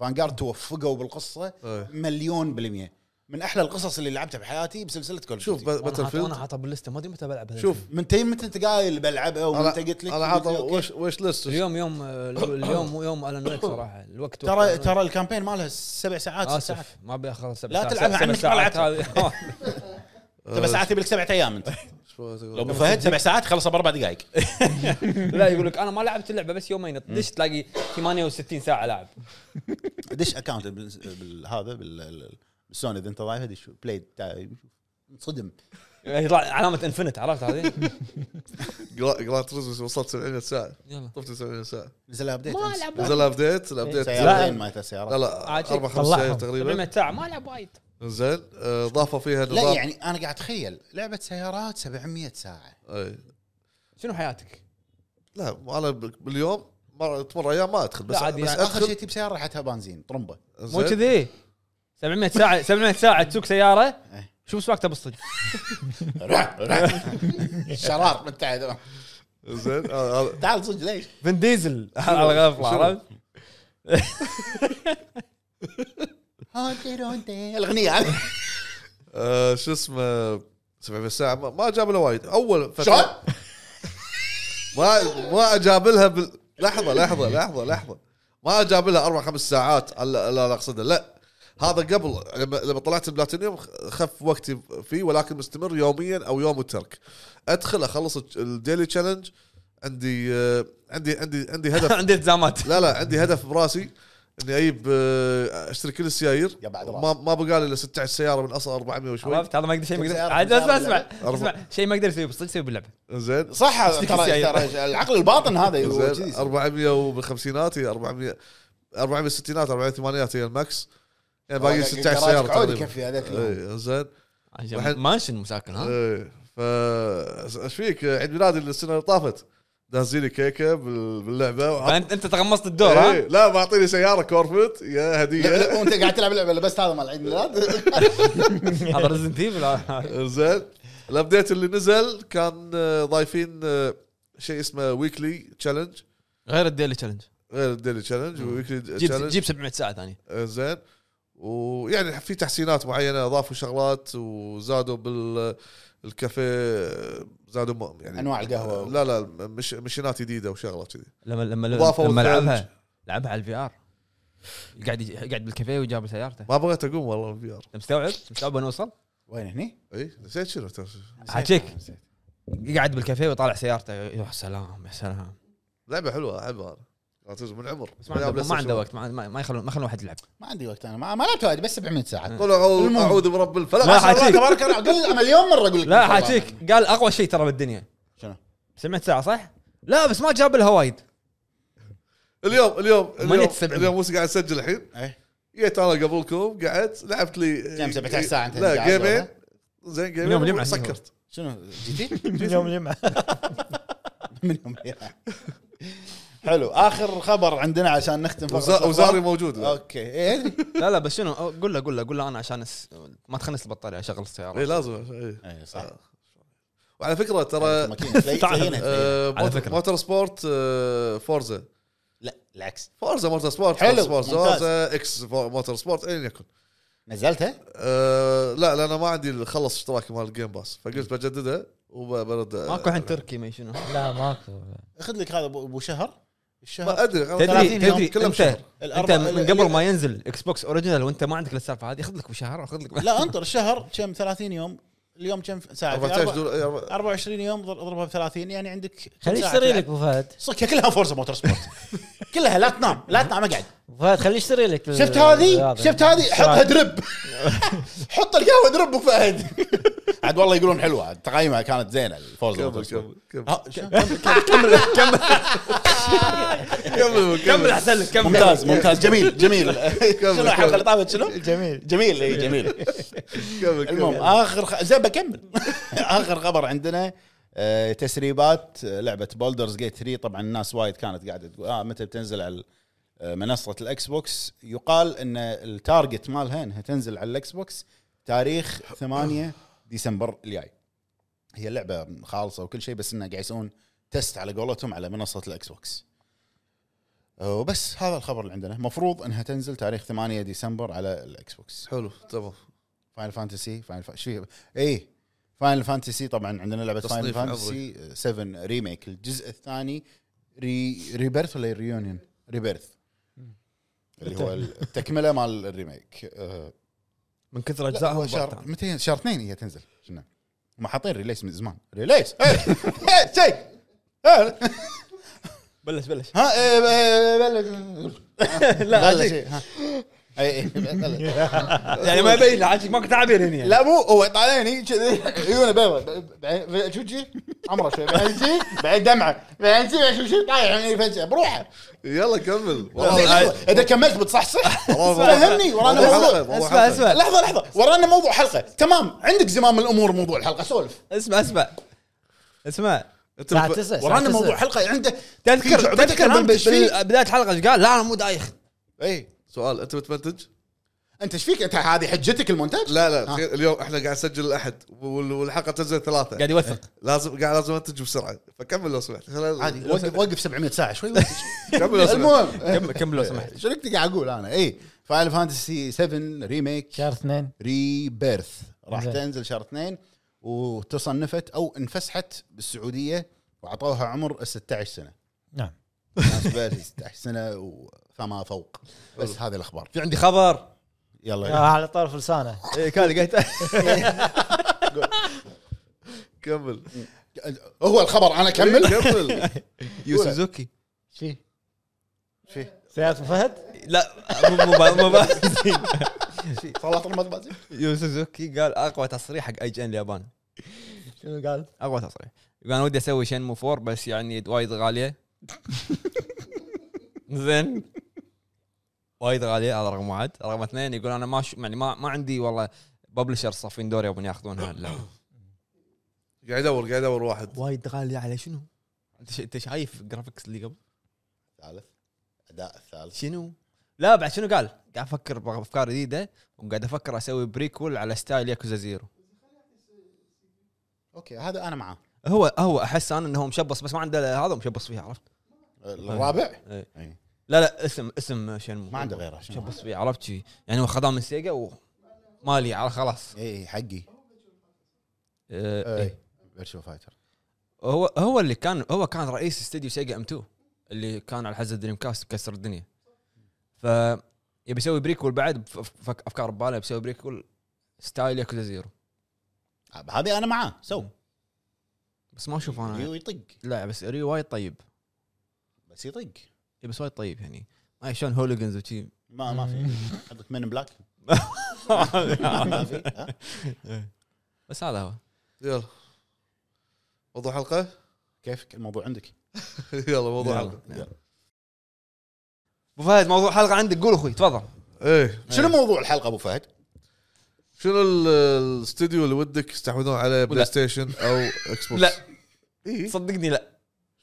S4: فانجارد توفقوا بالقصه
S2: إيه.
S4: مليون بالمية من احلى القصص اللي لعبتها بحياتي بسلسله كول
S2: شوف باتل
S6: انا
S2: فيلد
S6: حاطه باللسته ما ادري متى بلعب هذا
S2: شوف
S6: الفيلم.
S4: من تي متى انت قايل بلعبها
S2: انا
S4: وانت قلت لي
S2: انا
S4: قلت لي
S2: عاطى
S4: أوكي.
S2: ويش ويش ليست
S1: اليوم يوم اليوم مو يوم الن ويك صراحه الوقت
S4: ترى
S1: وقت.
S4: ترى الكامبين مالها سبع ساعات ست ساعات
S1: اسف ما ابي اخلص سبع
S4: لا
S1: ساعات.
S4: تلعبها
S1: سبع ساعات
S4: عنك، ما لعبتها.
S1: هذه.
S4: سبع ساعات يبي لك سبع ايام انت لو ابو فهد سبع ساعات خلصها باربع دقائق
S1: لا يقول لك انا ما لعبت اللعبه بس يومين تدش تلاقي 68 ساعه لعب
S4: دش اكونت بالهذا بالسوني اذا انت ضايفه دش بلاي انصدم
S1: يطلع علامه انفنت عرفت هذه؟
S2: جراند تريزم وصلت 70 ساعه
S1: يلا
S2: طفت 70 ساعه
S4: نزل ابديت ما لعب
S2: نزل ابديت
S4: إيه،
S2: الابديت
S4: سيارتين
S1: لا.
S4: ما يتها سيارات
S2: لا لا
S1: عجيب.
S2: اربع خمس
S3: طلعهم.
S2: سنين
S4: طيب.
S2: تقريبا
S1: 700 ساعه ما لعب وايد
S2: زين آه، ضافوا فيها
S4: لا
S2: نظام
S4: يعني انا قاعد اتخيل لعبه سيارات 700 ساعه
S2: إيه.
S1: شنو حياتك؟
S2: لا انا ب- باليوم مرة تمر ايام ما ادخل بس
S1: لا، عادي
S2: بس
S1: يعني.
S4: اخر شيء
S2: ادخل
S4: تجيب سياره ريحتها بنزين طرمبه
S1: مو
S2: زين.
S1: كذي 700 ساعه 700 ساعه تسوق سياره
S4: إيه.
S1: شوف سواقته بالصدق
S4: شرار من تحت
S2: زين آه، هذا-
S4: تعال صدق ليش؟
S1: فين ديزل على الغفله
S2: شنو؟
S1: عرفت؟
S4: هونتي رونتي الاغنيه
S2: آه، شو اسمه 700 ساعه ما- ما جاب له وايد اول فتره
S4: شلون؟
S2: ما ما اجاب لها بال... لحظه لحظه لحظه لحظه ما اجاب لها اربع خمس ساعات لا لا اقصدها لا هذا قبل لما لما طلعت البلاتينيوم خف وقتي فيه ولكن مستمر يوميا او يوم وترك ادخل اخلص الديلي تشالنج عندي آه، عندي عندي عندي هدف
S1: عندي التزامات
S2: لا لا عندي هدف براسي اني اجيب آه، اشتري كل السيايير
S4: يا بعد
S2: ما
S4: راسك.
S2: ما بقى لي الا 16 سياره من اصلا 400 وشوي
S1: عرفت هذا ما يقدر شيء ما يقدر
S4: سيارة-
S1: عاد اسمع
S4: سيارة
S1: اسمع
S2: باللعبة.
S1: اسمع شيء ما يقدر يسويه بالصدق يسويه باللعبه
S2: زين
S4: صح
S1: تشتكي
S4: ترى
S1: السيارة.
S4: ترى العقل الباطن هذا هو
S2: زين،
S4: كذي.
S2: 400 وبالخمسينات هي 400 400 بالستينات 400 بالثمانينات هي الماكس يعني باقي
S4: والله
S2: 16
S4: جراج
S2: سياره
S4: عود
S2: تقريبا
S4: يكفي هذاك اليوم.
S2: اي زين
S1: عشان
S2: واحد-
S1: مانشن مساكن ها
S2: اي إيه، ف ايش فيك عيد ميلادي السنه اللي طافت دازين لي كيكه بال- باللعبه وعط-
S1: فانت انت تغمصت الدور ها
S2: إيه، لا معطيني سياره كورفت يا
S4: لا،
S2: هديه
S4: لا، وانت قاعد تلعب لعبه بس هذا مال عيد ميلاد
S1: هذا ريزنت ايفل
S2: زين الابديت اللي نزل كان آه، ضايفين آه، شيء اسمه ويكلي تشالنج
S1: غير الديلي تشالنج
S2: غير الديلي تشالنج ويكلي
S1: E جيب
S2: تشالنج
S1: جيب 700 ساعه ثانيه
S2: آه، زين ويعني في تحسينات معينه اضافوا شغلات وزادوا بالكافيه آه، زادوا م- يعني
S4: أنواع القهوة.
S2: لا لا مش مشينات جديده وشغلات كذي
S1: لما لما
S2: إضافة
S1: لما
S2: والثلج.
S1: لعبها لعبها على الفي ار قاعد يج- قاعد بالكافيه وجاب سيارته
S2: ما بغيت اقوم والله الفي ار
S1: أنت مستوعب مستوعب أنا اوصل
S4: وين هني؟
S2: اي نسيت شنو ترى.
S1: حاجيك قاعد بالكافيه وطالع سيارته يا سلام يا سلام
S2: لعبه حلوه احبها انا عزيز من عمر
S1: بس ما عنده, ما عنده وقت ما ما ما يخلون ما يخلون واحد يلعب
S4: ما عندي وقت انا ما ما لعبت وايد بس 700
S2: إيه.
S4: ساعه
S2: طلعوا
S4: المهم.
S2: اعوذ برب الفلق
S1: لا،
S2: عشان-
S1: حاجيك.
S4: تبارك- تبارك الله قل مليون مره اقول لك
S1: لا حاجيك قال اقوى شيء ترى بالدنيا
S4: شنو؟
S1: 700 ساعه صح؟ لا بس ما جاب لها وايد
S2: اليوم اليوم اليوم
S1: مانيت سبعمية.
S2: اليوم موسى قاعد اسجل الحين
S4: إيه.
S2: جيت انا قبلكم قعدت لعبت لي إيه،
S4: كم، 17 ساعة أنت
S2: لا
S4: قاعد
S2: جيمين
S4: وراها؟
S2: زين
S1: من يوم
S2: جيمين
S1: الجمعة.
S2: سكرت
S4: شنو جديد؟
S6: من يوم الجمعه
S4: من يوم حلو اخر خبر عندنا عشان نختم فقرة
S2: وزا-
S4: الأخبار.
S2: وزاري موجود لا.
S4: اوكي ايه
S1: لا لا بس شنو أو- قول له قول له قول له انا عشان أس... ما تخنس البطاريه اشغل
S2: اي
S1: السياره
S2: إيه، لازم اي
S4: إيه، صح
S2: وعلى فكره ترى
S4: ماكينة تلي-
S1: تعال.
S4: تلينة، تلينة.
S2: آه،
S1: على فكرة.
S2: موتور سبورت آه، فورزا
S4: لا العكس
S2: فورزا موتور سبورت
S4: حلو،
S2: فورزا سبورت
S4: ممتاز.
S2: فورزا اكس فور- موتور سبورت ايا يكن
S4: نزلتها؟
S2: أه لا لان ما عندي خلص اشتراكي مال الجيم باس فقلت بجدده وبرد
S1: ماكو الحين تركي ما شنو
S3: لا ماكو
S4: اخذ لك هذا أبو- ابو شهر
S2: ما
S4: الشهر
S2: ادري
S1: تدري
S4: 30 يوم
S1: تدري
S2: كلهم
S1: انت
S2: شهر.
S1: انت
S4: الأربع-
S1: من قبل ما ينزل اكس بوكس اوريجنال وانت ما عندك السالفه هذه خذ لك بشهر خذ لك
S4: لا انطر الشهر كم 30 يوم اليوم كم ساعه في
S2: 14
S4: أربع-
S2: دولار
S4: 24 يوم ضر- اضربها ب 30 يعني عندك
S3: خليه يشتري لك ابو فهد
S4: صكه كلها فورزا موتور سبورت كلها لا تنام لا تنام اقعد
S3: ابو فهد خليه يشتري لك ال-
S4: شفت هذه
S3: الرياضة.
S4: شفت هذه حطها درب حط القهوه درب ابو فهد عاد والله يقولون حلوه عاد تقييمها كانت زينه الفورزا موتور
S2: كمل
S4: سبورت
S2: كمل كمل
S4: ها، شو؟ كمل
S2: كمل
S1: كمل احسن لك كمل
S4: ممتاز ممتاز جميل جميل
S2: كمل،
S4: شنو الحلقه
S2: كمل.
S4: اللي طافت شنو؟ جميل جميل اي جميل
S2: كمل
S4: المهم آه.
S2: كمل
S4: اخر خ... زين بكمل اخر خبر عندنا آه، تسريبات آه، لعبه بولدرز جيت 3 طبعا الناس وايد كانت قاعده تقول اه متى بتنزل على آه، منصه الاكس بوكس يقال ان التارجت مالها انها تنزل على الاكس بوكس تاريخ 8 ديسمبر الجاي هي اللعبه خالصه وكل شيء بس انه قاعد يسوون تيست على قولتهم على منصه الاكس بوكس آه، وبس هذا الخبر اللي عندنا مفروض انها تنزل تاريخ 8 ديسمبر على الاكس بوكس
S2: حلو تمام
S4: فاينل فانتسي فاينل فا... شو هي؟ إيه، اي فاينل فانتسي طبعا عندنا لعبه فاينل
S2: تصنيف
S4: فانتسي 7 ريميك الجزء الثاني ري ريبيرث ولا ريونيون؟ ريبيرث اللي هو التكمله مال الريميك آه،
S1: من كثر
S4: لا، هو
S1: اجزائهم
S4: شهر متى شهر اثنين هي تنزل شنو؟ هم حاطين ريليس من زمان ريليس إيه، إيه، شيء إيه،
S1: بلش بلش
S4: ها إيه، إيه، بلش لا بلش إيه، ها. إيه، إيه، بلش.
S1: يعني ما يبين عاد ماكو تعابير هنا يعني
S4: لا مو هو طالعني كذي عيونه بيضة بعدين شو تجي عمره شوي بعدين تجي بعدين دمعه بعدين تجي شو شو طالع عيوني فجاه بروحه
S2: يلا كمل
S4: لحظة، اذا كملت بتصحصح فهمني ورانا
S2: موضوع
S4: موضوع
S2: حلقة، موضوع
S1: اسمع
S2: حلقة.
S1: اسمع
S4: لحظه لحظه ورانا موضوع حلقه تمام عندك زمام الامور موضوع الحلقه سولف
S1: اسمع اسمع اسمع
S2: أنت
S3: الساعه
S2: بف-
S3: 9 الساعة
S4: ورانا
S3: 9.
S4: موضوع حلقه عنده
S1: تذكر
S4: لعبتك
S1: تذكر
S4: الآن
S1: بال-
S4: بس فيه.
S1: بال- بدايه الحلقه ايش قال لا انا مو دايخ إيه.
S4: اي
S2: سؤال انت بتمنتج؟
S4: انت ايش فيك انت هذه حجتك المونتاج
S2: لا لا
S4: ها.
S2: تخيل اليوم احنا قاعد نسجل الاحد وال- والحلقه تنزل ثلاثه
S1: قاعد يوثق
S2: لازم قاعد لازم انتج بسرعه فكمل لو سمحت خلال-
S4: عادي وقف وقف 700 ساعه شوي وقف.
S2: كمل لو سمحت
S4: المهم
S1: كمل كمل لو سمحت
S4: شنو كنت قاعد إيه. اقول انا اي فاينل فانتسي 7 ريميك
S3: شهر اثنين
S4: ريبيرث راح
S3: زين.
S4: تنزل شهر اثنين وتصنفت او انفسحت بالسعوديه وعطوها عمر 16 سنه
S3: نعم
S4: ناس بالي 16 سنه وفما فوق بس هذه الاخبار
S1: في عندي خبر
S3: آه،
S4: يلا
S3: على طرف لسانه
S1: إيه، كان قلت
S2: كمل إيه،
S4: هو الخبر انا
S3: إيه.
S4: اكمل
S2: كمل
S1: يو سوزوكي
S3: شي شي سيارة أبو فهد
S1: لا مو مو مو- مو
S4: طلعت المطبخ
S1: يو سوزوكي قال اقوى تصريح حق اي جي ان اليابان
S3: شنو قال؟
S4: إيه.
S1: اقوى تصريح يقول انا ودي اسوي شنمو 4 بس يعني وايد غاليه زين وايد غاليه هذا رقم واحد رقم اثنين يقول انا ما ش... يعني ما ما عندي والله ببلشر صافين دوري يبون ياخذونها اللعبه
S2: قاعد ادور قاعد ادور واحد
S1: وايد غاليه على شنو؟ انت ش... انت شايف الجرافكس اللي قبل
S4: ثالث اداء الثالث
S1: شنو؟ لا بعد شنو قال؟ قاعد افكر بافكار جديده وقاعد افكر اسوي بريكول على ستايل ياكوزا زيرو
S4: اوكي هذا انا معاه
S1: هو هو احس انا انه هو مشبص بس ما عنده هذا مشبص فيها عرفت؟
S4: الرابع
S1: إيه.
S4: إيه.
S1: لا لا اسم اسم شنمو
S4: ما عنده غيره شنو؟
S1: شبص فيه عرفت شي يعني هو خذاه من سيجا ومالي على خلاص
S4: اي إيه، حقي
S1: أه،
S4: اي فيرتشو فايتر
S1: هو هو اللي كان هو كان رئيس استديو سيجا ام 2 اللي كان على حزه دريم كاست كسر الدنيا ف يبي يسوي بريكول بعد بف- بف- افكار بباله بيسوي بريكول ستايل ياكوزا زيرو
S4: هذه انا معاه سو
S3: إيه.
S1: بس ما اشوف انا
S4: ريو يطق
S1: لا بس ريو وايد طيب
S4: بس يطق
S1: إي بس وايد طيب يعني ما شلون هوليجنز وشي
S4: ما ما في
S3: إيه.
S4: عندك من بلاك ما في ها؟
S1: بس هذا هو
S2: يلا موضوع حلقه
S4: كيفك الموضوع عندك
S2: يلا موضوع
S1: يلا.
S2: حلقه
S1: ابو فهد موضوع حلقه عندك قول اخوي تفضل
S2: ايه
S1: إيه.
S4: شنو موضوع الحلقه ابو فهد؟
S2: شنو ال- الاستوديو اللي ودك يستحوذون عليه
S1: لا.
S2: بلاي ستيشن او اكس بوكس؟
S1: لا
S2: اي
S1: صدقني لا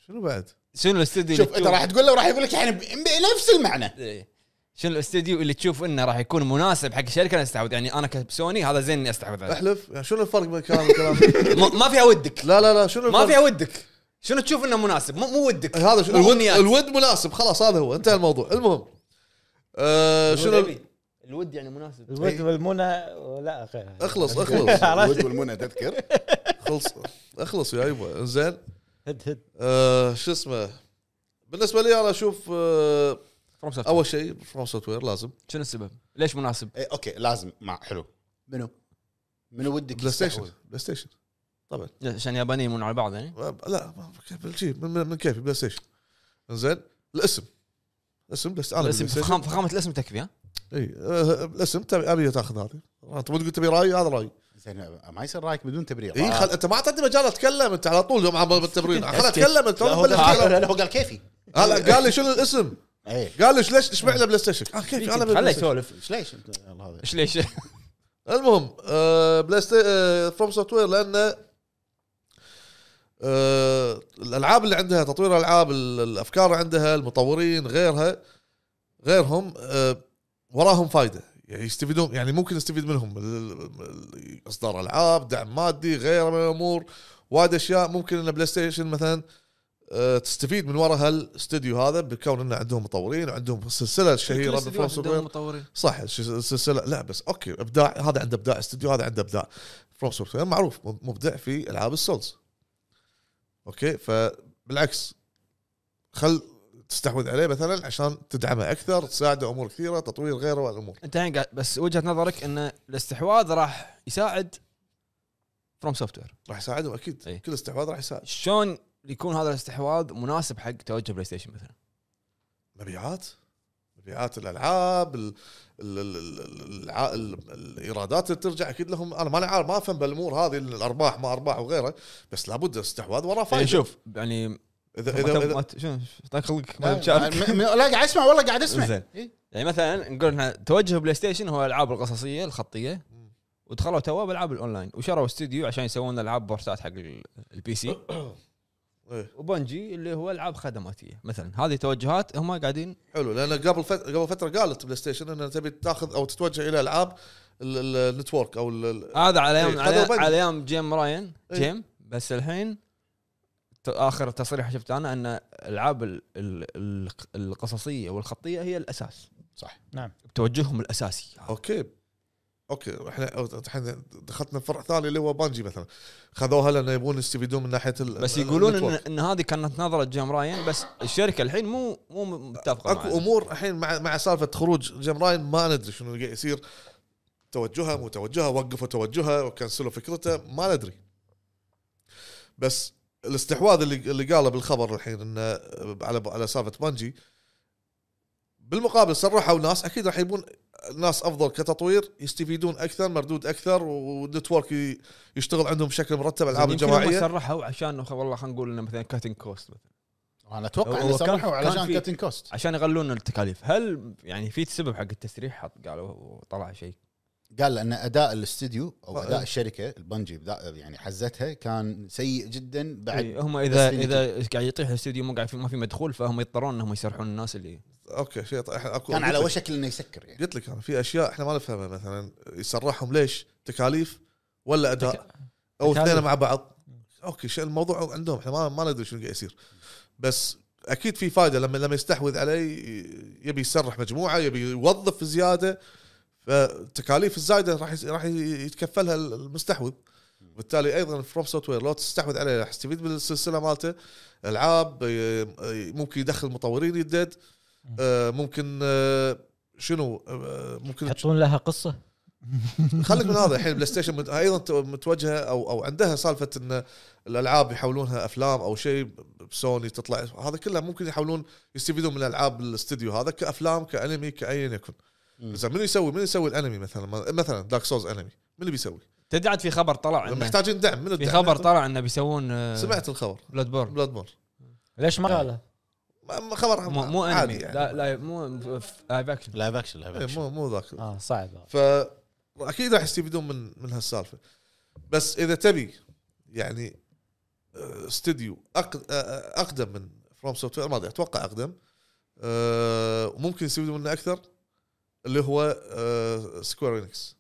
S2: شنو بعد؟
S1: شنو الاستديو
S4: شوف
S1: اللي
S4: انت
S1: تشوف-
S4: راح تقول له راح يقول لك يعني ب- بنفس المعنى
S1: إيه. شنو الاستديو اللي تشوف انه راح يكون مناسب حق الشركه اللي استحوذ يعني انا كسوني هذا زين اني استحوذ عليه
S2: احلف يعني شنو الفرق بين كلام وكلام؟
S1: م- ما فيها ودك
S2: لا لا لا شنو
S1: ما
S2: الفرق؟
S1: فيها ودك شنو تشوف انه مناسب مو, مو ودك
S2: هذا شنو
S1: مو
S2: الود
S1: أمنيات.
S2: الود مناسب خلاص هذا هو انتهى الموضوع المهم آه شنو
S1: أبي. الود يعني مناسب
S3: الود والمنى لا غير
S2: اخلص اخلص
S3: عرفت؟
S4: ود والمنى تذكر
S2: خلص اخلص يا يبا زين
S3: هد هد
S2: آه شو اسمه بالنسبه لي انا اشوف آه
S1: فروم سوفت
S2: اول شيء فروم سوفت وير لازم
S1: شنو السبب؟ ليش مناسب؟
S4: إيه، اوكي لازم مع حلو منو؟ منو ودك
S2: بلاي ستيشن
S4: يستحوذ؟
S2: بلاي ستيشن
S1: عشان يابانيين يمون على بعض يعني
S2: ما- لا ما- كيف- شي، من, من, من كيفي بلاي ستيشن زين الاسم اسم بس انا
S1: الاسم
S2: بالبلاي ستيشن.
S1: فخام فخامه الاسم تكفي ها؟
S2: اي آه، الاسم تبي ابي تاخذ هذه انت مو تقول تبي رايي هذا رايي
S4: زين آه، ما يصير رايك بدون تبرير
S1: إيه،
S4: آه.
S2: اي إيه، خل... انت ما اعطيتني مجال اتكلم انت على طول يوم عم بالتبرير خل اتكلم انت
S4: لا،
S2: ما
S4: هو
S2: تبلش
S4: لا،
S2: كلام.
S4: لا، لا، هو قال كيفي إيه.
S2: هلا قال لي شنو الاسم
S4: اي
S2: قال لي إيش- ليش اشمعنى بلاي ستيشن آه، كيف انا
S1: خليه
S2: بلاي ستيشن.
S1: يسولف
S4: ايش ليش انت الله هذا
S1: ايش إيه، ليش؟
S2: المهم آه بلاي ستيشن فروم سوفت وير لان آه الالعاب اللي عندها تطوير الالعاب ال- الافكار عندها المطورين غيرها غيرهم آه وراهم فايده يعني يستفيدون يعني ممكن يستفيد منهم ال- ال- اصدار العاب دعم مادي غيره من الامور وايد اشياء ممكن ان بلاي ستيشن مثلا آه، تستفيد من وراء هالاستوديو هذا بكون انه عندهم مطورين وعندهم السلسله الشهيره بفروم سوفت وير
S1: مطورين
S2: صح الش- السلسله لا بس اوكي ابداع هذا عنده ابداع استوديو هذا عنده ابداع فروم سوفت وير يعني معروف مب- مبدع في العاب السولز اوكي فبالعكس خل تستحوذ عليه مثلا عشان تدعمه اكثر تساعده امور كثيره تطوير غيره والامور
S1: انت الحين قاعد بس وجهه نظرك ان الاستحواذ راح يساعد فروم سوفت وير
S2: راح يساعدهم اكيد
S1: إي.
S2: كل استحواذ راح يساعد
S1: شلون يكون هذا الاستحواذ مناسب حق توجه بلاي ستيشن مثلا
S2: مبيعات مبيعات الالعاب ال ال ال ال الع- ال- الايرادات اللي ترجع اكيد لهم انا ماني عارف ما افهم بالامور هذه الارباح ما ارباح وغيره بس لابد استحواذ وراه
S1: يعني
S2: فايده
S1: شوف يعني
S2: اذا
S1: ما
S2: اذا,
S1: تم-
S2: طيب. إذا إيه، يعني
S1: ما ت- شنو شلون خلقك ما
S4: لا،
S1: تشارك؟
S4: م- م- لا قاعد اسمع والله قاعد اسمع
S1: زين. يعني مثلا نقول احنا توجه بلاي ستيشن هو الالعاب القصصيه الخطيه ودخلوا تو بالعاب الاونلاين وشروا استوديو عشان يسوون العاب بورسات حق ال- البي سي
S2: إيه.
S1: وبنجي اللي هو العاب خدماتيه مثلا هذه توجهات هم قاعدين
S2: حلو لان قبل فت... قبل فتره قالت بلاي ستيشن انها تبي تاخذ او تتوجه الى العاب ال- ال- النتورك او ال- ال-
S1: هذا على ايام
S2: إيه،
S1: على
S2: خذوا
S1: أيام-
S2: بنج.
S1: على ايام جيم راين
S2: إيه.
S1: جيم بس الحين ت- اخر تصريح شفته انا ان الالعاب ال- ال- ال- القصصيه والخطيه هي الاساس
S4: صح
S1: توجههم الاساسي
S2: اوكي اوكي احنا الحين دخلتنا فرع ثاني اللي هو بانجي مثلا خذوها لان يبون يستفيدون من ناحيه ال...
S1: بس
S2: ال-
S1: يقولون ان,
S2: النتورك.
S1: إن هذه كانت نظره جيم راين بس الشركه الحين مو مو متفقه معها.
S2: اكو امور الحين مع مع سالفه خروج جيم راين ما ندري شنو قاعد يصير توجهها مو توجهها وقفوا توجهها وكنسلوا فكرته ما ندري بس الاستحواذ اللي اللي قاله بالخبر الحين انه على على سالفه بانجي بالمقابل صرحوا ناس اكيد راح يبون ناس افضل كتطوير يستفيدون اكثر مردود اكثر والنتورك ي- يشتغل عندهم بشكل مرتب العاب
S1: يمكن هم
S2: الجماعيه
S1: صرحوا عشان خ- والله خلينا نقول انه مثلا كاتن كوست مثلا
S4: انا اتوقع
S1: هو كان-
S4: انه صرحوا
S1: كان
S4: علشان
S1: في-
S4: كاتن كوست
S1: عشان يغلون التكاليف هل يعني في سبب حق التسريح حط قالوا وطلع شيء
S4: قال ان اداء الاستوديو او
S2: آه،
S4: اداء
S2: إيه.
S4: الشركه البنجي بدا- يعني حزتها كان سيء جدا بعد
S1: إيه، هم اذا
S4: بس
S1: اذا قاعد يطيح الاستوديو مو قاعد في ما في مدخول فهم يضطرون انهم يسرحون الناس اللي
S2: اوكي شيء طيب، احنا اكو
S4: كان على
S2: قلت لك-
S4: وشك انه يسكر يعني
S2: قلت لك انا في اشياء احنا ما نفهمها مثلا يسرحهم ليش؟ تكاليف ولا اداء؟ او
S3: تكاليف.
S2: اثنين مع بعض اوكي شيء الموضوع عندهم احنا ما, ما ندري شنو قاعد يصير بس اكيد في فائده لما لما يستحوذ علي يبي يسرح مجموعه يبي يوظف زياده فالتكاليف الزايده راح يس- راح يتكفلها المستحوذ وبالتالي ايضا فروم سوفت وير لو تستحوذ عليه راح يستفيد من السلسله مالته العاب آه، آه، ممكن يدخل مطورين يدد آه، ممكن آه، شنو آه، ممكن
S3: يحطون لها قصه
S2: خليك من هذا الحين بلاي ستيشن مت- ايضا تو- متوجهه او او عندها سالفه ان الالعاب يحولونها افلام او شيء سوني تطلع هذا كله ممكن يحاولون يستفيدون من العاب الاستديو هذا كافلام كانمي كايا يكن
S4: مم.
S2: زين من يسوي من يسوي الانمي مثلا ما- مثلا دارك سولز انمي من اللي بيسوي؟
S1: تدري عاد في خبر طلع إنه-
S2: محتاجين دعم من
S1: في
S2: الدعم؟
S1: خبر طلع انه بيسوون آه،
S2: سمعت الخبر
S1: بلاد بورن
S2: بلاد بور
S3: ليش ما قالها؟
S2: ما- ما خبر
S1: مو مو
S2: عادي
S1: انمي
S2: يعني.
S1: لا لا مو لايف اكشن
S4: لايف اكشن لايف
S2: إيه، مو مو ذاك
S3: اه صعب
S2: ف اكيد راح يستفيدون من من هالسالفه بس اذا تبي يعني آه، استوديو أق- آه، آه، اقدم من فروم سوفت وير ما ادري اتوقع اقدم آه، وممكن يستفيدون منه اكثر اللي هو سكوير انكس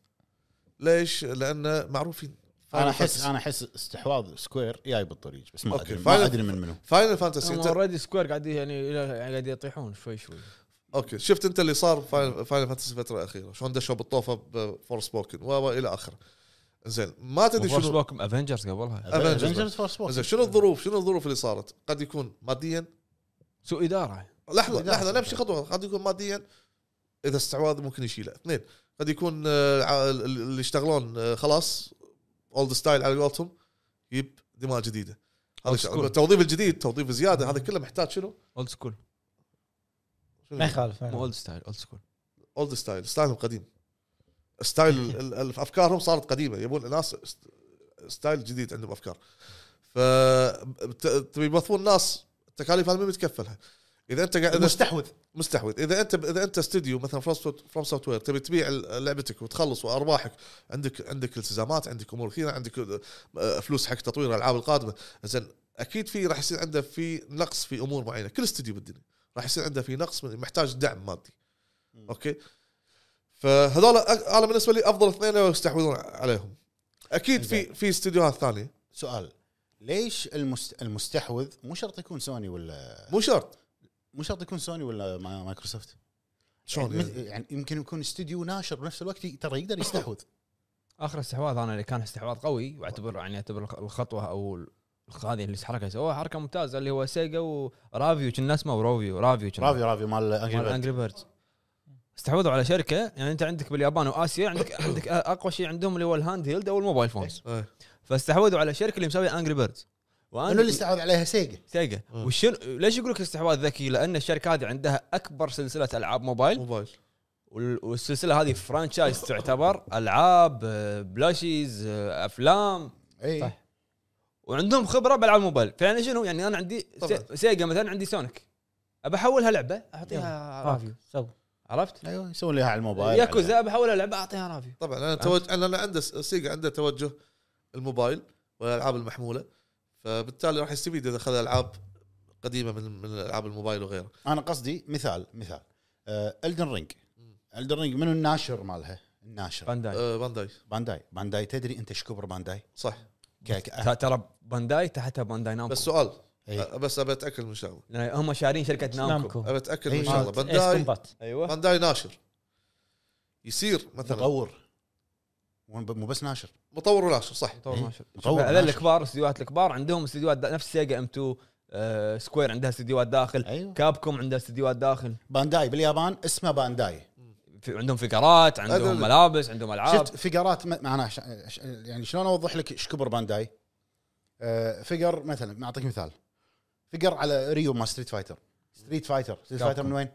S2: ليش؟ لان معروفين
S4: انا احس انا احس استحواذ سكوير جاي بالطريق بس ما
S2: أوكي،
S4: ادري
S2: فاينل-
S4: ما ادري من منو
S2: فاينل فانتسي
S1: هم اوريدي سكوير قاعد يعني يعني قاعد يطيحون شوي شوي
S2: اوكي شفت انت اللي صار فاينل فانتسي الفتره الاخيره شلون دشوا بالطوفه بفور سبوكن والى اخره زين ما تدري
S1: فورس
S2: شنو
S1: بوكم افنجرز قبلها
S2: Avengers.
S4: فورس
S2: زين شنو الظروف شنو الظروف اللي صارت قد يكون ماديا
S1: سوء اداره
S2: لحظه لحظه نمشي خطوه قد يكون ماديا اذا استعواض ممكن يشيله اثنين قد يكون آه، ع- اللي يشتغلون آه، خلاص اولد ستايل على قولتهم يجيب دماء جديده هذا
S1: Old
S2: ش-
S1: school.
S2: التوظيف الجديد توظيف زياده هذا كله محتاج شنو؟
S1: اولد سكول
S3: ما يخالف
S1: مو اولد ستايل اولد سكول
S2: اولد ستايل ستايلهم قديم ستايل ال- ال- افكارهم صارت قديمه يبون ناس ست- ستايل جديد عندهم افكار ف بت- تبي يوظفون ناس التكاليف هذه مين بتكفلها؟ اذا انت قاعد إذا-
S4: مستحوذ
S2: مستحوذ اذا انت اذا انت استوديو مثلا فروم سوفت وير تبي تبيع لعبتك وتخلص وارباحك عندك عندك التزامات عندك امور كثيره عندك آه، فلوس حق تطوير الالعاب القادمه زين اكيد في راح يصير عنده في نقص في امور معينه كل استوديو بالدنيا راح يصير عنده في نقص من- محتاج دعم مادي اوكي فهذول أ- انا بالنسبه لي افضل اثنين لو يستحوذون عليهم اكيد في في استديوهات ثانيه
S4: سؤال ليش المست... المستحوذ مو شرط يكون سوني ولا
S2: مو شرط
S4: مو شرط يكون سوني ولا ما- مايكروسوفت
S2: شلون
S4: يعني,
S2: يعني؟
S4: مثل- يعني يمكن يكون استوديو ناشر بنفس الوقت ي- ترى يقدر يستحوذ
S1: اخر استحواذ انا اللي كان استحواذ قوي واعتبر يعني اعتبر الخ- الخطوه او ال- هذه اللي حركه سووها حركه ممتازه اللي هو سيجا ورافيو كنا اسمه روفيو رافيو كنا.
S4: رافي رافي مال Angry
S1: مال
S4: Birds.
S1: انجري بيردز استحوذوا على شركه يعني انت عندك باليابان واسيا عندك عندك اقوى شيء عندهم اللي هو الهاند هيلد او الموبايل فونز
S2: إيه.
S1: فاستحوذوا على شركه اللي مسويه انجري بيردز
S4: منو اللي استحوذ عليها سيجا
S1: سيجا وشنو ليش يقول لك استحواذ ذكي؟ لان الشركه هذه عندها اكبر سلسله العاب موبايل
S2: موبايل
S1: وال- والسلسله هذه فرانشايز تعتبر العاب آه، بلاشيز آه، افلام
S4: اي
S1: صح. وعندهم خبره بالعاب موبايل فيعني شنو يعني انا عندي سي-
S2: طبعاً.
S1: سيجا مثلا عندي سونيك ابى احولها لعبه احطيها رافيو
S3: سو
S1: عرفت؟
S4: ايوه يسوون لها على الموبايل
S1: ياكوزا بحاول لعبه اعطيها رافيو
S2: طبعا انا توجه انا أنا عنده سيجا عنده توجه الموبايل والالعاب المحموله فبالتالي راح يستفيد اذا اخذ العاب قديمه من من العاب الموبايل وغيره
S4: انا قصدي مثال مثال آه، الدن رينج الدن رينج منو الناشر مالها؟ الناشر
S1: بانداي
S2: آه بانداي
S4: بانداي بانداي تدري انت ايش كبر بانداي؟
S2: صح
S4: ك- ك-
S1: ت- ترى بانداي تحتها بانداي نامكو
S2: بس
S1: بس
S2: سؤال
S4: إيه.
S2: أ- بس ابي اتاكد من شغله
S1: لان هم شارين شركه نامكو
S3: نامكو
S2: ابي اتاكد
S4: إيه.
S2: من شغله
S3: مالت Ace
S2: بانداي
S3: Combat.
S1: ايوه
S2: بانداي ناشر يصير مثلا
S4: مطور مو مو بس ناشر
S2: مطور وناشر صح
S1: طور ما شاء الله.
S4: مطور
S1: هذول
S4: ناشر.
S1: الكبار الاستديوهات الكبار عندهم استديوهات دا- نفس سيجا ام 2 آه، سكوير عندها استديوهات داخل
S4: ايوه
S1: كابكوم عندها استديوهات داخل
S4: بانداي باليابان اسمه بانداي
S1: في عندهم فقرات عندهم
S2: هذول-
S1: ملابس عندهم العاب
S4: شفت فيجرات م- معنا ش... ش- يعني شلون اوضح لك ايش كبر بانداي؟ آه فيجر مثلا اعطيك مثال فيجر على ريو ما ستريت فايتر ستريت فايتر ستريت فايتر من وين؟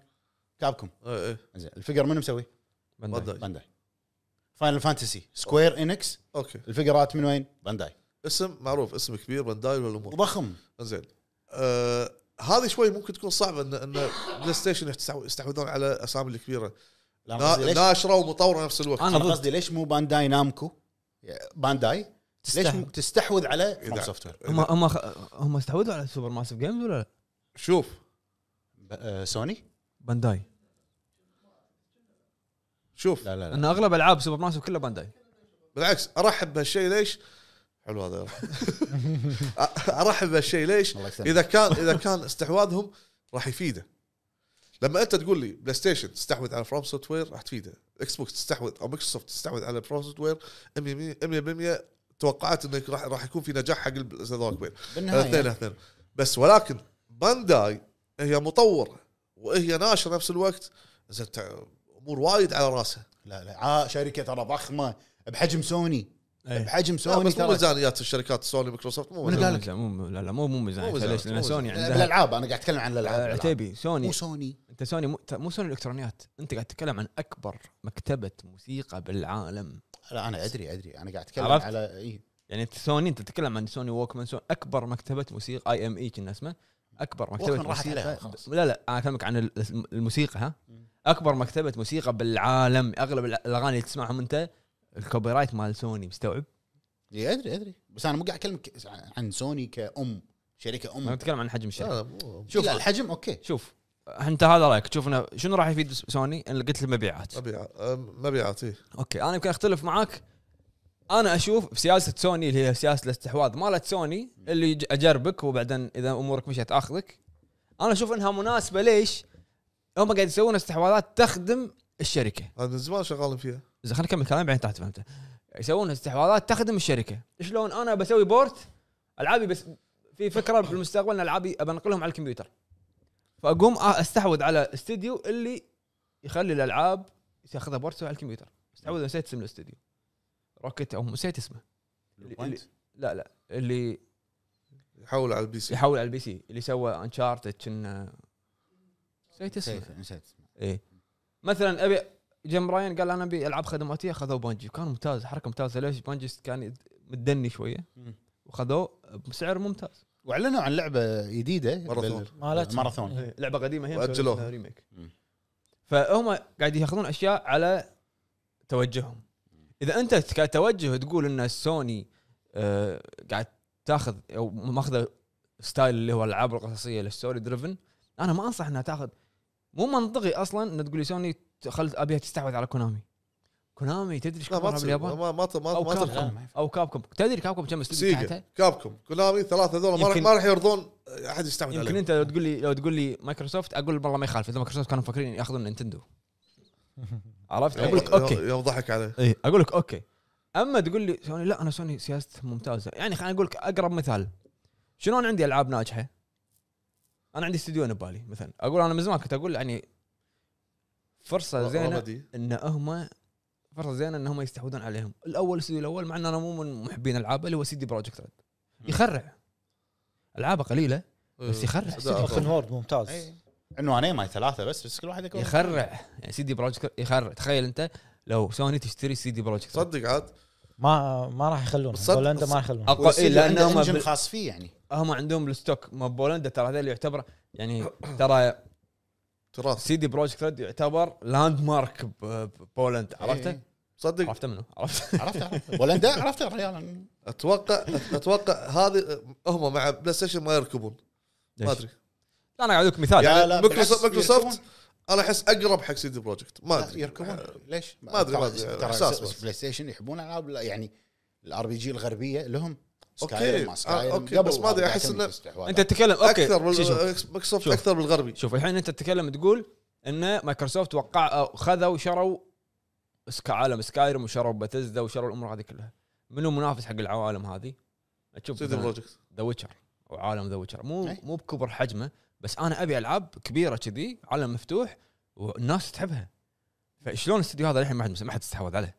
S4: كابكم
S2: إيه، إيه.
S4: زين الفيجر منو مسوي؟
S1: بانداي.
S2: بانداي
S4: بانداي فاينل فانتسي سكوير انكس
S2: اوكي
S4: الفيجرات من وين؟ بانداي
S2: اسم معروف اسم كبير بانداي والامور
S4: وضخم
S2: زين آه هذه شوي ممكن تكون صعبه ان ان بلاي ستيشن يستحو- يستحوذون على اسامي الكبيره
S4: لا أنا
S2: نا-
S4: قصدي ليش
S2: ناشره ومطوره نفس الوقت
S1: انا
S4: انا
S1: ضد
S4: قصدي ليش مو بانداي نامكو يعني بانداي ليش
S1: تستحوذ.
S4: مو- تستحوذ على فروم
S2: إذا-
S4: سوفت وير
S1: هم هم خ- هم استحوذوا على سوبر ماسيف جيمز ولا لا؟
S2: شوف
S4: ب- آه، سوني
S1: بانداي
S2: شوف
S4: لا لا
S1: ان اغلب العاب سوبر ماسيف كلها بانداي
S2: بالعكس ارحب بهالشيء ليش؟ حلو هذا ارحب بهالشيء ليش؟
S4: الله يسلمك.
S2: اذا كان اذا كان استحواذهم راح يفيده لما انت تقول لي بلاي ستيشن تستحوذ على فروم سوفت وير راح تفيده اكس بوكس تستحوذ او مايكروسوفت تستحوذ على فروم سوفت وير 100% توقعات انه راح راح يكون في نجاح حق ال- هذول وين اثنين
S4: بالنهايه
S2: اثنين بس ولكن بانداي هي مطوره وهي ناشر نفس الوقت زين تع- امور وايد على راسها
S4: لا لا آه شركه ترى ضخمه بحجم سوني
S1: أي.
S4: بحجم
S2: لا،
S4: سوني
S2: بس مو
S4: ترى
S2: ميزانيات الشركات سوني مايكروسوفت مو
S1: مو
S2: ميزانيات.
S1: ميزان- مو لا لا مو مو ميزانيه
S2: مو ميزانية،
S1: ليش لان
S2: مو
S1: سوني
S4: لا،
S1: عندها
S4: بالالعاب انا آه، قاعد اتكلم عن الالعاب
S1: آه،
S4: الألعاب.
S1: عتيبي سوني
S4: مو سوني
S1: انت سوني مو مو سوني الكترونيات انت قاعد تتكلم عن اكبر مكتبه موسيقى بالعالم
S4: لا انا ادري ادري انا قاعد اتكلم
S1: عرفت؟
S4: على إيه. اي
S1: يعني انت سوني انت تتكلم عن سوني ووكمان سوني اكبر مكتبه موسيقى اي ام اي كنا اسمه اكبر مكتبه
S4: ووكمان راحت عليها
S1: موسيقى
S4: خلاص.
S1: لا لا انا اكلمك عن ال- الموسيقى ها اكبر مكتبه موسيقى بالعالم اغلب الأ- الاغاني اللي تسمعهم انت الكوبي رايت مال سوني مستوعب
S4: إي، ادري ادري إيه، بس انا مو قاعد اتكلم ك- عن سوني كام شركه
S1: انا
S4: ام
S1: اتكلم عن حجم
S2: لا،
S4: آه.
S1: الشركه
S2: لا، مو-
S4: شوف الحجم اوكي
S1: شوف انت هذا رايك تشوف انه شنو راح يفيد سوني؟ انا قلت المبيعات
S2: مبيعات أم- مبيعات إيه.
S1: اوكي انا يمكن اختلف معاك انا اشوف بسياسه سوني اللي هي سياسه الاستحواذ مالت سوني اللي يج- اجربك وبعدين اذا امورك مشت اخذك انا اشوف انها مناسبه ليش؟ هم قاعد يسوون استحواذات تخدم الشركه
S2: هذا من زمان شغالين فيها
S1: زين خليني اكمل كلامي بعدين تحت فهمته يسوون استحواذات تخدم الشركه شلون انا بسوي بورت العابي بس في فكره بالمستقبل ان العابي بنقلهم على الكمبيوتر فاقوم استحوذ على استديو اللي يخلي الالعاب تاخذها بورت على الكمبيوتر استحوذ نسيت اسم الاستديو روكيت او نسيت اسمه
S4: بلو
S1: اللي-
S4: بوينت.
S1: لا لا اللي
S2: يحول على البي سي
S1: يحول على البي سي اللي سوى انشارتد كنا نسيت اسمه
S4: نسيت- نسيت اسمه.
S1: ايه مثلا ابي جيم راين قال انا ابي العاب خدماتيه خذوا بانجي كان ممتاز حركه ممتازه ليش بانجي كان متدني شويه
S4: مم.
S1: وخذوه بسعر ممتاز
S4: واعلنوا عن لعبه جديده
S2: ماراثون.
S4: بال-
S3: مالت
S4: ماراثون
S1: لعبه قديمه إيه، هي
S2: وأجلوها.
S1: مسوينها ريميك
S4: مم.
S1: فهم قاعد ياخذون اشياء على توجههم اذا انت كتوجه تقول ان سوني آه، قاعد تاخذ او ماخذه ستايل اللي هو الالعاب القصصيه الستوري دريفن انا ما انصح انها تاخذ مو منطقي اصلا ان تقول لي سوني خل ابيها تستحوذ على كونامي كونامي تدري ايش
S2: لا ما
S1: كبرها
S2: تصير
S1: باليابان
S2: ما ما ت- ما
S1: أو
S2: ما
S1: كاب.
S2: ترخم
S1: او كابكم تدري كابكم كم استوديو
S2: سيجا
S1: تحتها
S2: كابكم كونامي ثلاثه هذول ما راح
S1: يمكن-
S2: ما راح يرضون احد يستعمل
S1: يمكن
S2: عليهم
S1: انت لو تقول لي لو تقول لي مايكروسوفت اقول والله ما يخالف اذا مايكروسوفت كانوا مفكرين ياخذون نينتندو عرفت اقول لك
S2: يوم-
S1: اوكي
S2: يوم ضحك عليه
S1: اي اقول لك اوكي اما تقول لي سوني لا انا سوني سياسته ممتازه يعني خليني اقول لك اقرب مثال شلون عندي العاب ناجحه؟ انا عندي استديوين ببالي مثلا اقول انا من زمان كنت اقول يعني فرصه زينه
S2: رمدي.
S1: ان هم فرصه زينه ان هم يستحوذون عليهم الاول الاستوديو الاول مع ان انا مو من محبين العابه اللي هو سيدي بروجكت ريد يخرع العابه قليله بس يخرع
S2: لا،
S3: اوبن هورد
S4: إيه.
S3: ممتاز
S4: عنوانين ماي ثلاثه بس بس كل واحد يكون
S1: يخرع يعني سيدي بروجكت يخرع تخيل انت لو سوني تشتري سيدي بروجكت ريد.
S2: صدق عاد
S3: ما ما راح يخلونه
S2: صدق-
S3: بولندا ما راح يخلونه
S1: أقو... إيه لان
S4: عنده
S1: هم
S4: engine
S1: بال-
S4: خاص فيه يعني
S1: هم عندهم بالستوك ما بولندا ترى هذول يعتبر يعني ترى
S2: تراث
S1: سيدي بروجكت ريد يعتبر لاند مارك ب- ببولندا عرفته؟
S4: إيه.
S2: صدق
S1: عرفته منه عرفته
S4: عرفت عرفت بولندا عرفت
S2: يعني
S4: الرجال
S2: اتوقع اتوقع هذه هم مع بلاي ستيشن ما يركبون ما ادري
S1: لا، انا قاعد اقول لك مثال
S4: يا-
S1: يعني
S4: لا، لا،
S2: مايكروسوفت
S4: بالعكس،
S2: مايكروسوفت انا احس اقرب حق سيدي بروجكت ما ادري
S4: يركبون ليش؟
S2: ما أدري، ما أدري. إحساس
S4: احساس
S2: بس.
S4: بلاي ستيشن يحبون العاب لا، يعني الار بي جي الغربيه لهم
S2: أوكي.
S4: سكايرم ما
S2: آه،
S4: سكايرم.
S2: أوكي،
S4: قبل
S2: بس ما أدري،
S4: هذا
S2: أحس
S4: يعتمد
S2: إنه-
S4: استحواذ.
S1: انت تتكلم اوكي
S2: اكثر من
S1: شو- شوف.
S2: مايكروسوفت
S1: شوف.
S2: اكثر بالغربي
S1: شوف الحين انت تتكلم تقول ان مايكروسوفت وقع أو خذوا شروا سكا عالم سكايرم وشروا باتزدا وشروا الامور هذه كلها منو منافس حق العوالم هذه؟ تشوف
S2: سيدي بروجكت
S1: ذا ويتشر او عالم ذا ويتشر مو
S4: إيه.
S1: مو بكبر حجمه بس انا ابي العاب كبيره كذي عالم مفتوح والناس تحبها فشلون الاستديو هذا الحين ما حد ما حد استحوذ عليه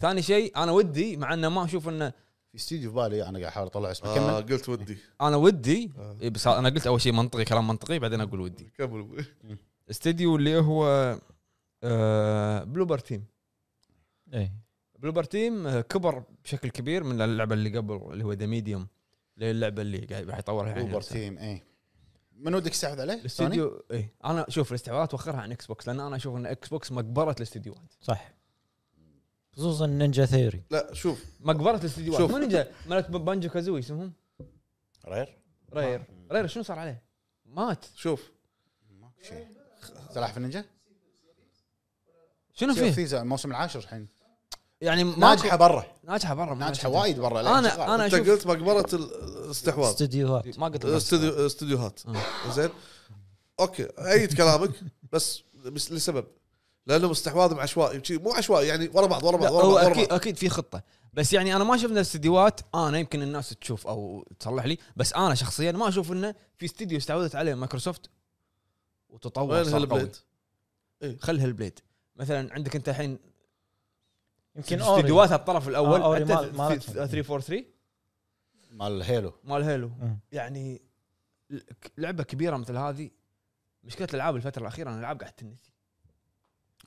S1: ثاني شيء انا ودي مع انه ما اشوف انه
S4: في استديو في بالي انا قاعد احاول اطلع اسمه
S2: آه
S4: كمل
S2: قلت ودي
S1: انا ودي
S2: آه.
S1: إيه، بس انا قلت اول شيء منطقي كلام منطقي بعدين اقول ودي
S2: كمل
S1: استديو اللي هو آه بلوبر تيم
S3: اي
S1: بلوبر تيم آه، كبر بشكل كبير من اللعبه اللي قبل اللي هو ذا ميديوم للعبه اللي قاعد راح يطورها يعني. الحين
S4: اوبر تيم اي من إيه. ودك تستحوذ عليه؟ سوني؟
S1: الاستديو اي انا شوف الاستحواذات وخرها عن اكس بوكس لان انا اشوف ان اكس بوكس مقبره الاستديوهات
S3: صح خصوصا نينجا ثيري
S2: لا شوف
S1: مقبره الاستديوهات
S2: شوف.
S1: شوف نينجا مالت بانجو كازوي اسمهم
S4: رير؟
S1: رير رير شنو صار عليه؟ مات
S2: شوف
S4: ماكو شيء سلاح في النينجا؟
S1: شنو
S4: Sea of
S1: فيه؟
S4: Thieves الموسم العاشر الحين
S1: يعني ماكو-
S4: ناجحه برا
S1: ناجحه برا ما
S4: ناجحه
S1: ناجحة.
S4: وايد برا لا،
S1: أنا-
S4: شغال.
S1: أنا
S2: انت
S1: أشوف-
S2: قلت مقبره ال- الاستحواذ
S3: استديوهات
S1: ما قلت لك.
S2: استوديو استوديوهات
S1: آه.
S2: زين اوكي ايد كلامك بس بس لسبب لانهم استحواذهم عشوائي شي- مو عشوائي يعني ورا بعض ورا
S1: لا،
S2: بعض ورا
S1: هو
S2: بعض ورا
S1: اكيد
S2: بعض
S1: اكيد في خطه بس يعني انا ما شفنا الاستديوهات انا يمكن الناس تشوف او تصلح لي بس انا شخصيا ما اشوف انه في استديو استعوذت عليه مايكروسوفت وتطور
S2: وين
S1: صار قوي.
S2: هالبليد؟
S1: خل هالبليد مثلا عندك انت الحين
S3: يمكن اوري
S1: استديوهات الطرف الاول
S3: آه، أوري
S1: انت
S3: مال-
S1: في-
S3: مالتهم.
S1: 343
S4: مال هيلو
S1: مال هيلو
S3: مم.
S1: يعني ل- ك- لعبه كبيره مثل هذه مشكله الالعاب الفتره الاخيره ان الالعاب قاعد تنسي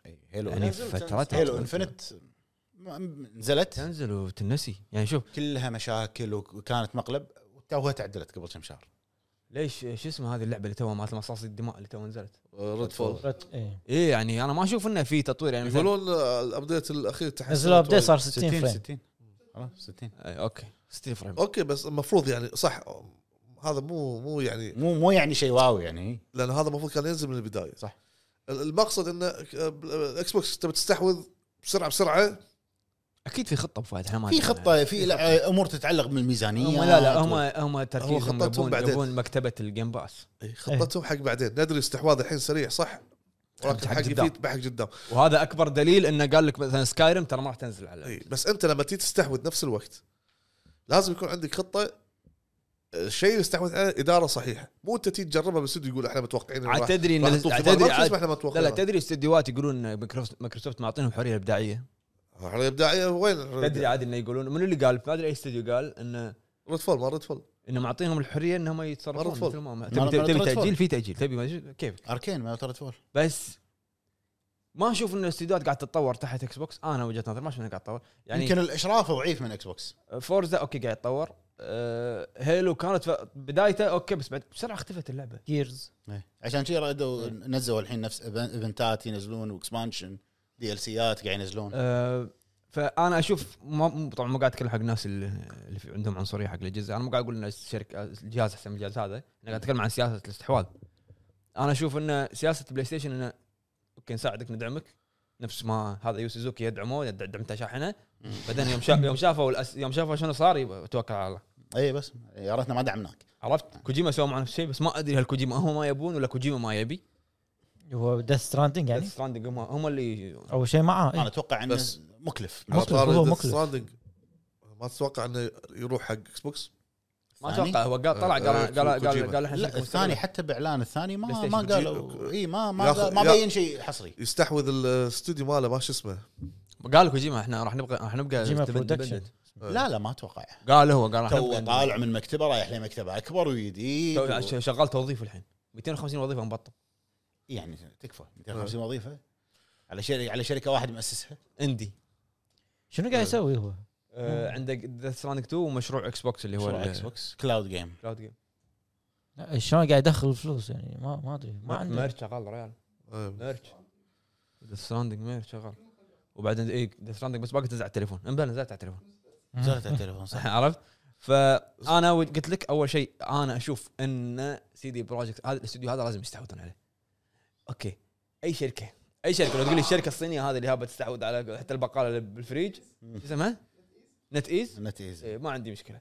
S4: أي، هيلو
S1: يعني
S4: انفنت.
S1: فترتها
S4: هيلو
S1: تنزل.
S4: انفنت ما- نزلت
S1: تنزل وتنسي يعني شوف
S4: كلها مشاكل وكانت مقلب وتوها تعدلت قبل كم شهر
S1: ليش شو اسمه هذه اللعبه اللي توها مالت مصاص الدماء اللي توها نزلت
S2: ريد فول
S3: إيه.
S1: ايه يعني انا ما اشوف انه في تطوير يعني مثلا
S2: يقولون آه، الابديت الاخير تحسن
S3: نزلوا ابديت صار 60
S4: 60
S3: فريم
S4: 60 خلاص 60
S1: أي اوكي ستيل فريم
S2: اوكي بس المفروض يعني صح هذا مو مو يعني
S4: مو مو يعني شيء واو يعني
S2: لان هذا المفروض كان ينزل من البدايه
S4: صح.
S2: ال- المقصد ان الاكس بوكس تبي تستحوذ بسرعه بسرعه
S1: اكيد في خطه بفايد احنا ما
S4: في
S1: أدري.
S4: خطه في لا- امور تتعلق بالميزانيه
S1: هم لا لا هم هم تركيزهم
S2: خطتهم
S1: يبون
S2: بعدين.
S1: يبون مكتبه الجيم باس
S2: إي، خطتهم حق بعدين ندري استحواذ الحين سريع صح ولكن
S1: حق
S2: حق
S1: قدام.
S2: يفيد بحق قدام
S1: وهذا اكبر دليل انه قال لك مثلا سكايرم ترى ما راح تنزل على
S2: اي إيه. بس انت لما تيجي تستحوذ نفس الوقت لازم يكون عندك خطه آه، شيء يستحوذ عليه اداره صحيحه مو انت تيجي تجربه بالاستوديو يقول احنا متوقعين إنه
S1: عاد
S2: راح-
S1: تدري ان
S2: راح
S1: عاد
S2: تطوف في
S1: تدري
S2: مرة، شو اسمه
S1: عاد
S2: احنا
S1: لا
S2: متوقعين
S1: لا تدري استديوهات يقولون إن مايكروسوفت مايكروسوفت معطينهم حريه ابداعيه
S2: على ابداعيه وين
S1: تدري عاد انه يقولون من اللي قال ما ادري اي استديو قال انه
S2: ريد فول ما ريد فول
S1: انه معطينهم الحريه انهم
S2: مرة
S1: يتصرفون
S2: فول.
S1: مثل ما هم.
S4: مرة-
S1: تبي تبي- تبي
S4: مرة فول.
S1: تاجيل في تاجيل تبي ما أدري شو- كيف
S4: اركين ما ترى فول
S1: بس ما اشوف ان الاستديوهات قاعد تتطور تحت اكس بوكس انا وجهه نظري ما اشوف انها قاعد تتطور يعني
S4: يمكن الاشراف ضعيف من اكس بوكس
S1: فورزا اوكي قاعد يتطور أه هيلو كانت ف- بدايته اوكي بس بعد بسرعه اختفت اللعبه
S3: جيرز
S4: عشان كذي ردوا نزلوا الحين نفس إيفن- ايفنتات ينزلون واكسبانشن دي ال سيات قاعد ينزلون
S1: أه فانا اشوف ما مو- طبعا مو قاعد اتكلم حق الناس اللي اللي في- عندهم عنصريه حق الاجهزه انا مو قاعد اقول ان الشركه الجهاز احسن من الجهاز هذا انا قاعد اتكلم عن سياسه الاستحواذ انا اشوف ان سياسه بلاي ستيشن انه اوكي نساعدك ندعمك نفس ما هذا يو سوزوكي يدعمه يدع- دعمته شاحنه بعدين يوم شاف يوم شافوا الأس- يوم شافوا شنو صار يبقى توكل على الله
S4: اي إيه، بس يا ريتنا ما دعمناك
S1: عرفت كوجيما سوى مع نفس الشيء بس ما ادري هل كوجيما هم ما يبون ولا كوجيما ما يبي
S3: هو ديث ستراندنج
S1: يعني
S3: يعني
S1: هم هم اللي
S3: اول شيء معاه
S4: انا
S3: إيه.
S4: اتوقع انه
S2: بس-
S4: مكلف
S2: على
S3: مكلف،
S2: طاري
S3: هو
S2: Death
S3: مكلف.
S2: Stranding، ما تتوقع انه يروح حق اكس بوكس
S1: ما
S4: الثاني؟
S1: اتوقع هو قال طلع قال
S2: آه،
S1: قال قال قال,
S2: كوجيما.
S1: قال احنا
S4: لا
S1: شركة
S4: الثاني
S1: مستقلة.
S4: حتى باعلان الثاني ما
S1: بلاي
S4: ما
S1: ستيشن.
S4: قالوا اي ما ما
S2: ياخذ-
S4: ما
S2: يا-
S4: بين شيء حصري
S2: يستحوذ الاستوديو ماله ما شو اسمه
S1: قال كوجيما احنا راح نبقى راح نبقى
S3: كوجيما
S1: independent.
S3: برودكشن.
S2: آه.
S4: لا لا ما اتوقع
S1: قال هو قال راح
S4: تو
S1: نبقى
S4: طالع من مكتبه رايح لمكتبه اكبر وجديد
S1: تو-
S4: و-
S1: ش- شغال توظيف الحين 250 وظيفه مبطل
S4: يعني تكفى 250
S1: نعم.
S4: وظيفه على شركه على شركه واحد مؤسسها
S1: اندي
S3: شنو قاعد يسوي هو؟
S1: آه عندك ذا ستراندنج 2 ومشروع اكس بوكس اللي هو
S4: شو اكس بوكس كلاود جيم
S1: بوكس
S3: لا، شلون قاعد يدخل فلوس يعني ما ما ادري ما عنده
S1: ميرش شغال ريال
S2: آه.
S1: ميرش ذا ستراندنج ميرش شغال وبعدين اي ذا ستراندنج بس باقي تنزل على التليفون امبلا نزلت على التليفون
S4: زرت التليفون صح
S1: عرفت؟ فانا ود- قلت لك اول شيء انا اشوف ان سي دي بروجكت هذا الاستوديو هذا لازم يستحوذون عليه. اوكي اي شركه اي شركه لو تقول لي الشركه الصينيه هذه اللي هابه تستحوذ على حتى البقاله اللي بالفريج شو اسمها؟ نت ايز
S4: نت ايزي
S1: إيه، ما عندي مشكله.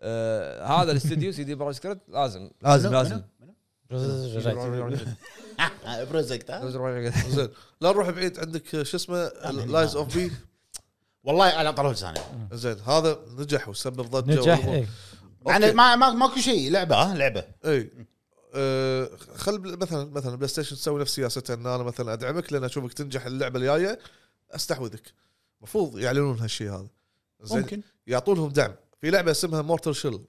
S1: آه هذا الاستوديو سي دي بروجكت ريد لازم
S4: منو-
S1: لازم
S4: منو- منو؟ بروجكت آه، ها؟
S1: لازم.
S2: زين لا نروح بعيد عندك آه، شو اسمه لايز اوف بي
S4: والله على طرف لساني
S2: زين هذا نجح وسبب ضجه
S3: نجاح
S2: والأمور.
S3: إيه.
S4: يعني ما ما- ماكو شيء لعبه ها لعبه
S2: اي إيه. آه خل بل- مثلا مثلا بلاي ستيشن تسوي نفس سياسته ان انا مثلا ادعمك لان اشوفك تنجح اللعبه الجايه استحوذك المفروض يعلنون هالشيء هذا زين
S4: ممكن
S2: يعطونهم دعم في لعبه اسمها مورتر شيل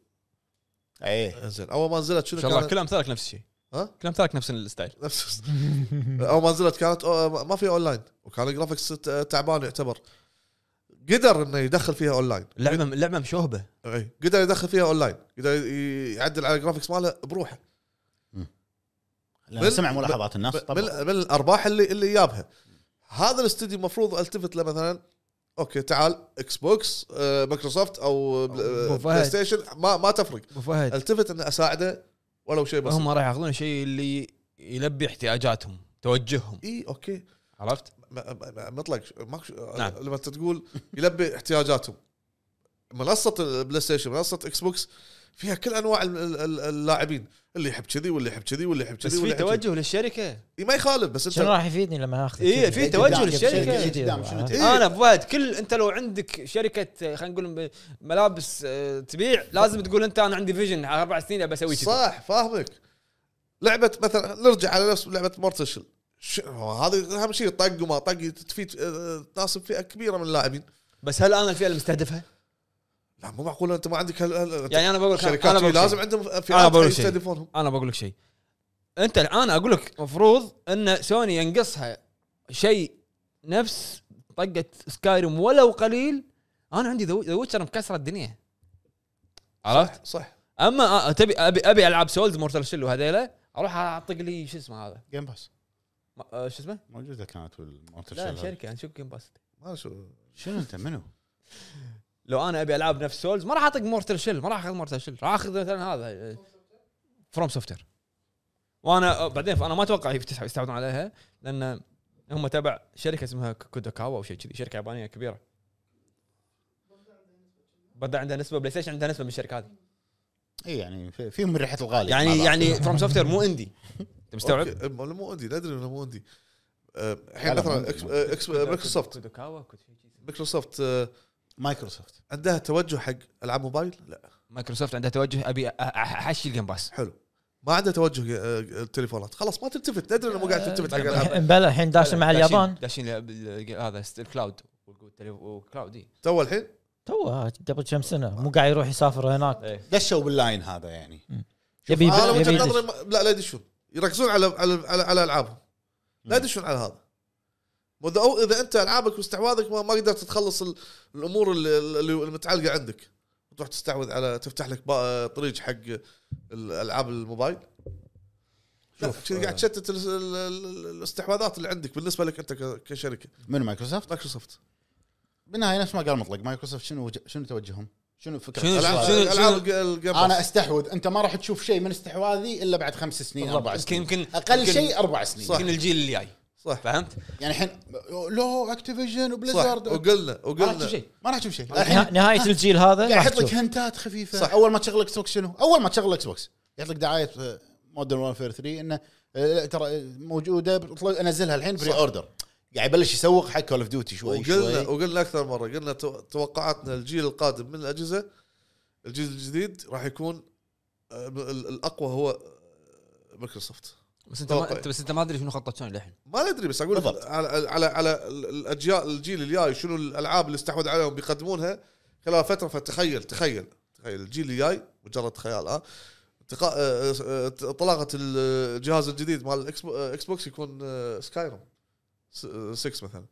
S4: اي
S2: زين اول ما نزلت
S1: ان
S2: شنو
S1: شاء الله
S2: كانت-
S1: كل امثالك نفس الشيء
S2: ها؟
S1: كل امثالك نفس الستايل
S2: نفس اول ما نزلت كانت أو- ما في اونلاين وكان الجرافكس ت- تعبان يعتبر قدر انه يدخل فيها اونلاين
S1: اللعبه اللعبه مشوهبه
S2: اي قدر يدخل فيها اونلاين قدر ي- يعدل على الجرافكس ماله بروحه
S4: لأن سمع ملاحظات الناس
S2: من,
S4: طبعا
S2: من الارباح اللي اللي جابها هذا الاستوديو المفروض التفت له مثلا اوكي تعال اكس بوكس آه، مايكروسوفت او بل-
S1: أبو
S2: بلاي
S1: فهد.
S2: ستيشن ما ما تفرق
S1: ابو فهد
S2: التفت اني اساعده ولو شيء بسيط
S1: هم راح ياخذون الشيء اللي يلبي احتياجاتهم توجههم
S2: اي اوكي
S1: عرفت؟
S2: ما- ما- ما- مطلق ش- ماكو ش-
S1: نعم.
S2: لما انت تقول يلبي احتياجاتهم منصه البلاي ستيشن منصه اكس بوكس فيها كل انواع ال- ال- ال- اللاعبين اللي يحب كذي واللي يحب كذي واللي يحب
S1: بس
S2: كذي واللي
S1: في
S2: يحب كذي.
S1: توجه للشركه
S2: إي ما يخالف بس
S3: شنو
S2: انت
S3: راح يفيدني لما اخذ
S1: إيه، في توجه للشركة.
S3: إيه.
S4: قدام شنو تبي؟
S1: انا ابو فهد كل انت لو عندك شركه آه، خلينا نقول ب- ملابس آه، تبيع لازم تقول انت انا عندي فيجن على اربع سنين ابى اسوي كذا
S2: صح فاهمك لعبه مثلا نرجع على نفس لعبه مورتشل هذه اهم شيء طق وما طق تفيد اه، تناسب فئه كبيره من اللاعبين
S1: بس هل انا الفئه المستهدفه؟
S2: لا مو معقول انت ما عندك هال- هال-
S1: يعني انا بقول
S2: شركات
S1: انا
S2: شي
S1: بقول
S2: لازم
S1: لازم
S2: عندهم
S1: أنا
S2: فئات
S1: بقول شيء.
S2: يستهدفونهم
S1: انا بقول لك شيء انت الان اقول لك المفروض ان سوني ينقصها شيء نفس طقه سكايروم ولو قليل انا عندي ذا ويتشر مكسره الدنيا عرفت؟
S2: صح
S1: اما أ- آه، تبي ابي ابي العاب سولز مورتال شل وهذيلا اروح اعطيك لي شو اسمه هذا
S4: جيم باس
S1: ما- آه، شو اسمه؟
S4: موجوده كانت بالمونتر
S1: لا يعني
S4: شغال.
S1: شركه نشوف جيم باس
S2: ما أنا شو
S4: شنو انت منو؟
S1: لو انا ابي العاب نفس سولز ما راح اعطيك مورتل شيل ما راح اخذ مورتل شيل راح اخذ مثلا هذا آه، فروم سوفتوير وانا آه، بعدين فانا ما اتوقع يفتح- يستحوذون عليها لان هم تبع شركه اسمها كودوكاوا او شيء كذي شركه يابانيه كبيره بدا عندها نسبه بلاي ستيشن عندها نسبه من الشركه هذه
S4: اي إيه، يعني في- فيهم من ريحه الغالي
S1: يعني
S4: ما بعرف.
S1: يعني فروم سوفتوير مو اندي انت مستوعب؟
S2: أوكي، أم- أنا مو عندي لا ادري انه مو عندي أه، الحين
S4: لا، لا،
S2: مثلا
S4: مو عندي.
S2: إكس- أه، إكس- أه، مايكروسوفت مايكروسوفت أه،
S4: مايكروسوفت
S2: عندها توجه حق العاب موبايل؟ لا
S1: مايكروسوفت عندها توجه ابي أ- أ- احشي الجيم باس
S2: حلو ما عندها توجه أه، التليفونات خلاص ما تلتفت ادري انه مو قاعد تلتفت حق الالعاب
S3: بلا إيه. الحين داش مع اليابان
S1: داشين ال- ال- هذا ست- الكلاود والكلاود اي
S2: تو الحين
S3: تو قبل كم سنه مو قاعد يروح يسافر هناك
S4: دشوا باللاين هذا يعني
S3: يبي
S2: انا
S3: يبي
S2: من وجهه
S3: يدش.
S2: نظري ما- لا لا يدشون يركزون على على على, على العابهم لا يدشون على هذا واذا أو اذا انت العابك واستحواذك ما, ما قدرت تخلص ال- الامور اللي, اللي المتعلقه عندك تروح تستحوذ على تفتح لك با- طريق حق الالعاب الموبايل شوف
S1: آه.
S2: كذا قاعد تشتت ال- ال- ال- الاستحواذات اللي عندك بالنسبه لك انت ك- كشركه
S4: من مايكروسوفت
S2: مايكروسوفت
S4: بالنهايه نفس ما قال مطلق مايكروسوفت شنو وج- شنو توجههم؟ شنو
S1: شنو-
S4: فكره
S2: العاب
S1: آه، شنو-
S2: العاب الج- الجيم
S4: انا
S2: باس.
S4: استحوذ انت ما راح تشوف شيء من استحواذي الا بعد خمس سنين اربع
S1: يمكن
S4: سنين
S1: يمكن
S4: اقل
S1: يمكن-
S4: شيء اربع سنين
S1: يمكن الجيل اللي جاي
S2: صح.
S1: فهمت؟
S4: يعني الحين لو اكتيفيجن
S2: صح
S4: وبليزرد
S2: وقلنا
S4: ما راح تشوف
S2: وقلنا
S4: شيء ما راح تشوف شيء
S3: نها- نهايه الجيل هذا
S4: قاعد
S3: يعني راح
S4: يحط لك
S3: تشوف.
S4: هنتات خفيفه
S2: صح.
S4: صح. اول ما تشغل اكس بوكس شنو؟ اول ما تشغل اكس بوكس يحط لك آه، دعايه مودرن وورفير 3 انه آه، لا، ترى موجوده بطل- انزلها الحين بري اوردر قاعد يبلش يسوق حق كول اوف ديوتي شوي
S2: وقلنا
S4: شوي
S2: وقلنا اكثر مره قلنا تو- توقعاتنا الجيل القادم من الاجهزه الجيل الجديد راح يكون آه، ال- ال- الاقوى هو آه، مايكروسوفت
S1: بس انت ما
S2: أوكي.
S1: أنت- بس انت ما ادري شنو خطه سوني للحين
S2: ما ندري بس اقول لك
S4: بالضبط.
S2: على على على ال- الاجيال الجيل الجاي شنو الالعاب اللي استحوذ عليهم بيقدمونها خلال فتره فتخيل تخيل تخيل الجيل الجاي مجرد خيال اه انتقا- آه، آه، طلاقه الجهاز الجديد مال الإكس- آه، اكس بوكس يكون سكايرم 6 مثلا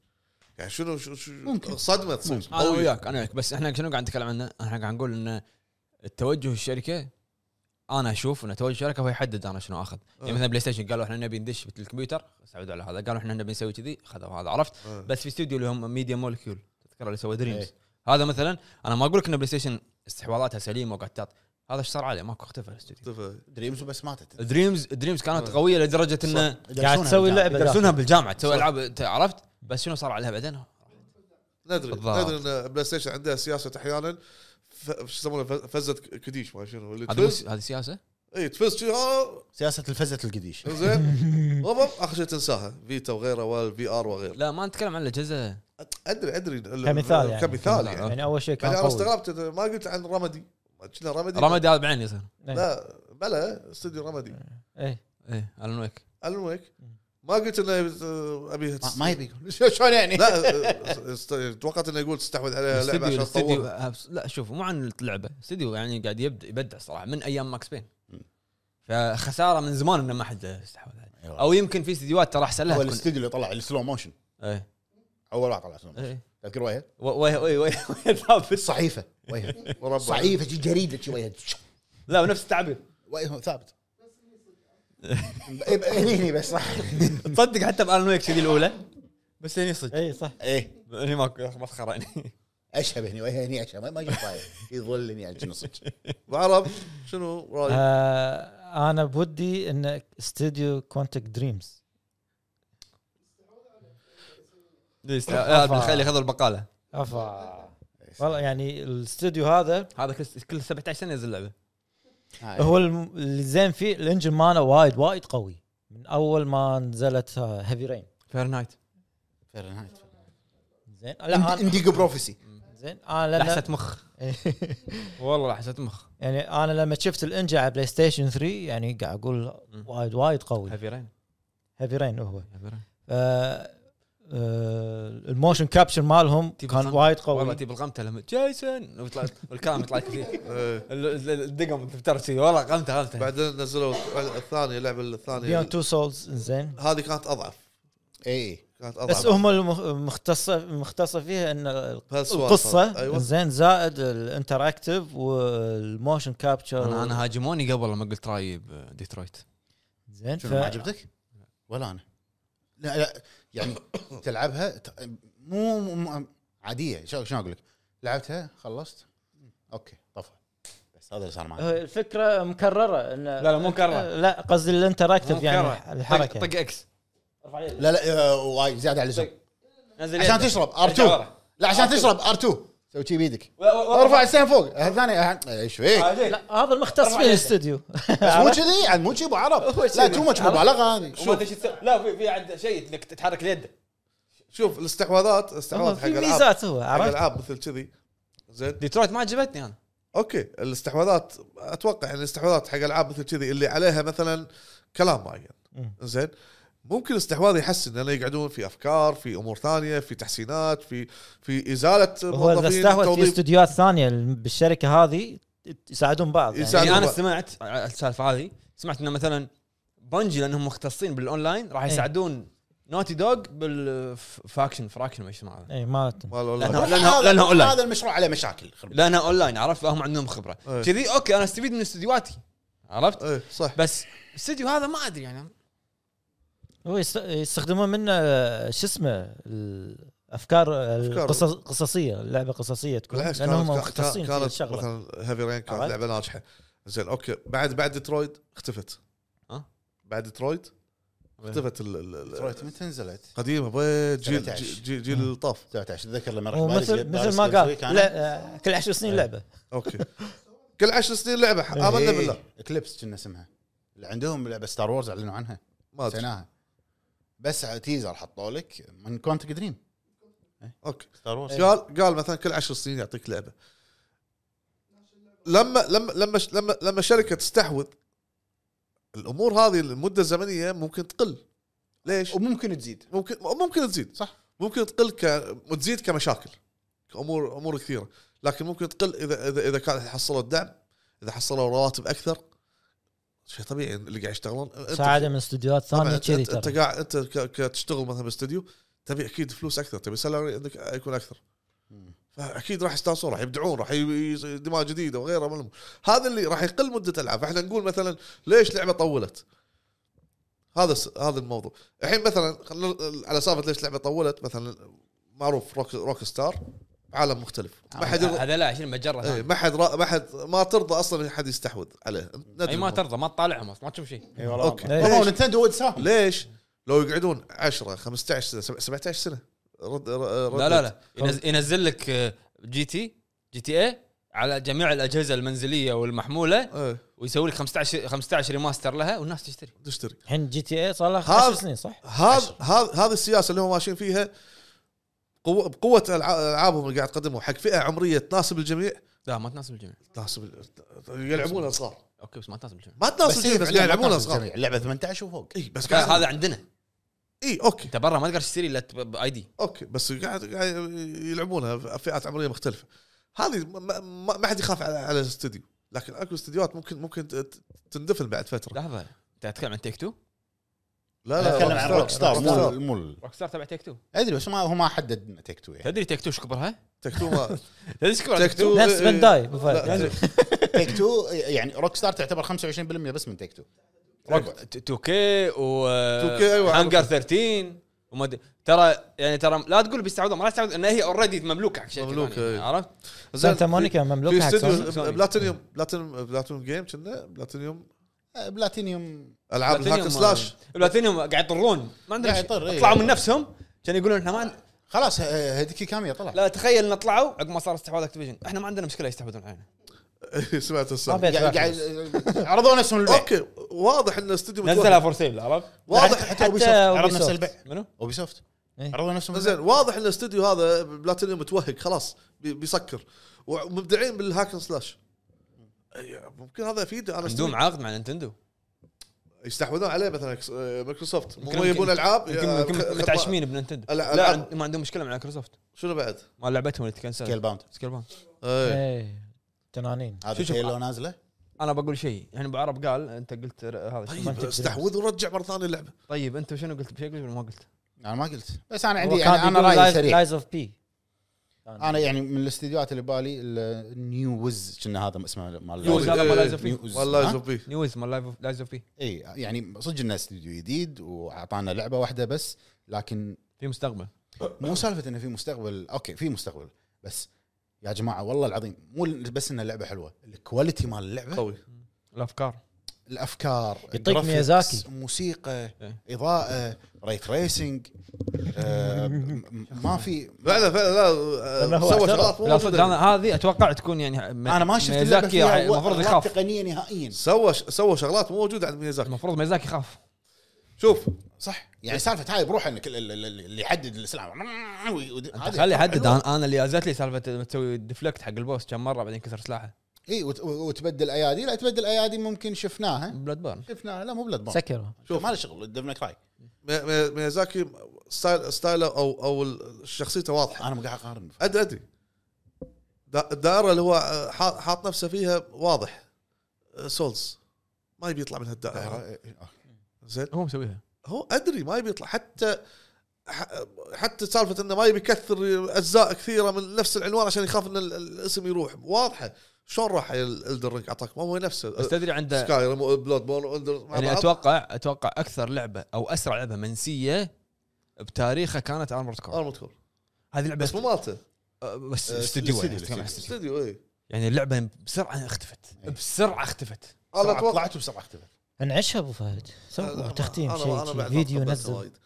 S2: يعني شنو شو- شو-
S4: ممكن.
S2: صدمه تصير.
S1: انا
S2: قوية.
S1: وياك انا وياك بس احنا شنو قاعد نتكلم عنه؟ احنا قاعد نقول ان التوجه الشركه انا اشوف ان توجه الشركه هو يحدد انا شنو اخذ، يعني
S2: آه.
S1: مثلا بلاي ستيشن قالوا احنا نبي ندش مثل الكمبيوتر استعودوا على هذا، قالوا احنا نبي نسوي كذي خذوا هذا عرفت؟
S2: آه.
S1: بس في استوديو اللي هم ميديا مولكيول تذكر اللي سوى
S4: إيه.
S1: دريمز هذا مثلا انا ما اقول لك ان بلاي ستيشن استحواذاتها سليمه وقتات هذا ايش صار عليه ماكو اختفى الاستوديو
S2: اختفى.
S4: دريمز بس ماتت
S1: دريمز دريمز كانت قويه لدرجه انه
S3: قاعد تسوي لعبه
S1: يدرسونها بالجامعه تسوي العاب أنت عرفت بس شنو صار عليها بعدين؟
S2: ندري
S1: بالضبط.
S2: ندري ان بلاي ستيشن عندها سياسه احيانا ف- شو يسمونها ف- فزه ك- كديش ما شنو اللي
S1: هذه مو-
S2: تفز
S1: هذه سياسه؟
S2: اي تفز شي، آه، ها،
S4: سياسه الفزه القديش
S2: زين وبب، اخر شيء تنساها فيتا وغيره والفي ار وغيره
S1: لا ما نتكلم عن الاجهزه
S2: ادري ادري ال-
S3: كمثال يعني.
S2: كمثال يعني
S3: يعني اول شيء كان
S2: يعني انا
S3: قوي
S2: استغربت إذا ما قلت عن رمدي كنا رمدي
S1: رمادي هذا بعين يصير
S2: لا بلا استوديو رمدي
S3: إيه.
S1: ايه الون ويك
S2: ألون ويك ما قلت انه ابي
S4: ما- ما يبي يقول. شلون يعني؟
S2: لا است- توقعت انه يقول تستحوذ عليها لعبه
S1: استوديو
S2: آه، عشان
S1: استوديو
S2: تطورها
S1: هبس- آه، لا شوف مو عن اللعبه استوديو يعني قاعد يبدع يبدع صراحه من ايام ماكس بين فخساره من زمان انه ما حد استحوذ عليه
S4: أيوة.
S1: او يمكن في استديوهات ترى احسن
S4: هو
S1: لها تكون
S4: الاستوديو اللي طلع السلو موشن
S1: ايه
S4: اول واحد طلع سلو موشن
S1: ايه
S4: تذكر وجهه؟
S1: و- وي وي وي وي
S3: إيه.
S1: ثابت
S4: صحيفه وجهه
S2: وربع.
S4: صحيفه شي جريده شي وجهه
S1: لا نفس التعبير
S4: وجهه ثابت إيه، هني هني بس صح
S1: تصدق حتى بالون ويك كذي الاولى بس هني صدق يعني
S3: اي صح
S4: ايه
S1: هني ماكو مسخره هني
S4: اشهب هني وجهه هني اشهب ما- ما يجي طاير يظلني على شنو صدق
S2: وعرب شنو
S1: طيب.
S2: رايك؟
S3: آه انا بودي ان استوديو كوانتك دريمز
S1: خلي خذوا البقاله
S3: افا
S1: إيه،
S3: والله يعني الاستوديو هذا
S1: هذا كل- كل 17 سنه ينزل لعبه أيوه.
S3: هو الم- اللي زين فيه الانجن ماله وايد وايد قوي من اول ما نزلت آه، هيفي رين
S1: فيرنايت
S4: فهرنهايت
S3: زين لا أنا-
S4: انديجو بروفيسي
S3: زين انا لما
S1: لحسه مخ والله لحسه مخ
S3: يعني انا لما شفت الانجا على بلاي ستيشن 3 يعني قاعد اقول وايد وايد قوي
S1: هافي رين
S3: هيفي رين هو
S1: هافي رين
S3: آه، آه، الموشن كابشن مالهم
S1: تيب
S3: كان
S1: الخم-
S3: وايد
S1: والله
S3: قوي
S1: تجيب القمته لما جايسون ويطلع والكلام يطلع كذي
S3: آه.
S2: إيه.
S1: ال- ال- الدقم تفتر كذي والله قمته قمته
S2: بعدين نزلوا الثانيه اللعبه الثانيه
S3: بيون تو سولز زين
S2: هذه كانت اضعف
S3: إيه.
S4: اي
S2: كانت
S3: بس
S2: اضعف
S3: هم المختصه مختصه فيها ان
S2: بس
S3: القصه
S2: أيوة.
S3: زين زائد الانتراكتيف والموشن كابتشر
S1: انا انا هاجموني قبل لما قلت رايي بديترويت
S3: زين
S4: شنو ما
S3: ف...
S4: عجبتك؟ ولا انا لا لا يعني تلعبها ت- مو مو- مو- عاديه شو- شلون اقول لك؟ لعبتها خلصت اوكي طفى بس هذا اللي صار معي
S3: الفكره مكرره ان لا
S1: لا، مو مكررة.
S3: لا قصدي الانتراكتيف يعني
S1: مكرر.
S3: الحركه
S1: طق طق اكس
S4: لا لا آه، وايد زياده على اللزوم
S7: طيب.
S1: نزل
S4: عشان
S1: يده.
S4: تشرب
S7: يعني
S1: ارجع
S4: ار2
S1: ورا.
S4: لا عشان تشرب ار2 سوي شي بيدك
S3: ارفع
S4: ارفع السهم فوق الثاني أه، ايش فيك؟
S2: إيه.
S7: لا هذا المختص
S3: أربع
S7: في
S3: يده.
S7: الاستوديو
S4: بس مو كذي عاد مو كذي ابو عرب
S3: هو
S4: لا
S3: كذي.
S4: تو ماتش مبالغه هذه
S1: وما أدري شو تسوي. لا في في عند شيء انك تتحرك اليد
S2: شوف الاستحواذات استحواذات حق
S7: في
S2: العاب
S7: ميزات هو
S2: حق
S7: عرفت
S2: العاب مثل كذي زين
S1: ديترويت ما عجبتني انا
S2: اوكي الاستحواذات اتوقع ان الاستحواذات حق العاب مثل كذي اللي عليها مثلا كلام معين
S7: مم.
S2: زين ممكن الاستحواذ يحسن لان يقعدون في افكار في امور ثانيه في تحسينات في في ازاله
S7: هو اذا
S2: موظفين
S7: استهوت في
S2: توظيف
S7: استوديوهات ثانيه بالشركه هذه يساعدون بعض يعني.
S2: يساعدون.
S1: يعني انا
S2: بعض.
S1: سمعت على السالفه هذه سمعت انه مثلا بنجي لانهم مختصين بالاونلاين راح
S7: إيه.
S1: يساعدون نوتي دوغ بالفاكشن فراكشن ما اسمه هذا
S7: اي يعني. إيه، ما
S2: مال
S1: لأنها-
S2: والله
S1: لانها لانها اونلاين
S4: هذا المشروع عليه مشاكل خرب.
S1: لانها اونلاين عرفت فهم عندهم خبره
S2: إيه.
S1: كذي اوكي انا استفيد من استديوهاتي عرفت
S2: ايه صح
S1: بس الاستديو هذا ما ادري يعني
S7: هو يست- يستخدمون منه آه، شو اسمه الافكار آه،
S2: أفكار.
S7: القصص قصصيه اللعبه قصصيه تكون
S2: بالعكس
S7: لانهم
S2: كانت
S7: مختصين في
S2: كانت
S7: الشغله
S2: مثلا هيفي رين كانت
S7: عرفت؟
S2: لعبه ناجحه زين اوكي بعد بعد ديترويد اختفت
S1: ها؟
S2: بعد ديترويد اختفت ال- ال- ال-
S4: ديترويت متى نزلت؟
S2: قديمه بي- جيل
S4: 17.
S2: جيل- جيل جيل الطاف
S4: 19 اتذكر لما
S7: هو
S4: رحت
S7: مثل مثل ما قال لا آه، كل عشر
S2: إيه.
S7: سنين لعبه
S2: اوكي كل عشر سنين لعبه
S7: إيه.
S4: إيه.
S2: امنا بالله
S4: اكليبس كنا اسمها اللي عندهم لعبه ستار وورز اعلنوا عنها
S2: ما ادري
S4: نسيناها بس تيزر حطوا لك من كوانتك دريم
S2: اوكي
S4: ستار وورز
S7: إيه.
S2: قال قال مثلا كل عشر سنين يعطيك لعبه لما لما لما لما لما شركه تستحوذ الامور هذه المده الزمنيه ممكن تقل ليش؟
S4: وممكن تزيد
S2: ممكن ممكن تزيد
S4: صح.
S2: ممكن تقل ك وتزيد كمشاكل كامور امور كثيره لكن ممكن تقل اذا اذا اذا كان حصلوا الدعم اذا حصلوا رواتب اكثر شيء طبيعي اللي قاعد يشتغلون أنت-
S7: ساعده من استوديوهات
S2: طبعا
S7: ثانيه
S2: انت,
S7: كذي
S2: انت, انت
S7: ترى
S2: قاعد انت ك- كتشتغل مثلا باستديو تبي اكيد فلوس اكثر تبي سالري عندك يكون اكثر فاكيد راح يستانسون راح يبدعون راح ي- ي- دماء جديده وغيره من الامور هذا اللي راح يقل مده العاب فاحنا نقول مثلا ليش لعبه طولت هذا الس- هذا الموضوع الحين مثلا خلنا على سالفه ليش لعبه طولت مثلا معروف روك, روك ستار عالم مختلف ما حد يرضى-
S1: هذا لا عشان مجره
S2: إيه،
S1: ثانية.
S2: ما حد را- ما حد ما ترضى اصلا احد يستحوذ عليه ندري
S1: اي ما
S2: الموضوع.
S1: ترضى ما تطالعهم أصلاً، ما تشوف شيء
S7: إيه
S4: اي والله
S2: أوكي.
S4: اوكي والله
S2: ليش؟
S4: نينتندو ود ساهم
S2: ليش لو يقعدون 10 15 سنه سب- 17 سنه رد رد
S1: لا لا لا ينزل, ينزل لك آه، جي تي جي تي اي على جميع الاجهزه المنزليه والمحموله
S2: ايه
S1: ويسوي لك 15 15 ريماستر لها والناس تشتري
S2: تشتري
S7: الحين جي تي اي صار لها
S2: هذا-
S7: 10 سنين صح؟
S2: هذا هذا هذه السياسه اللي هم ماشيين فيها قوة بقوة ألع- العابهم اللي قاعد تقدمهم حق فئة عمرية تناسب الجميع
S1: لا ما تناسب الجميع
S2: تناسب ال- يلعبونها صغار
S1: اوكي بس ما تناسب الجميع
S2: ما تناسب
S4: بس هي
S2: الجميع بس
S4: فعلاً ما
S2: قاعد يلعبونها
S4: تناسب
S2: صغار
S4: الجميع. اللعبه 18 وفوق
S2: اي بس قاعد
S1: هذا عندنا
S2: اي اوكي
S1: انت برا ما تقدر تشتري الا باي دي
S2: اوكي بس قاعد قاعد يلعبونها في فئات عمريه مختلفه هذه ما, ما, ما حد يخاف على, على الاستوديو لكن اكو استديوهات ممكن ممكن ت- ت- تندفن بعد فتره
S1: لحظه انت تتكلم عن تيك تو
S2: لا لا
S4: نتكلم عن روك ستار مو
S2: ستار.
S4: مو ال-
S1: روك ستار تبع تيك تو
S4: ادري بس ما هو ما حدد لنا تيك تو يعني
S1: تدري تيك تو ايش كبرها؟
S2: تكتو ما-
S1: تدري ايش كبرها
S2: تيك تو
S7: نفس بانداي
S2: إيه، لا،
S7: بفرق.
S4: تيك تو يعني روك ستار تعتبر 25% بس من تيك تو
S1: 2 كي و
S2: 2K أيوة، عارف.
S1: هانجر 13 وما أدري. ترى يعني ترى لا تقول بيستعودون ما راح يستعودون ان هي اوريدي مملوكه حق شركه
S2: مملوكة،
S1: مملوكه
S2: إيه.
S1: عرفت؟
S2: زين،
S7: سانتا مونيكا مملوكه
S2: في
S7: حق سوني.
S2: استوديو بلاتينيوم بلاتينيوم بلاتينيوم جيم كنا بلاتينيوم
S4: آه، بلاتينيوم
S2: العاب الهاك سلاش
S1: بلاتينيوم قاعد يطرون ما عندهم
S4: قاعد يطر،
S1: شيء.
S4: إيه.
S1: طلعوا من نفسهم كان يقولون احنا ما عن-
S4: خلاص ه- هديكي كاميا طلع
S1: لا تخيل ان طلعوا عقب ما صار استحواذ اكتيفيجن احنا ما عندنا مشكله يستحوذون علينا
S2: سمعت
S7: ما
S2: السالفه
S7: بيت.
S4: يعني قاعد قاعد عرضوا نفسهم البيع
S2: اوكي واضح ان الاستوديو
S1: نزلها
S2: متوهق
S1: فور سيل عرفت؟
S2: واضح
S4: حتى اوبي
S7: حتى
S4: سوفت عرض
S7: أوبي
S4: نفس
S7: سوفت.
S4: البيع
S1: منو؟
S4: اوبي سوفت
S7: إيه.
S4: عرضوا نفسهم
S2: زين واضح ان الاستوديو هذا بلاتينيوم متوهق خلاص بي- بيسكر ومبدعين بالهاك سلاش ممكن هذا يفيد انا
S1: عندهم
S2: استوديو
S1: عقد مع نينتندو
S2: يستحوذون عليه مثلا كس- آه، مايكروسوفت
S1: يمكن-
S2: مو يبون
S1: يمكن-
S2: العاب
S1: يمكن
S2: آه،
S1: يمكن
S2: خدمة-
S1: متعشمين بنينتندو
S2: الألعاب.
S1: لا عند- ما عندهم مشكله مع مايكروسوفت
S2: شنو بعد؟
S1: مال لعبتهم اللي
S4: سكيل
S1: تكنسل
S4: باوند
S1: سكيل بان
S2: إيه.
S7: إيه. تنانين
S1: شو
S4: هذا
S1: شوف.
S4: هيلو نازله
S1: انا بقول شيء يعني ابو عرب قال انت قلت ر- هذا شو ما
S2: طيب
S1: أنت-
S2: استحوذ ورجع مره ثانيه اللعبه
S1: طيب انت شنو قلت بشيء قلت ولا ما قلت؟
S4: انا ما قلت بس انا عندي يعني انا رايي سريع
S7: لايز اوف بي
S4: انا يعني من الاستديوهات اللي بالي النيو وز كنا هذا اسمه مال
S1: يوز هذا مال لايز اوف بي
S4: نيوز.
S2: والله
S4: ها؟
S2: يزبيه
S1: نيوز مال لايف اوف لايز اوف بي
S4: اي يعني صدق انه استديو جديد واعطانا لعبه واحده بس لكن
S1: في مستقبل
S4: مو سالفه انه في مستقبل اوكي في مستقبل بس يا جماعه والله العظيم مو بس ان اللعبه حلوه الكواليتي مال اللعبه
S2: قوي
S1: الافكار
S4: الافكار
S7: يعطيك
S4: graphics،
S7: ميازاكي.
S4: موسيقى
S6: إيه.
S4: اضاءه ريت ريسنج آه، م- م- ما في
S2: فعلا فعلا لا
S7: لأنه
S2: آه،
S7: هو
S2: سوى
S7: اعترف.
S2: شغلات مو
S1: لا صدق
S2: موجودة.
S1: انا هذه اتوقع تكون يعني م-
S4: انا ما شفت اللعبه
S1: ميازاكي
S4: فيها
S1: المفروض
S4: أغلاط
S1: يخاف
S4: تقنيه نهائيا
S2: سوى سوى شغلات مو موجوده عند ميازاكي
S1: المفروض ميزاكي يخاف
S2: شوف
S4: صح يعني سالفه هاي بروحها انك ال- ال- ال- اللي يحدد السلاح
S1: انت خلي يحدد انا أنا اللي جازت لي سالفه لما تسوي ديفلكت حق البوس كم مره بعدين كسر سلاحه
S4: اي وتبدل ايادي لا تبدل ايادي ممكن شفناها
S1: بلاد بارن
S4: شفناها لا مو بلاد بورن
S7: سكر
S4: شوف ما له شغل ديفل راي
S2: مي- مي- ميازاكي ستايل ستايله او او ال- شخصيته واضحه
S4: انا مو قاعد اقارن
S2: ادري ادري دا- الدائره اللي هو آه، حاط حاط نفسه فيها واضح آه، سولز ما يبي يطلع من
S4: آه،
S2: هالدائره زين
S1: هو مسويها
S2: هو ادري ما يبي يطلع حتى ح- حتى سالفه انه ما يبي يكثر اجزاء كثيره من نفس العنوان عشان يخاف ان ال- الاسم يروح واضحه شلون راح الدرنج اعطاك ما هو
S1: بس
S2: نفسه
S1: تدري عنده
S2: سكاي بلود بورن
S1: يعني اتوقع اتوقع اكثر لعبه او اسرع لعبه منسيه بتاريخها كانت ارمورد كور
S2: ارمد كور
S1: هذه لعبه
S2: بس مو مالته إيه.
S1: آه، بس
S4: آه،
S1: استديو
S4: استديو،
S1: يعني
S4: استديو.
S1: استديو.
S2: استديو اي
S1: يعني اللعبه بسرعه اختفت
S4: إيه.
S1: بسرعه اختفت
S2: انا اتوقع
S4: طلعت بسرعه اختفت
S7: انعشها ابو فهد
S2: أنا-
S7: سووا
S2: أنا-
S7: تختيم
S2: أنا-
S7: شيء
S2: أنا
S7: شي.
S2: بعد ما
S7: فيديو
S2: تقبلت
S7: نزل
S2: وايد.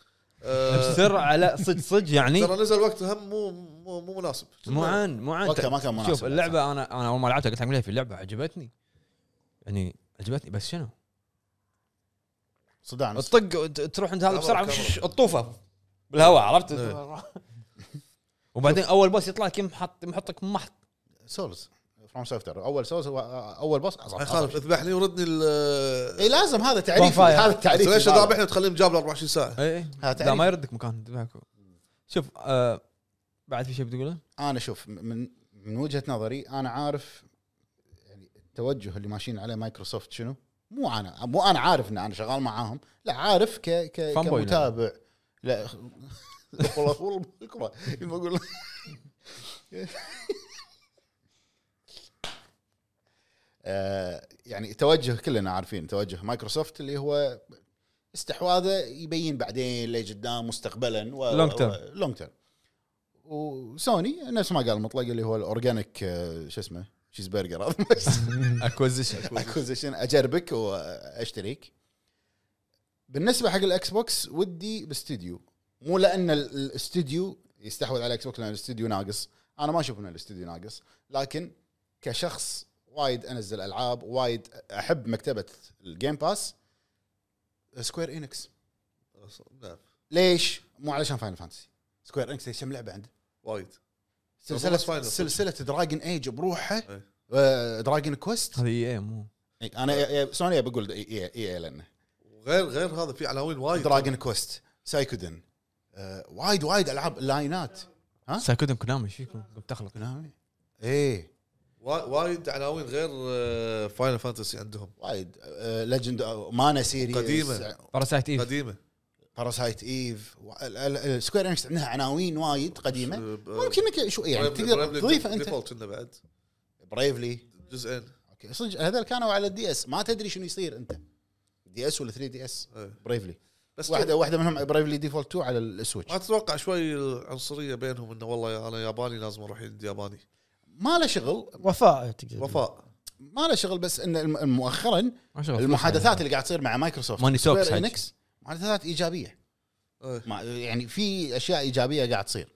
S2: آه،
S1: بسرعه لا صدق صدق يعني
S2: ترى نزل وقت هم مو مو, مو مناسب
S1: مو عن مو عن
S4: وقتها ما كان مناسب
S1: شوف اللعبه انا انا اول ما لعبتها قلت حق مليفي اللعبه عجبتني يعني عجبتني بس شنو؟
S4: صداع
S1: الطق وت- تروح عند هذا
S2: كاميرا،
S1: بسرعه
S2: كاميرا.
S1: وش- الطوفه بالهواء عرفت؟
S2: إيه.
S1: وبعدين اول بوس يطلع لك محط محطك محط
S4: سولز فروم سوفتر اول سولز هو اول بوس
S2: ما يخالف يعني اذبحني وردني
S4: اي
S2: ال
S4: لازم هذا تعريف
S7: Bonfire.
S4: هذا تعريف
S2: ليش ذابحني وتخليه مجابل 24 ساعه
S1: اي إي.
S4: إيه. هذا
S1: لا
S4: تعريف.
S1: ما يردك مكان دماغك. شوف آه بعد في شيء بتقوله؟
S4: انا شوف من من وجهه نظري انا عارف يعني التوجه اللي ماشيين عليه مايكروسوفت شنو؟ مو انا مو انا عارف ان انا شغال معاهم لا عارف ك ك
S1: Fanboy
S4: كمتابع لا خ- والله والله بكره يبغى اقول آه، يعني توجه كلنا عارفين توجه مايكروسوفت اللي هو استحواذه يبين بعدين لقدام مستقبلا و
S1: Long term.
S4: لونج تيرم وسوني نفس ما قال مطلق اللي هو الاورجانيك آه، شو اسمه شيز برجر هذا
S1: اكوزيشن
S4: اكوزيشن اجربك واشتريك بالنسبه حق الاكس بوكس ودي باستديو مو لان ال- الاستديو يستحوذ على الاكس بوكس لان الاستديو ناقص انا ما اشوف ان الاستديو ناقص لكن كشخص وايد انزل العاب وايد احب مكتبه الجيم باس سكوير انكس
S2: نعم
S4: ليش؟ مو علشان فاينل فانتسي سكوير انكس ليش كم لعبه عنده؟
S2: وايد بس
S4: سلسله
S2: Final Fantasy.
S4: سلسله دراجن ايج بروحها
S2: إيه.
S4: دراجن كويست
S1: هذه اي مو
S4: إيه، انا سوني إيه، بقول اي اي لانه
S2: وغير غير هذا في عناوين وايد
S4: دراجون كويست سايكودن آه، وايد وايد العاب لاينات
S1: سايكودن كونامي ايش فيكم قمت تخلق
S4: كونامي ايه
S2: وا- وايد عناوين غير فاينل فانتسي عندهم
S4: وايد آه، ليجند مانا سيريز
S2: قديمة.
S1: باراسايت ايف
S2: قديمه
S4: باراسايت ايف سكوير انكس عندها عناوين وايد قديمه
S2: آه،
S4: ممكن انك شو يعني تقدر تضيفها انت
S2: ديفولت كنا بعد
S4: برايفلي
S2: جزئين
S4: اوكي صدق هذول كانوا على الدي اس ما تدري شنو يصير انت دي اس ولا 3 دي اس
S2: إيه.
S4: برايفلي
S2: بس آه.
S4: واحده واحده منهم برايفلي ديفولت 2 على السويتش
S2: ما تتوقع شوي العنصريه بينهم انه والله انا ياباني لازم اروح عند ياباني
S4: ما له شغل
S7: وفاء تقدر
S2: وفاء
S4: ما له شغل بس ان الم- مؤخرا
S1: ما شغل
S4: المحادثات اللي قاعد تصير مع مايكروسوفت
S1: ماني سوكس
S4: Square
S1: حاج.
S4: Enix محادثات ايجابيه
S2: إيه.
S4: مع- يعني في اشياء ايجابيه قاعد تصير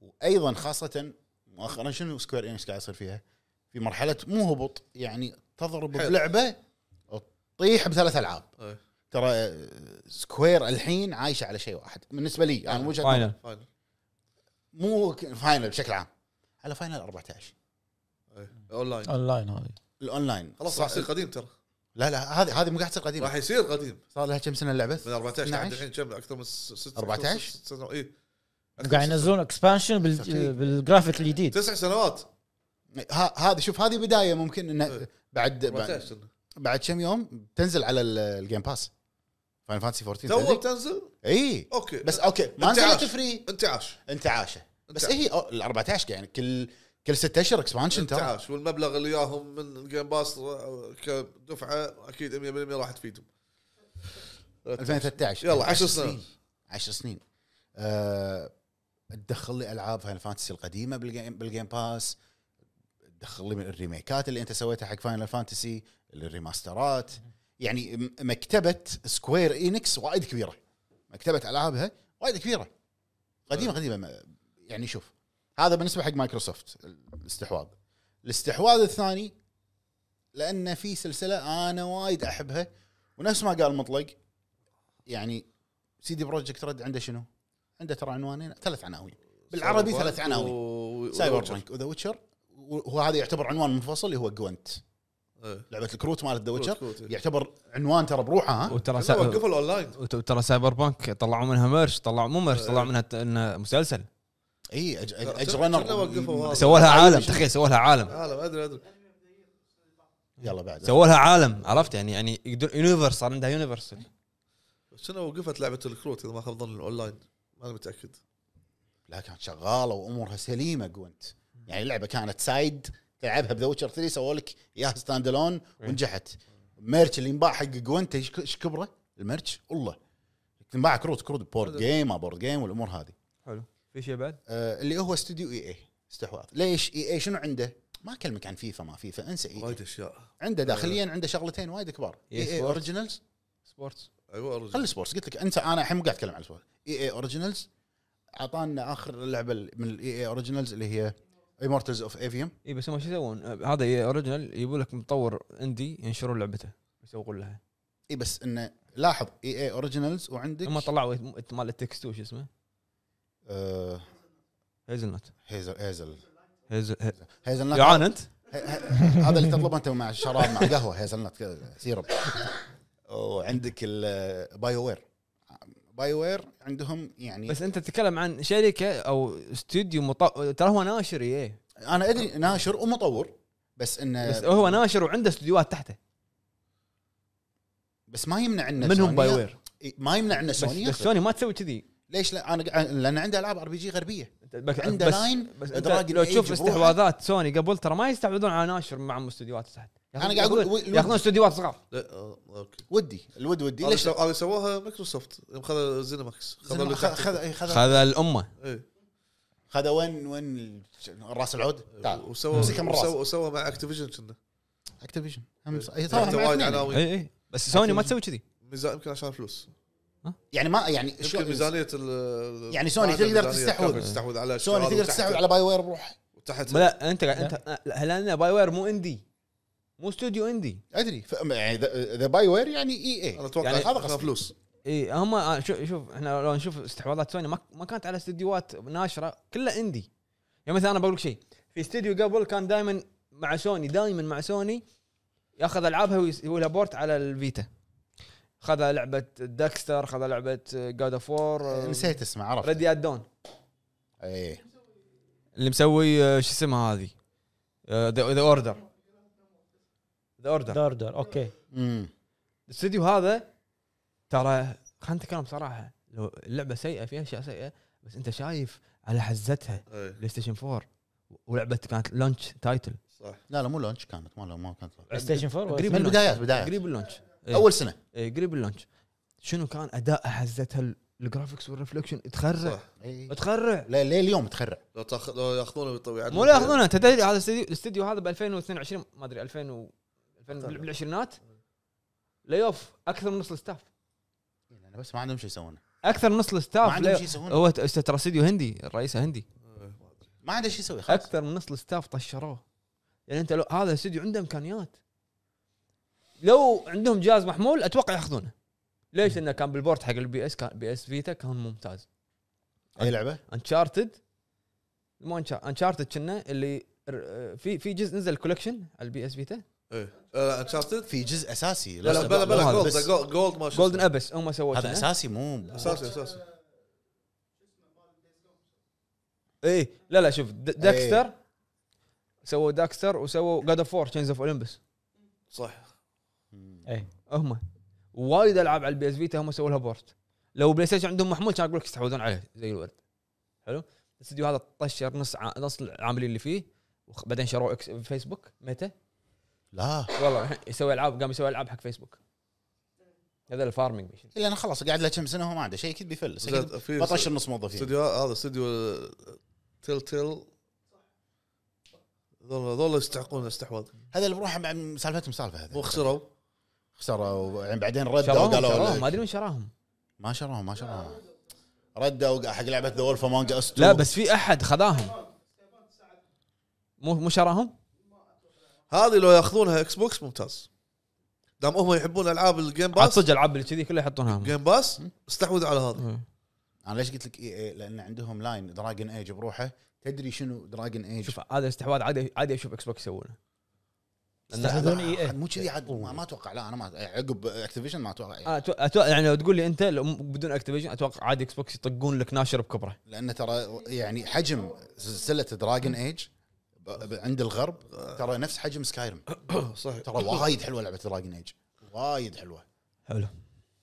S4: وايضا خاصه مؤخرا شنو سكوير انكس قاعد يصير فيها؟ في مرحله مو هبوط يعني تضرب
S2: حلو.
S4: بلعبه تطيح بثلاث العاب
S2: إيه.
S4: ترى سكوير الحين عايشه على شيء واحد بالنسبه لي انا وجهه نظري.
S1: فاينل
S2: فاينل
S4: مو ك- فاينل بشكل عام على فاينل 14
S2: إيه. اونلاين
S7: اونلاين هذه
S4: الاونلاين
S2: خلاص
S4: صار-
S2: راح يصير قديم ترى
S4: لا لا هذه هذه مو قاعد تصير قديمه
S2: راح يصير قديم
S4: صار لها كم سنه اللعبه؟
S2: من 14 لحد
S4: 12.
S2: الحين كم اكثر من 6
S4: 14
S2: اي
S7: قاعد ينزلون اكسبانشن بال... بالجرافيك uh, الجديد
S2: تسع سنوات
S4: ها- هذا شوف هذه بدايه ممكن انه
S2: إيه.
S4: بعد بعد-
S2: 14
S4: بعد كم يوم تنزل على ال- الجيم باس فاين فانسي 14
S2: تو
S4: تدري؟
S2: بتنزل
S4: اي
S2: اوكي
S4: إيه. بس اوكي ما
S2: انتعاش.
S4: نزلت فري
S2: انتعاش
S4: انتعاشه بس
S2: انتعاش.
S4: هي ال 14 يعني كل كل ست اشهر اكسبانشن ترى
S2: انتعاش والمبلغ اللي ياهم من الجيم باس كدفعه اكيد 100% راح تفيدهم
S4: 2013
S2: يلا،
S4: 10
S2: عشر
S4: سنين
S2: سنين.
S4: 10 سنين أه، تدخل لي العاب فاينل فانتسي القديمه بالجيم بالجيم باس تدخل لي من الريميكات اللي انت سويتها حق فاينل فانتسي الريماسترات يعني م- مكتبه سكوير انكس وايد كبيره مكتبه العابها وايد كبيره قديمه قديمه ما- يعني شوف هذا بالنسبه حق مايكروسوفت الاستحواذ الاستحواذ الثاني لان في سلسله انا وايد احبها ونفس ما قال مطلق يعني سيدي بروجكت رد عنده شنو؟ عنده ترى عنوانين ثلاث عناوين بالعربي ثلاث عناوين
S2: و-
S4: سايبر
S2: وWitcher.
S4: بانك وذا ويتشر وهو هذا يعتبر عنوان منفصل اللي هو جوانت
S2: إيه.
S4: لعبه الكروت مالت ذا ويتشر
S2: كروت، كروت، إيه.
S4: يعتبر عنوان ترى بروحها ها
S1: وترى
S2: لا،
S1: سا...
S2: وقفوا الاونلاين
S1: وت- وترى سايبر بانك طلعوا منها ميرش طلعوا مو ميرش طلعوا منها ت- إنه مسلسل
S4: اي أج- أج-
S2: شنو وقفوا آه،
S4: اجرنر
S2: هذا؟
S1: سووا لها عالم تخيل سووا لها عالم
S2: عالم ادري ادري
S4: يلا بعد
S1: سووا لها عالم عرفت يعني يعني يقدر يونيفرس صار عندها يونيفرس
S2: شنو وقفت لعبه الكروت اذا ما خاب ظني الاونلاين ماني متاكد
S4: لا كانت شغاله وامورها سليمه جوانت يعني اللعبه كانت سايد تلعبها بذا ويتشر 3 سووا لك اياها ستاند الون ونجحت الميرش اللي انباع حق جوانت ايش إيش كبره الميرش والله انباع كروت كروت بورد جيم ما بورد جيم والامور هذه
S1: في شيء بعد؟
S4: آه، اللي هو استوديو اي اي استحواذ ليش اي اي شنو عنده ما اكلمك عن فيفا ما فيفا انسى اي
S2: وايد اشياء
S4: عنده داخليا عنده شغلتين وايد كبار
S1: EA
S4: E اي اي
S1: Sports.
S4: اوريجينالز
S1: سبورتس
S2: ايوه أرجع.
S4: خلي سبورتس قلت لك انت انا الحين مو قاعد اتكلم عن سبورتس اي اي اوريجينالز اعطانا اخر لعبه من الاي اي اوريجينالز اللي هي امورتلز اوف ايفيوم
S1: اي بس هم شو يسوون؟ آه، هذا إيه اوريجنال يجيبوا لك مطور اندي ينشرون لعبته يسوقون لها
S4: اي بس انه لاحظ اي اي اوريجينالز وعندك
S1: هم طلعوا إت- مال التكست شو اسمه؟
S4: آه
S1: هيزل نوت
S4: هيزل هيزل
S1: هيزل هي-
S4: هيزل نت.
S1: جوعان انت؟
S4: ه- ه- هذا اللي تطلبه انت مع شراب مع قهوه هيزل نت كذا، سيرب وعندك البايو وير بايو وير عندهم يعني
S1: بس انت تتكلم عن شركه او استوديو مط... ترى هو ناشر ايه
S4: انا ادري ناشر ومطور بس انه
S1: بس هو ناشر وعنده استديوهات تحته
S4: بس ما يمنع انه
S1: منهم
S4: سونيا-
S1: باي وير
S4: إي، ما يمنع انه
S1: بس,
S4: سوني
S1: بس
S4: ياخذ.
S1: سوني ما تسوي كذي
S4: ليش لا انا قاعد- لان عنده العاب ار بي جي غربيه
S1: بس
S4: عنده
S1: بس,
S4: لاين،
S1: بس انت
S4: دراجن
S1: لو
S4: ايج
S1: تشوف
S4: بروحه.
S1: استحواذات سوني قبل ترى ما يستحوذون على ناشر مع استديوهات تحت
S4: انا قاعد اقول
S1: ياخذون-
S4: ودي-
S1: ياخذون استديوهات صغار
S2: لا، آه، اوكي
S4: ودي الود ودي
S2: هذا
S4: ليش
S2: سو- هذا سووها مايكروسوفت يوم خذ زينماكس خذ
S4: خذ
S2: اللي تحت.
S4: خذ إي، خذ
S1: خذ الامه
S2: إيه.
S4: خذ وين وين راس العود تعال
S2: وسوى
S4: امسكها من راسك.
S2: وسوى وسوى مع اكتيفيجن كنا
S4: اكتيفيشن
S2: يعني وايد عناوين
S1: اي اي بس سوني ما تسوي كذي
S2: ميزان يمكن عشان فلوس
S4: يعني ما يعني شو-
S2: يمكن ميزانيه ال-
S4: يعني سوني
S2: ما
S4: تقدر
S2: عندها ميزانية
S4: تستحوذ.
S2: كافية تستحوذ على
S4: سوني
S2: أشياء
S4: تقدر
S2: وتحت-
S4: تستحوذ على باي وير بروحه
S2: وتحت
S1: لا انت قاعد انت لا، لان باي وير مو اندي مو استوديو اندي
S4: ادري ف- يعني ذا ذا باي وير يعني اي اي
S2: انا اتوقع
S1: يعني-
S2: هذا فلوس
S1: اي هم آه، شو- شوف احنا لو نشوف استحواذات سوني ما ما كانت على استديوهات ناشره كلها اندي يعني مثلا انا بقول لك شيء في استديو قبل كان دائما مع سوني دائما مع سوني ياخذ العابها ويس- ويلابورت على الفيتا خذ لعبه داكستر خذ آه، لعبه جاد اوف وور
S4: نسيت اسمه عرفت إيه.
S1: ريدي ادون
S4: اي
S1: اللي مسوي آه، شو اسمها هذه آه، ذا اوردر ذا اوردر
S7: دوردر اوكي
S4: امم
S1: الاستديو هذا ترى خلينا نتكلم صراحه لو اللعبه سيئه فيها اشياء سيئه بس انت شايف على حزتها
S2: إيه،
S1: بلاي ستيشن 4 ولعبه كانت لانش تايتل
S2: صح
S4: لا لا مو لونش كانت ما لا ما كانت launch.
S7: بلاي ستيشن 4
S1: قريب
S4: من
S1: اللونش.
S4: البدايات بدايات
S1: قريب اللونش إيه.
S4: اول سنه
S1: إيه، قريب اللونش شنو كان اداء حزتها ال- الجرافكس والرفلكشن تخرع
S2: صح
S1: إيه.
S4: إي.
S1: تخرع
S4: إيه. لا ليه اليوم تخرع
S2: لو تاخ... لو يعني. ياخذونه ويطلعونه
S1: مو لا ياخذونها انت تدري هذا الاستديو الاستديو هذا ب 2022 ما ادري 2000 و 2000
S4: طيب.
S1: بال- بالعشرينات لي اوف اكثر من نص الستاف
S4: يعني بس ما عندهم شيء يسوونه
S1: اكثر من نص
S4: ما
S1: الستاف
S4: عندهم
S1: لي-
S4: شيء يسوونه
S1: هو ت- ترى استديو هندي الرئيسه هندي
S4: ما عنده شيء يسوي خلاص
S1: اكثر من نص الستاف طشروه يعني انت لو هذا استوديو عنده امكانيات لو عندهم جهاز محمول اتوقع ياخذونه ليش؟ لانه كان بالبورت حق البي اس كان بي اس فيتا كان ممتاز
S4: اي لعبه
S1: انشارتد مو انشارتد كنا اللي ر- في في جزء نزل كولكشن على البي اس فيتا
S2: إيه. انشارتد
S4: في جزء اساسي
S2: بلا بلا
S1: لا،
S2: بلا
S1: هذا
S2: جولد
S4: بس-
S2: جولد- جولد ما شو
S1: جولدن
S2: اسمه.
S1: ابس هم سووا
S4: هذا
S1: كنا.
S4: اساسي مو
S2: اساسي اساسي
S1: اي إيه. لا لا شوف د- داكستر سووا داكستر وسووا جاد اوف فور تشينز اوف اولمبس
S2: صح
S1: هم وايد العاب على البي اس فيتا هم سووا لها بورت لو بلاي ستيشن عندهم محمول كان اقول لك يستحوذون عليه زي الورد حلو الاستديو هذا طشر نص ع... نص العاملين اللي فيه وبعدين شروا اكس فيسبوك متى
S4: لا
S1: والله الحين يسوي العاب قام يسوي العاب حق فيسبوك هذا الفارمنج ميشن
S4: الا انا خلاص قاعد له كم سنه وما عنده شيء اكيد بيفلس
S2: زاد-
S4: أكيد
S2: في
S4: بطش النص موظفين
S2: استوديو هذا استوديو تيل تيل هذول هذول يستحقون استحواذ
S4: هذا اللي بروحه مع سالفتهم سالفه هذا
S2: مو خسروا
S4: خسروا يعني بعدين ردوا
S1: شراهم
S4: قالوا
S1: شراهم ما
S4: لك-
S1: ادري وين شراهم
S4: ما شروهم ما شروهم ردوا حق لعبه ذا وولف امونج اس
S1: لا بس في احد خذاهم مو مو شراهم
S2: هذه لو ياخذونها اكس بوكس ممتاز دام هم يحبون العاب الجيم
S1: عاد
S2: باس
S1: صدق العاب اللي كذي كلها يحطونها
S2: جيم باس استحوذوا على هذا
S4: انا ليش قلت لك اي اي لان عندهم لاين دراجن ايج بروحه تدري شنو دراجن ايج
S1: شوف هذا استحواذ عادي عادي اشوف اكس بوكس يسوونه
S7: يستحوذون اي اي
S4: مو كذي عاد ما, ما اتوقع لا انا ما عقب اكتيفيشن ما اتوقع يعني.
S1: انا أتو- أتو... يعني لو تقول لي انت لو م- بدون اكتيفيشن اتوقع عادي اكس بوكس يطقون لك ناشر بكبره
S4: لان ترى يعني حجم سلسله دراجن ايج ب- ب- عند الغرب ترى نفس حجم سكايرم
S2: صحيح
S4: ترى وايد حلوه لعبه دراجن ايج وايد حلوه
S1: حلو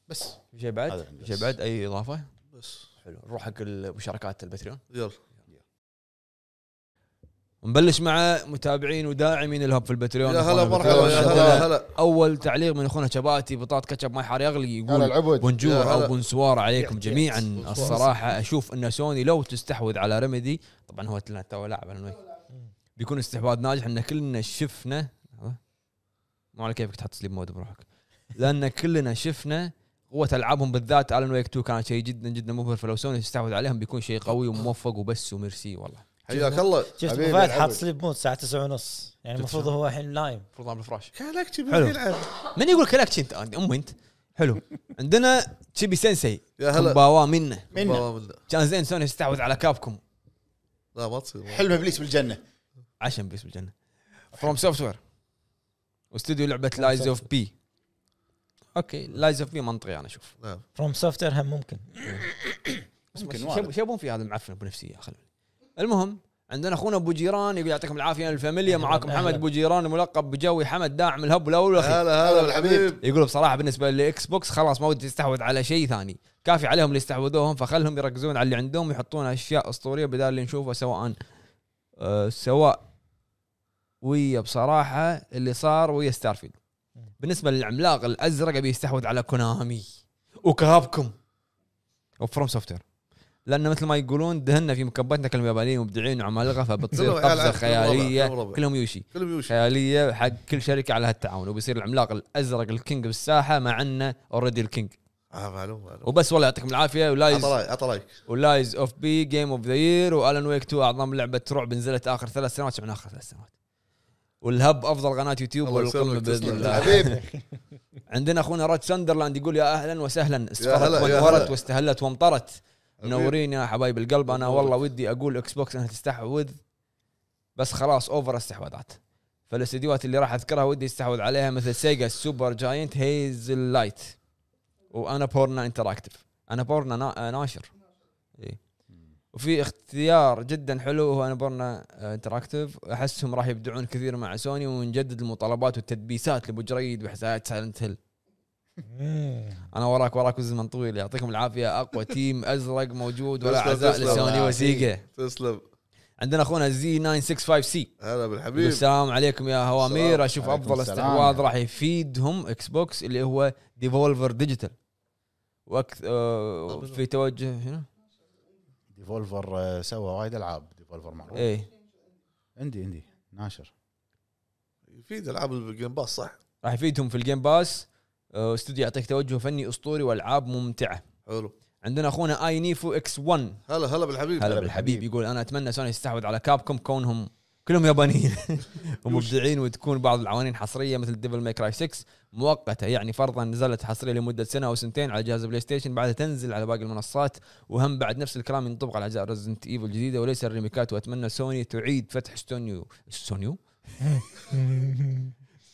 S4: بس
S1: في شيء بعد؟
S4: هذا عندي
S1: في شيء
S4: بس.
S1: بعد اي اضافه؟
S2: بس
S1: حلو نروح حق مشاركات البتريون
S2: يلا
S1: نبلش مع متابعين وداعمين الهب في البتريون
S2: يا هلا
S1: أخونا
S2: مرحبا يا
S1: البتريون.
S2: هلا هلا
S1: اول تعليق من اخونا شباتي بطاط كاتشب ماي حار يغلي
S4: هلا
S1: يقول
S4: العبود
S2: يا
S1: بونجور
S2: هلا.
S1: او بونسوار عليكم
S4: يعطيك.
S1: جميعا
S4: بونسوار.
S1: الصراحه اشوف ان سوني لو تستحوذ على ريميدي طبعا هو تلنا- تو لاعب على المايك. بيكون استحواذ ناجح ان كلنا شفنا ها؟ مو على كيفك تحط سليب مود بروحك لان كلنا شفنا قوة العابهم بالذات الن ويك 2 كانت شيء جدا جدا مبهر فلو سوني تستحوذ عليهم بيكون شيء قوي وموفق وبس وميرسي والله
S2: حياك الله
S7: شفت
S4: حبيبي
S7: أبو فهد
S4: العبد.
S7: حاط سليب مود الساعه 9 ونص يعني المفروض هو الحين نايم
S1: المفروض على الفراش
S2: كانك تبي
S1: حلو.
S2: يلعب
S1: من يقول لك كنت أنت- ام انت حلو عندنا تشيبي سensei
S2: يا هلا
S1: باوا منه
S4: منا
S2: بابا منا.
S1: كان زين سوني تستحوذ على كابكم
S2: لا ما تصير
S4: حلم ابليس بالجنه
S1: عشان بيس بالجنه فروم سوفت وير واستوديو لعبه لايز اوف بي اوكي لايز اوف بي منطقي انا اشوف
S2: نعم
S7: فروم سوفت وير هم ممكن
S4: ممكن
S1: شو-
S4: وارد.
S1: شو يبون في هذا المعفن ابو نفسيه خلوني المهم عندنا اخونا ابو جيران يقول يعطيكم العافيه الفاميليا معاكم
S7: أهلاً.
S1: حمد ابو جيران ملقب بجوي حمد داعم الهب الاول والاخير
S2: هلا هلا بالحبيب
S1: يقول بصراحه بالنسبه للاكس بوكس خلاص ما ودي تستحوذ على شيء ثاني كافي عليهم اللي استحوذوهم فخلهم يركزون على اللي عندهم ويحطون اشياء اسطوريه بدال اللي نشوفه سواء أه سواء ويا بصراحه اللي صار ويا ستارفيلد بالنسبه للعملاق الازرق ابي يستحوذ على كونامي وكابكم وفروم سوفتوير لان مثل ما يقولون دهنا في مكبتنا كلهم يابانيين ومبدعين وعمالقه فبتصير
S2: كلهم عيال
S1: قفزه
S2: عيال، كلهم ربع، كلهم
S1: خياليه
S2: ربع.
S1: كلهم يوشي
S2: كلهم يوشي
S1: خياليه حق كل شركه على هالتعاون وبيصير العملاق الازرق الكينج بالساحه مع انه اوريدي الكينج
S2: آه، معلومه معلومه
S1: وبس والله يعطيكم العافيه
S2: عطى
S1: ولايز
S2: رايك عطى رايك
S1: ولايز اوف بي جيم اوف ذا يير والان ويك 2 اعظم لعبه رعب نزلت اخر ثلاث سنوات من اخر ثلاث سنوات والهب افضل قناه يوتيوب
S2: الله يسلمك،
S1: والقمه باذن
S2: تسلم.
S1: الله
S4: حبيبي
S1: عندنا اخونا راد ساندرلاند يقول يا اهلا وسهلا
S2: هلا،
S1: اسفرت
S2: يا
S1: ونورت
S2: هلا.
S1: واستهلت وامطرت منورين يا حبايب القلب انا والله ودي اقول اكس بوكس انها تستحوذ بس خلاص اوفر استحواذات فالاستديوهات اللي راح اذكرها ودي استحوذ عليها مثل سيجا سوبر جاينت هيز لايت وانا بورنا انتراكتف انا بورنا نا- ناشر إيه. وفي اختيار جدا حلو هو انا بورنا انتراكتف احسهم راح يبدعون كثير مع سوني ونجدد المطالبات والتدبيسات لابو جريد وحسابات سايلنت هيل انا وراك وراك وزمن طويل يعطيكم العافيه اقوى تيم ازرق موجود ولا
S2: تسلم،
S1: عزاء
S2: تسلم.
S1: لسوني
S4: الله
S1: وسيجا
S2: تسلم
S1: عندنا اخونا زي 965 سي
S2: هلا بالحبيب
S1: السلام عليكم يا
S4: السلام.
S1: هوامير اشوف
S4: عليكم
S1: افضل
S4: السلام.
S1: استحواذ راح يفيدهم اكس بوكس اللي هو ديفولفر ديجيتال وقت آه، في توجه هنا
S4: ديفولفر آه، سوى وايد العاب ديفولفر معروف
S1: ايه
S4: عندي عندي ناشر
S2: يفيد العاب الجيم باس صح
S1: راح يفيدهم في الجيم باس آه، استوديو يعطيك توجه فني اسطوري والعاب ممتعه
S2: حلو
S1: عندنا اخونا اي نيفو اكس 1
S2: هلا هلا بالحبيب
S1: هلا بالحبيب يقول انا اتمنى سوني تستحوذ على كابكم كونهم كلهم يابانيين ومبدعين وتكون بعض العوانين حصريه مثل ديفل ماي كراي 6 مؤقته يعني فرضا نزلت حصريه لمده سنه او سنتين على جهاز بلاي ستيشن بعدها تنزل على باقي المنصات وهم بعد نفس الكلام ينطبق على اجزاء ريزنت ايفل الجديده وليس الريميكات واتمنى سوني تعيد فتح ستونيو ستونيو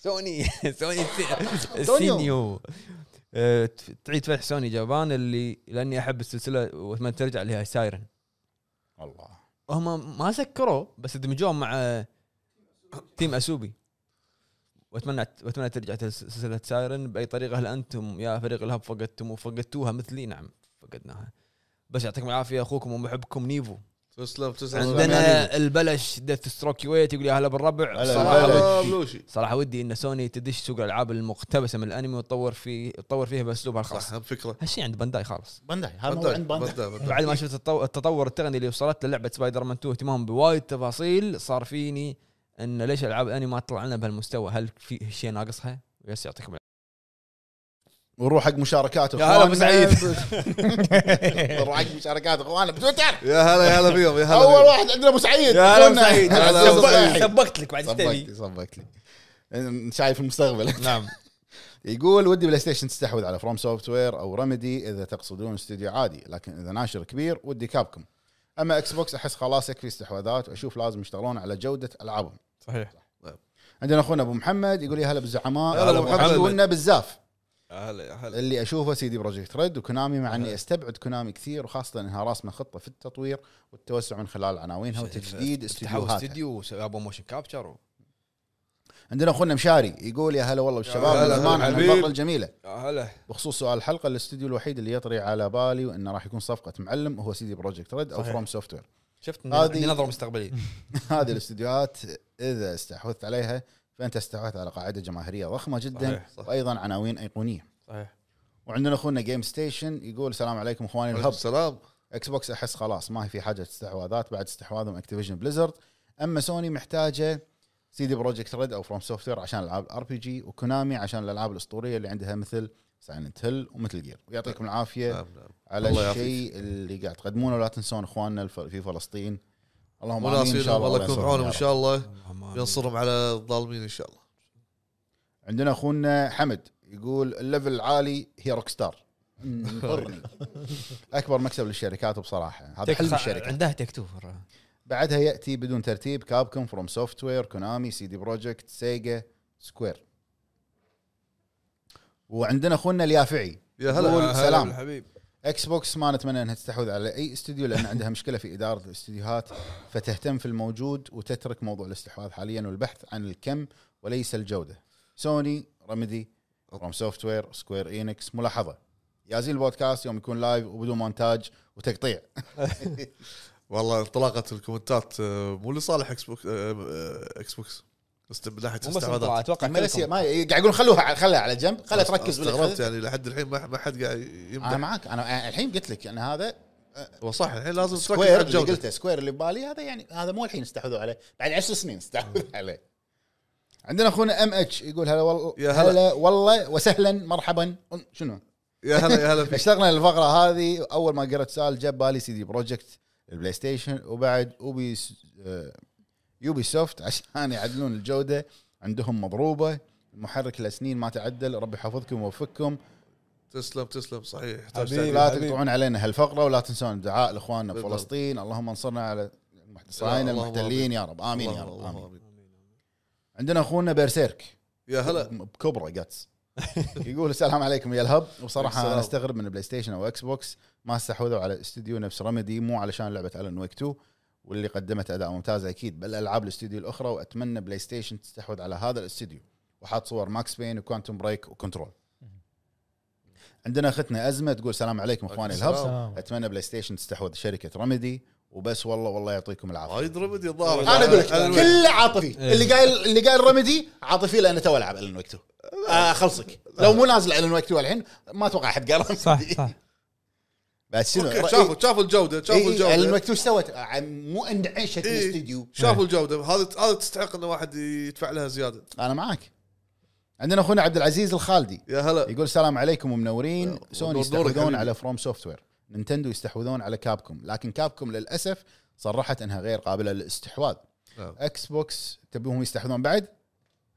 S1: سوني سوني سينيو أه، ت- تعيد فتح سوني جابان اللي لاني احب السلسله واتمنى ترجع اللي هي سايرن
S4: الله
S1: هم ما سكروا بس دمجوه مع تيم اسوبي واتمنى واتمنى ترجع تس- سلسله سايرن باي طريقه هل انتم يا فريق الهب فقدتم وفقدتوها مثلي نعم فقدناها بس يعطيكم العافيه اخوكم ومحبكم نيفو
S2: تسلم تسلم
S1: عندنا البلش ديث ستروك يويت يقول يا هلا بالربع
S4: هلا
S1: صراحه
S2: هلا بلوشي
S1: صراحه ودي ان سوني تدش سوق الالعاب المقتبسه من الانمي وتطور فيه تطور فيها باسلوبها الخاص
S2: صح هم فكره
S1: هالشيء عند بانداي خالص
S4: بانداي هذا موضوع عند بانداي
S1: بعد
S2: إيه.
S1: ما شفت التطو- التطور التقني اللي وصلت للعبه سبايدر مان 2 اهتمام بوايد تفاصيل صار فيني ان ليش العاب الانمي ما تطلع لنا بهالمستوى هل في شيء ناقصها؟ يس يعطيكم العافية.
S4: ونروح حق مشاركات
S2: يا هلا أبو
S4: إخواننا.
S2: سعيد.
S4: نروح حق مشاركات اخواننا بتويتر
S2: يا هلا يا هلا فيهم يا هلا
S4: اول
S2: فيهم.
S4: واحد عندنا ابو سعيد
S2: يا هلا أبو سعيد.
S4: أخونا.
S2: يا هلا أبو سعيد.
S6: سبقت لك بعد ايش
S4: صبكت
S6: تبي؟
S4: لي صبكت لي شايف المستقبل
S2: نعم
S4: يقول ودي بلاي ستيشن تستحوذ على فروم سوفت وير او رمدي اذا تقصدون استوديو عادي لكن اذا ناشر كبير ودي كابكم اما اكس بوكس احس خلاص يكفي استحواذات واشوف لازم يشتغلون على جوده العابهم
S6: صحيح
S4: عندنا اخونا ابو محمد يقول يا هلا بالزعماء
S2: يا هلا أبو محمد.
S4: قلنا بالزاف
S2: يا هلا يا هلا
S4: اللي اشوفه سيدي بروجكت ريد وكونامي مع اني استبعد كونامي كثير وخاصه انها راسمه خطه في التطوير والتوسع من خلال عناوينها وتجديد استديوهاتها
S1: استديو سووا موشن كابتشر
S4: عندنا اخونا مشاري يقول يا هلا والله بالشباب
S2: هلا
S4: من زمان عن
S2: حبيب.
S4: الفقره الجميله
S1: يا هلا
S4: بخصوص سؤال الحلقه الاستوديو الوحيد اللي يطري على بالي وانه راح يكون صفقه معلم هو سيدي بروجكت ريد او
S6: صحيح.
S4: فروم سوفت وير
S1: شفت
S4: هذه-
S1: عندي نظره مستقبليه
S4: هذه الاستديوهات اذا استحوذت عليها فانت استحوذت على قاعده جماهيريه ضخمه جدا
S1: صحيح، صح.
S4: وايضا عناوين ايقونيه
S6: صحيح.
S4: وعندنا اخونا جيم ستيشن يقول السلام عليكم اخواني
S2: عليكم
S4: الهب
S2: السلام
S4: اكس بوكس احس خلاص ما هي في حاجه استحواذات بعد استحواذهم اكتيفيجن بليزرد اما سوني محتاجه سيدي بروجكت ريد او فروم سوفت وير عشان العاب الار بي جي وكونامي عشان الالعاب الاسطوريه اللي عندها مثل سايلنت هيل ومثل جير ويعطيكم العافيه
S2: نعم نعم
S4: على
S2: الله
S4: الشيء اللي قاعد تقدمونه ولا تنسون اخواننا الف- في فلسطين اللهم امين ان
S2: مناصرين
S4: نعم، شاء الله
S2: الله يكون
S4: ينصرهم
S2: بعونهم
S4: يا
S2: ان
S4: رب.
S2: شاء الله ينصرهم على الظالمين ان شاء الله
S4: عندنا اخونا حمد يقول الليفل العالي هي روك ستار انطرني. اكبر مكسب للشركات بصراحه هذا حلم الشركه
S1: عندها تكتوف مرة.
S4: بعدها ياتي بدون ترتيب كابكوم فروم سوفت وير كونامي سيدي بروجكت سيجا سكوير وعندنا اخونا اليافعي
S2: يا
S4: قول
S2: هلا
S4: سلام.
S2: حبيب
S4: اكس بوكس ما نتمنى انها تستحوذ على اي استوديو لان عندها مشكله في اداره الاستديوهات فتهتم في الموجود وتترك موضوع الاستحواذ حاليا والبحث عن الكم وليس الجوده. سوني، رمدي، روم سوفت وير، سكوير اينكس، ملاحظه يازين البودكاست يوم يكون لايف وبدون مونتاج وتقطيع.
S2: والله انطلاقه الكومنتات آه، مو لصالح اكس بوكس آه، آه، اكس بوكس است- من ناحيه
S1: مو بس مطلع،
S2: استعراضات
S1: اتوقع
S4: ما
S1: كلكم.
S4: يصير- ما ي- قاعد يقول خلوها على- خلها على جنب، خلها تركز
S2: استغربت
S4: بالخ-
S2: يعني لحد الحين ما ما حد قاعد
S4: انا
S2: يمدح
S4: معك انا الحين قلت لك ان هذا
S2: وصح الحين لازم تركز
S4: سكوير
S2: على
S4: اللي
S2: الجوده
S4: قلته سكوير اللي ببالي هذا يعني هذا مو الحين استحوذوا عليه بعد عشر سنين استحوذوا عليه عندنا اخونا ام اتش يقول هلا والله
S2: يا
S4: هلا,
S2: هلا.
S4: هلا والله وسهلا مرحبا شنو؟
S2: يا هلا يا هلا فيك
S4: اشتغلنا الفقره هذه اول ما قرأت سؤال جاب بالي سي دي بروجكت البلاي ستيشن وبعد اوبي آه، يوبي سوفت عشان يعدلون الجوده عندهم مضروبه المحرك لسنين ما تعدل ربي يحفظكم ويوفقكم
S2: تسلم تسلم صحيح
S6: حبيبي.
S4: لا
S6: حبيبي.
S4: تقطعون علينا هالفقره ولا تنسون الدعاء لاخواننا
S2: بالضبط.
S4: بفلسطين اللهم انصرنا على صهاينه
S2: اللهم
S4: المحتلين
S2: آمين.
S4: يا رب امين يا رب
S2: اللهم
S4: امين عندنا اخونا بيرسيرك
S2: يا هلا
S4: بكبره جاتس يقول السلام عليكم يا الهب وصراحه انا
S2: السلام.
S4: استغرب من بلاي ستيشن او اكس بوكس ما استحوذوا على استوديو نفس رمدي مو علشان لعبه الن ويك 2 واللي قدمت اداء ممتاز اكيد بل العاب الاستوديو الاخرى واتمنى بلاي ستيشن تستحوذ على هذا الاستوديو وحاط صور ماكس بين وكوانتم بريك وكنترول عندنا اختنا ازمه تقول السلام عليكم اخواني
S2: السلام.
S4: الهب
S7: سلام.
S4: اتمنى بلاي ستيشن تستحوذ شركه رمدي وبس والله والله يعطيكم العافيه
S2: وايد رمدي الظاهر
S4: انا اقول آه، لك
S2: أنا-
S4: كله عاطفي اللي قايل اللي قايل رمدي عاطفي لانه تو العب الن ويك 2
S2: آه،
S4: اخلصك لو مو نازل الن ويك 2 الحين ما اتوقع احد قال
S7: صح صح
S4: بس شنو
S2: أوكي، شافوا شافوا الجوده شافوا
S4: الن
S2: الجوده
S4: ويك 2 ايش سوت؟ آه، مو اندعشت
S2: إيه.
S4: الاستديو
S2: شافوا الجوده هذا هذا تستحق ان واحد يدفع لها زياده
S4: انا معك عندنا اخونا عبد العزيز الخالدي
S2: يا هلا
S4: يقول السلام عليكم ومنورين
S2: ونور-
S4: سوني
S2: نورك
S4: يستحوذون
S2: حبيبي.
S4: على فروم سوفت وير نينتندو يستحوذون على كابكوم لكن كابكوم للاسف صرحت انها غير قابله للاستحواذ
S2: نعم.
S4: اكس بوكس تبيهم يستحوذون بعد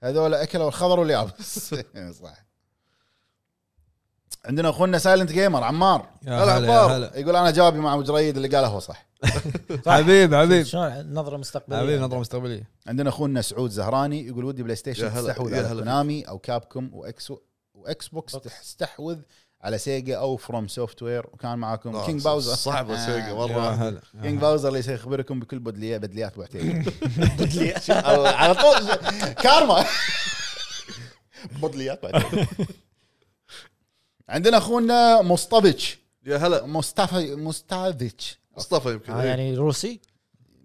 S4: هذول اكلوا الخضر واليابس صح عندنا اخونا سايلنت جيمر عمار
S6: يا
S2: هلا
S6: هلا
S2: عمار.
S6: يا هلا
S4: يقول انا جوابي مع ابو جريد اللي قاله هو صح
S6: حبيب حبيب
S7: شلون نظره مستقبليه
S6: حبيب نظره مستقبليه
S4: عندنا اخونا سعود زهراني يقول ودي بلاي
S2: يا
S4: ستيشن
S2: هلا-
S4: تستحوذ
S2: يا
S4: على
S2: هلا فيك.
S4: كونامي او كابكوم واكس واكس بوكس تستحوذ على سيجا او فروم سوفت وير وكان معاكم
S2: آه،
S4: كينج باوزر
S2: صعبه سيجا
S6: يا
S2: والله
S6: آه، هلا يا
S4: كينج
S6: هلا.
S4: باوزر اللي سيخبركم بكل بدليه بدليات بعتيه على طول كارما بدليات بعتيه عندنا اخونا مصطفيتش
S2: يا هلا
S4: مصطفى مصطفيتش
S2: مصطفى يمكن
S7: آه،
S2: إيه.
S7: يعني روسي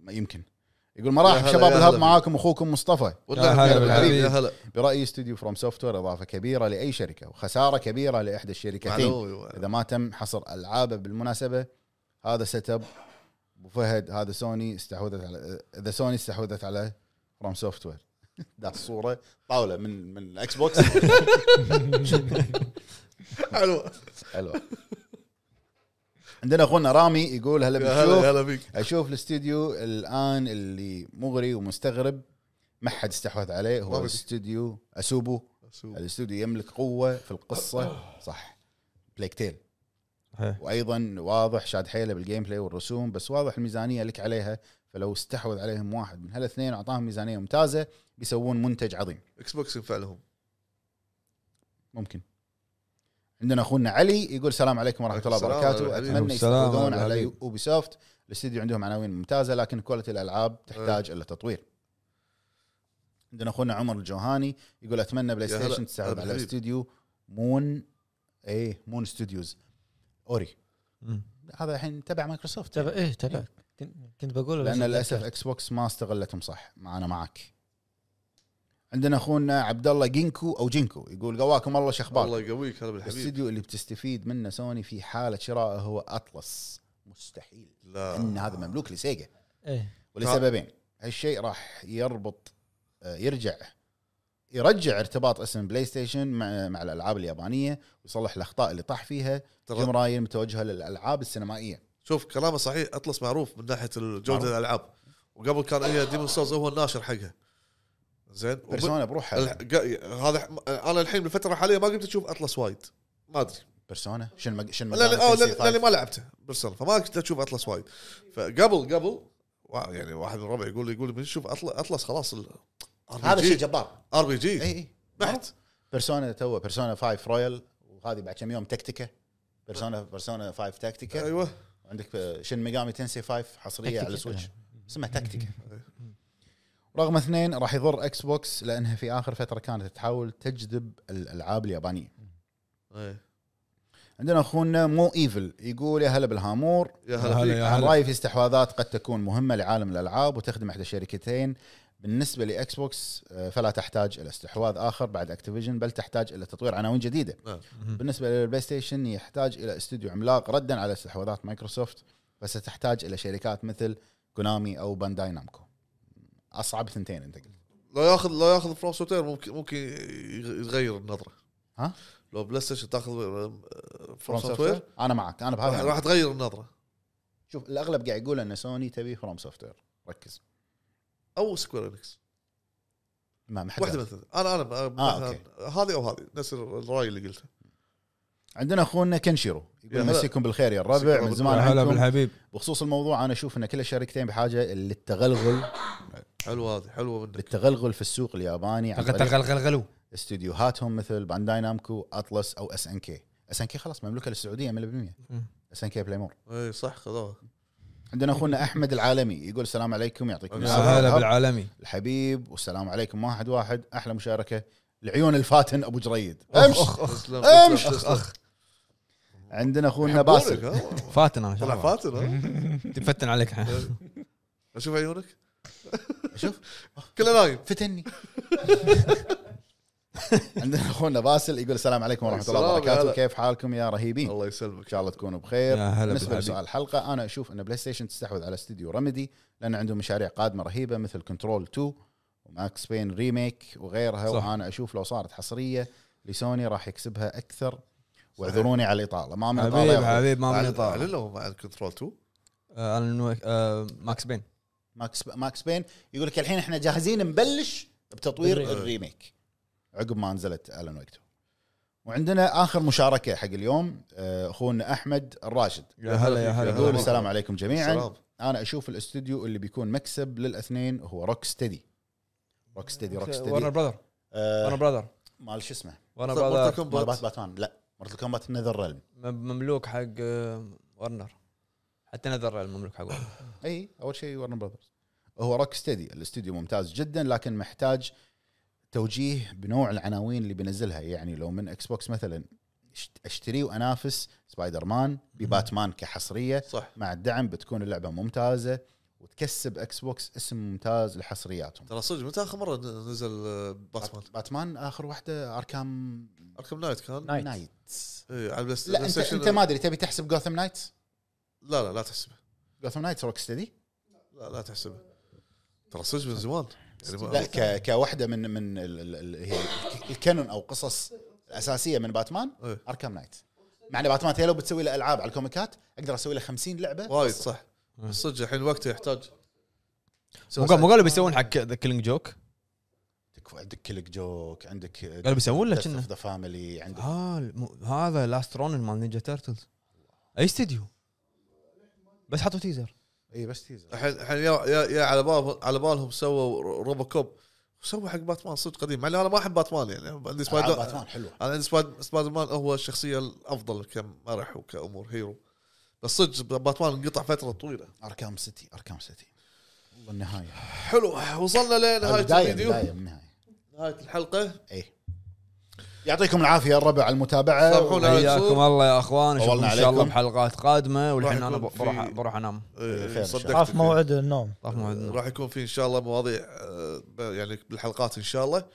S4: يمكن يقول
S2: يا
S4: مراحب
S2: هلا،
S4: شباب
S2: يا
S4: الهب
S2: هلا.
S4: معاكم اخوكم مصطفى
S2: والله
S6: هلا
S2: يا
S6: بالحبيب.
S2: بالحبيب، يا هلا
S4: برايي استوديو فروم سوفت وير اضافه كبيره لاي شركه وخساره كبيره لاحدى الشركتين
S2: معلومي، معلومي.
S4: اذا ما تم حصر العابه بالمناسبه هذا سيت اب ابو فهد هذا سوني استحوذت على اذا سوني استحوذت على فروم سوفت وير داس صوره طاوله من من الاكس بوكس
S2: حلو
S4: حلو عندنا اخونا رامي يقول هلا
S2: يا هلا
S4: بنشوف
S2: هلا بيك
S4: اشوف الاستديو الان اللي مغري ومستغرب ما حد استحوذ عليه هو
S2: رامي.
S4: استوديو اسوبو الاستوديو يملك قوه في القصه صح بليك تيل
S6: صحيح.
S4: وايضا واضح شاد حيله بالجيم بلاي والرسوم بس واضح الميزانيه لك عليها فلو استحوذ عليهم واحد من هالاثنين واعطاهم ميزانيه ممتازه بيسوون منتج عظيم
S2: اكس بوكس ينفع لهم
S4: ممكن عندنا اخونا علي يقول السلام عليكم ورحمه الله
S2: السلام
S4: وبركاته
S2: عليكم.
S4: اتمنى
S6: السلام
S4: يستحوذون
S6: عليكم.
S4: على اوبي سوفت الاستديو عندهم عناوين ممتازه لكن كواليتي
S2: إيه.
S4: الالعاب تحتاج الى تطوير عندنا اخونا عمر الجوهاني يقول اتمنى بلاي
S2: يا هلا.
S4: ستيشن تستحوذ
S2: هلا
S4: على
S2: بالحبيب.
S4: استوديو مون ايه مون ستوديوز اوري
S1: مم.
S4: هذا الحين تبع مايكروسوفت
S7: تبع ايه تبع كن- كنت بقول
S4: لان للاسف اكس بوكس ما استغلتهم صح مع انا معك عندنا اخونا عبد الله جينكو او جينكو يقول قواكم الله شخباركم
S2: الله يقويك هلا بالحبيب
S4: الاستديو اللي بتستفيد منه سوني في حاله شرائه هو اطلس مستحيل
S2: لا
S4: ان هذا مملوك لسيجا
S7: إيه.
S4: ولسببين هالشيء راح يربط آه، يرجع يرجع ارتباط اسم بلاي ستيشن مع, مع الالعاب اليابانيه ويصلح الاخطاء اللي طاح فيها
S2: ترى
S4: جمرايل المتوجهه للالعاب السينمائيه
S2: شوف كلامه صحيح اطلس معروف من ناحيه
S4: معروف.
S2: جوده الالعاب وقبل كان هي ديمون سولز هو الناشر حقها زين وب-
S4: بيرسونا بروحها
S2: ال- قا- هذا انا الحين بالفتره الحاليه ما قمت اشوف اطلس وايد ما ادري
S4: بيرسونا شنو مج- شنو
S2: لاني
S4: مجال
S2: آه،
S4: البي سي
S2: لأني-
S4: فايف؟
S2: لأني ما لعبته بيرسونا فما كنت اشوف اطلس وايد فقبل قبل وا- يعني واحد من ربعي يقول يقول بنشوف أطل- اطلس خلاص
S4: هذا شيء إيه، جبار
S2: ار بي
S4: اي
S2: جي
S4: اي
S2: بحت
S4: بيرسونا تو بيرسونا 5 رويال وهذه بعد كم يوم تكتيكا بيرسونا بيرسونا 5 تكتيكا
S2: ايوه
S4: عندك شن ميجامي تنسي 5 حصريه على
S7: تكتيكا.
S4: سويتش اسمها تكتيكا رقم اثنين راح يضر اكس بوكس لانها في اخر فتره كانت تحاول تجذب الالعاب اليابانيه
S2: إيه.
S4: عندنا اخونا مو ايفل يقول يا هلا بالهامور
S2: يا
S6: هلا
S2: هلا فيك
S6: يا
S4: عن رايي في استحواذات قد تكون مهمه لعالم الالعاب وتخدم احدى الشركتين بالنسبه لاكس بوكس آه، فلا تحتاج الى استحواذ اخر بعد اكتيفيجن بل تحتاج الى تطوير عناوين جديده
S2: نعم.
S4: بالنسبه للبلاي ستيشن يحتاج الى استوديو عملاق ردا على استحواذات مايكروسوفت فستحتاج الى شركات مثل كونامي او بانداي نامكو اصعب ثنتين انت قلت
S2: لو ياخذ لو ياخذ فروم سوتير ممكن ممكن يغ- يغير النظره
S4: ها؟
S2: لو بلاي ستيشن تاخذ آه، فروم
S4: From
S2: سوتير
S4: Software؟ انا معك انا
S2: راح راح
S4: بهذا
S2: تغير النظره
S4: شوف الاغلب قاعد يقول ان سوني تبي فروم سوفت وير ركز
S2: او سكوير انكس
S4: ما ما حد
S2: واحده
S4: قال.
S2: من الثنتين. انا انا
S4: آه،
S2: مثلا هذه او هذه نفس الراي اللي قلته
S4: عندنا اخونا كنشيرو
S2: يا
S4: يقول
S2: هلا.
S4: مسيكم بالخير يا
S2: مسيكم
S4: الربع من
S2: بالخير.
S4: زمان
S6: هلا
S4: عنكم
S6: بالحبيب
S4: بخصوص الموضوع انا اشوف ان كل الشركتين بحاجه للتغلغل
S2: حلوه هذه حلوه منك
S4: للتغلغل في السوق الياباني عن طريق
S6: غلغلو
S4: استديوهاتهم مثل بانداي نامكو اطلس او اس ان كي اس ان كي خلاص مملوكه للسعوديه 100%
S6: مم.
S4: اس ان كي بلاي مور
S2: اي إيه، صح خذوها
S4: عندنا اخونا احمد العالمي يقول السلام عليكم يعطيكم
S6: هلا
S4: العافيه
S6: بالعالمي
S4: الحبيب والسلام عليكم واحد واحد احلى مشاركه لعيون الفاتن ابو جريد
S6: أخ،
S4: امشي
S6: اخ اخ
S2: تسلم،
S4: أمش.
S2: تسلم، تسلم.
S6: اخ
S4: عندنا اخونا
S2: يحبونك،
S4: باسل
S2: ها؟
S6: فاتن انا
S2: طلع
S6: شباب.
S2: فاتن ها؟
S6: تفتن عليك الحين
S2: اشوف إيه. عيونك
S4: شوف
S2: كله نايم
S4: فتني عندنا اخونا باسل يقول السلام عليكم ورحمه الله
S2: السلام،
S4: وبركاته
S2: هلا.
S4: كيف حالكم يا رهيبين
S2: الله
S4: ان
S2: يسلمك
S4: شاء الله تكونوا بخير
S6: يا هلا
S4: بالنسبه
S6: بالحبيب.
S4: لسؤال الحلقه انا اشوف ان بلاي ستيشن تستحوذ على استديو رمدي لان عندهم مشاريع قادمه رهيبه مثل كنترول 2 وماكس بين ريميك وغيرها
S6: صح.
S4: صح. وانا اشوف لو صارت حصريه لسوني راح يكسبها اكثر واعذروني على الاطاله ما من اطاله يا
S6: حبيب
S4: أخوي.
S6: حبيب ما آه، من
S2: أعلن-
S6: طالع
S2: اعلن لهم عن كنترول 2
S6: ماكس بين
S4: ماكس ماكس بين يقول لك الحين احنا جاهزين نبلش بتطوير
S7: بالريميك.
S4: الريميك عقب ما نزلت الان ويك 2 وعندنا اخر مشاركه حق اليوم آه، اخونا احمد الراشد
S6: يا هلا يا هلا
S4: يقول
S2: مرحبا.
S4: السلام عليكم جميعا
S2: سلام
S4: انا اشوف الاستوديو اللي بيكون مكسب للاثنين هو روك ستدي روك ستدي روك
S6: ورنر
S4: ستدي
S6: براذر ورنر
S4: آه
S6: براذر
S4: مال شو اسمه
S6: ورنر
S2: مورتال
S6: براذر
S4: مال بات
S2: كومبات
S4: باتمان لا مورتال كومبات نذر ريلم
S6: مملوك حق آه، ورنر حتى نذر المملوك حق ورنر
S4: اي اول شيء ورن براذرز هو روك ستدي الاستوديو ممتاز جدا لكن محتاج توجيه بنوع العناوين اللي بنزلها يعني لو من اكس بوكس مثلا اشت- اشتري وانافس سبايدر مان بباتمان كحصريه
S2: صح
S4: مع الدعم بتكون اللعبه ممتازه وتكسب اكس بوكس اسم ممتاز لحصرياتهم
S2: ترى صدق متى اخر مره نزل آه، باتمان
S4: باتمان اخر واحده اركام
S2: اركم نايت كان
S7: نايت.
S4: نايتس
S2: اي على البلاي-
S4: لا
S2: بلاي
S4: انت
S2: ستيشن
S4: انت ما ادري تبي تحسب جوثم نايتس
S2: لا لا لا تحسبه
S4: جوثم نايتس روك ستدي
S2: لا لا تحسبه ترى صدق من زمان يعني
S4: لا ك... كواحده من من ال... ال... ال... هي الكانون او قصص الاساسيه من باتمان
S2: إيه.
S4: اركام نايت مع ان باتمان هي لو بتسوي له العاب على الكوميكات اقدر اسوي له 50 لعبه
S2: وايد صح صدق الحين وقته يحتاج
S1: مو قال- مو قالوا بيسوون حق ذا كيلينج جوك
S4: عندك- عندك كليك جوك عندك
S1: قالوا بيسوون له كنا
S4: ذا فاميلي عندك
S6: آه،
S1: اه الم- هذا لاست رون مال نينجا تيرتلز اي استديو بس حطوا تيزر
S4: اي إيه، بس تيزر
S2: الحين الحين يا, يا, يا على بالهم على بالهم سووا رو- روبو كوب سووا حق باتمان صدق قديم مع إن انا ما احب باتمان يعني عندي
S4: ألعاب
S2: سبايدر
S4: آه، باتمان حلوه
S2: انا عندي سبايد- سبايدر مان هو الشخصيه الافضل كمرح وكامور هيرو بس صدق باتمان انقطع فتره طويله
S4: اركام سيتي اركام سيتي والله النهايه
S2: حلو وصلنا لنهايه
S4: البدايه
S2: الفيديو
S4: البدايه النهايه
S2: نهايه الحلقه
S4: ايه يعطيكم العافيه يا الربع على المتابعه
S2: سامحونا على
S1: حياكم
S2: القصور.
S1: الله يا اخوان
S4: طولنا
S1: نشوفكم ان شاء الله
S4: عليكم.
S1: بحلقات قادمه والحين
S2: راح
S1: انا
S2: يكون في-
S1: بروح بروح انام
S2: إيه،
S4: بخير إن شاء الله.
S2: صدقتك
S7: خاف
S2: فيه.
S7: موعد النوم
S1: طاف موعدنا.
S2: آه، راح يكون في ان شاء الله مواضيع آه، ب- يعني بالحلقات ان شاء الله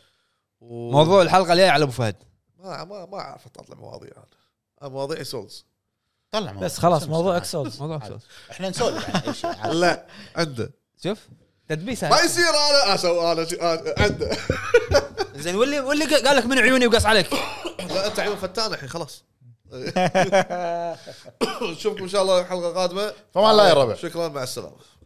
S2: و...
S1: موضوع الحلقه الجايه على ابو فهد
S2: ما ما ما اعرف اطلع مواضيع انا أنا مواضيع سولز
S4: طلع موضوع.
S7: بس خلاص
S4: سم-
S7: موضوع
S4: سم-
S7: اكسولز
S1: موضوع أكسوس.
S4: احنا نسولف عن اي شيء عادي.
S2: لا عنده
S1: شوف تدبيسه
S2: ما يصير انا اسوي انا شي- أنا- عنده
S1: زين واللي واللي قال لك من عيوني وقص عليك
S2: لا انت عيون فتان الحين خلاص نشوفكم ان شاء الله الحلقه القادمه
S4: فمان الله يا ربع
S2: شكرا مع السلامه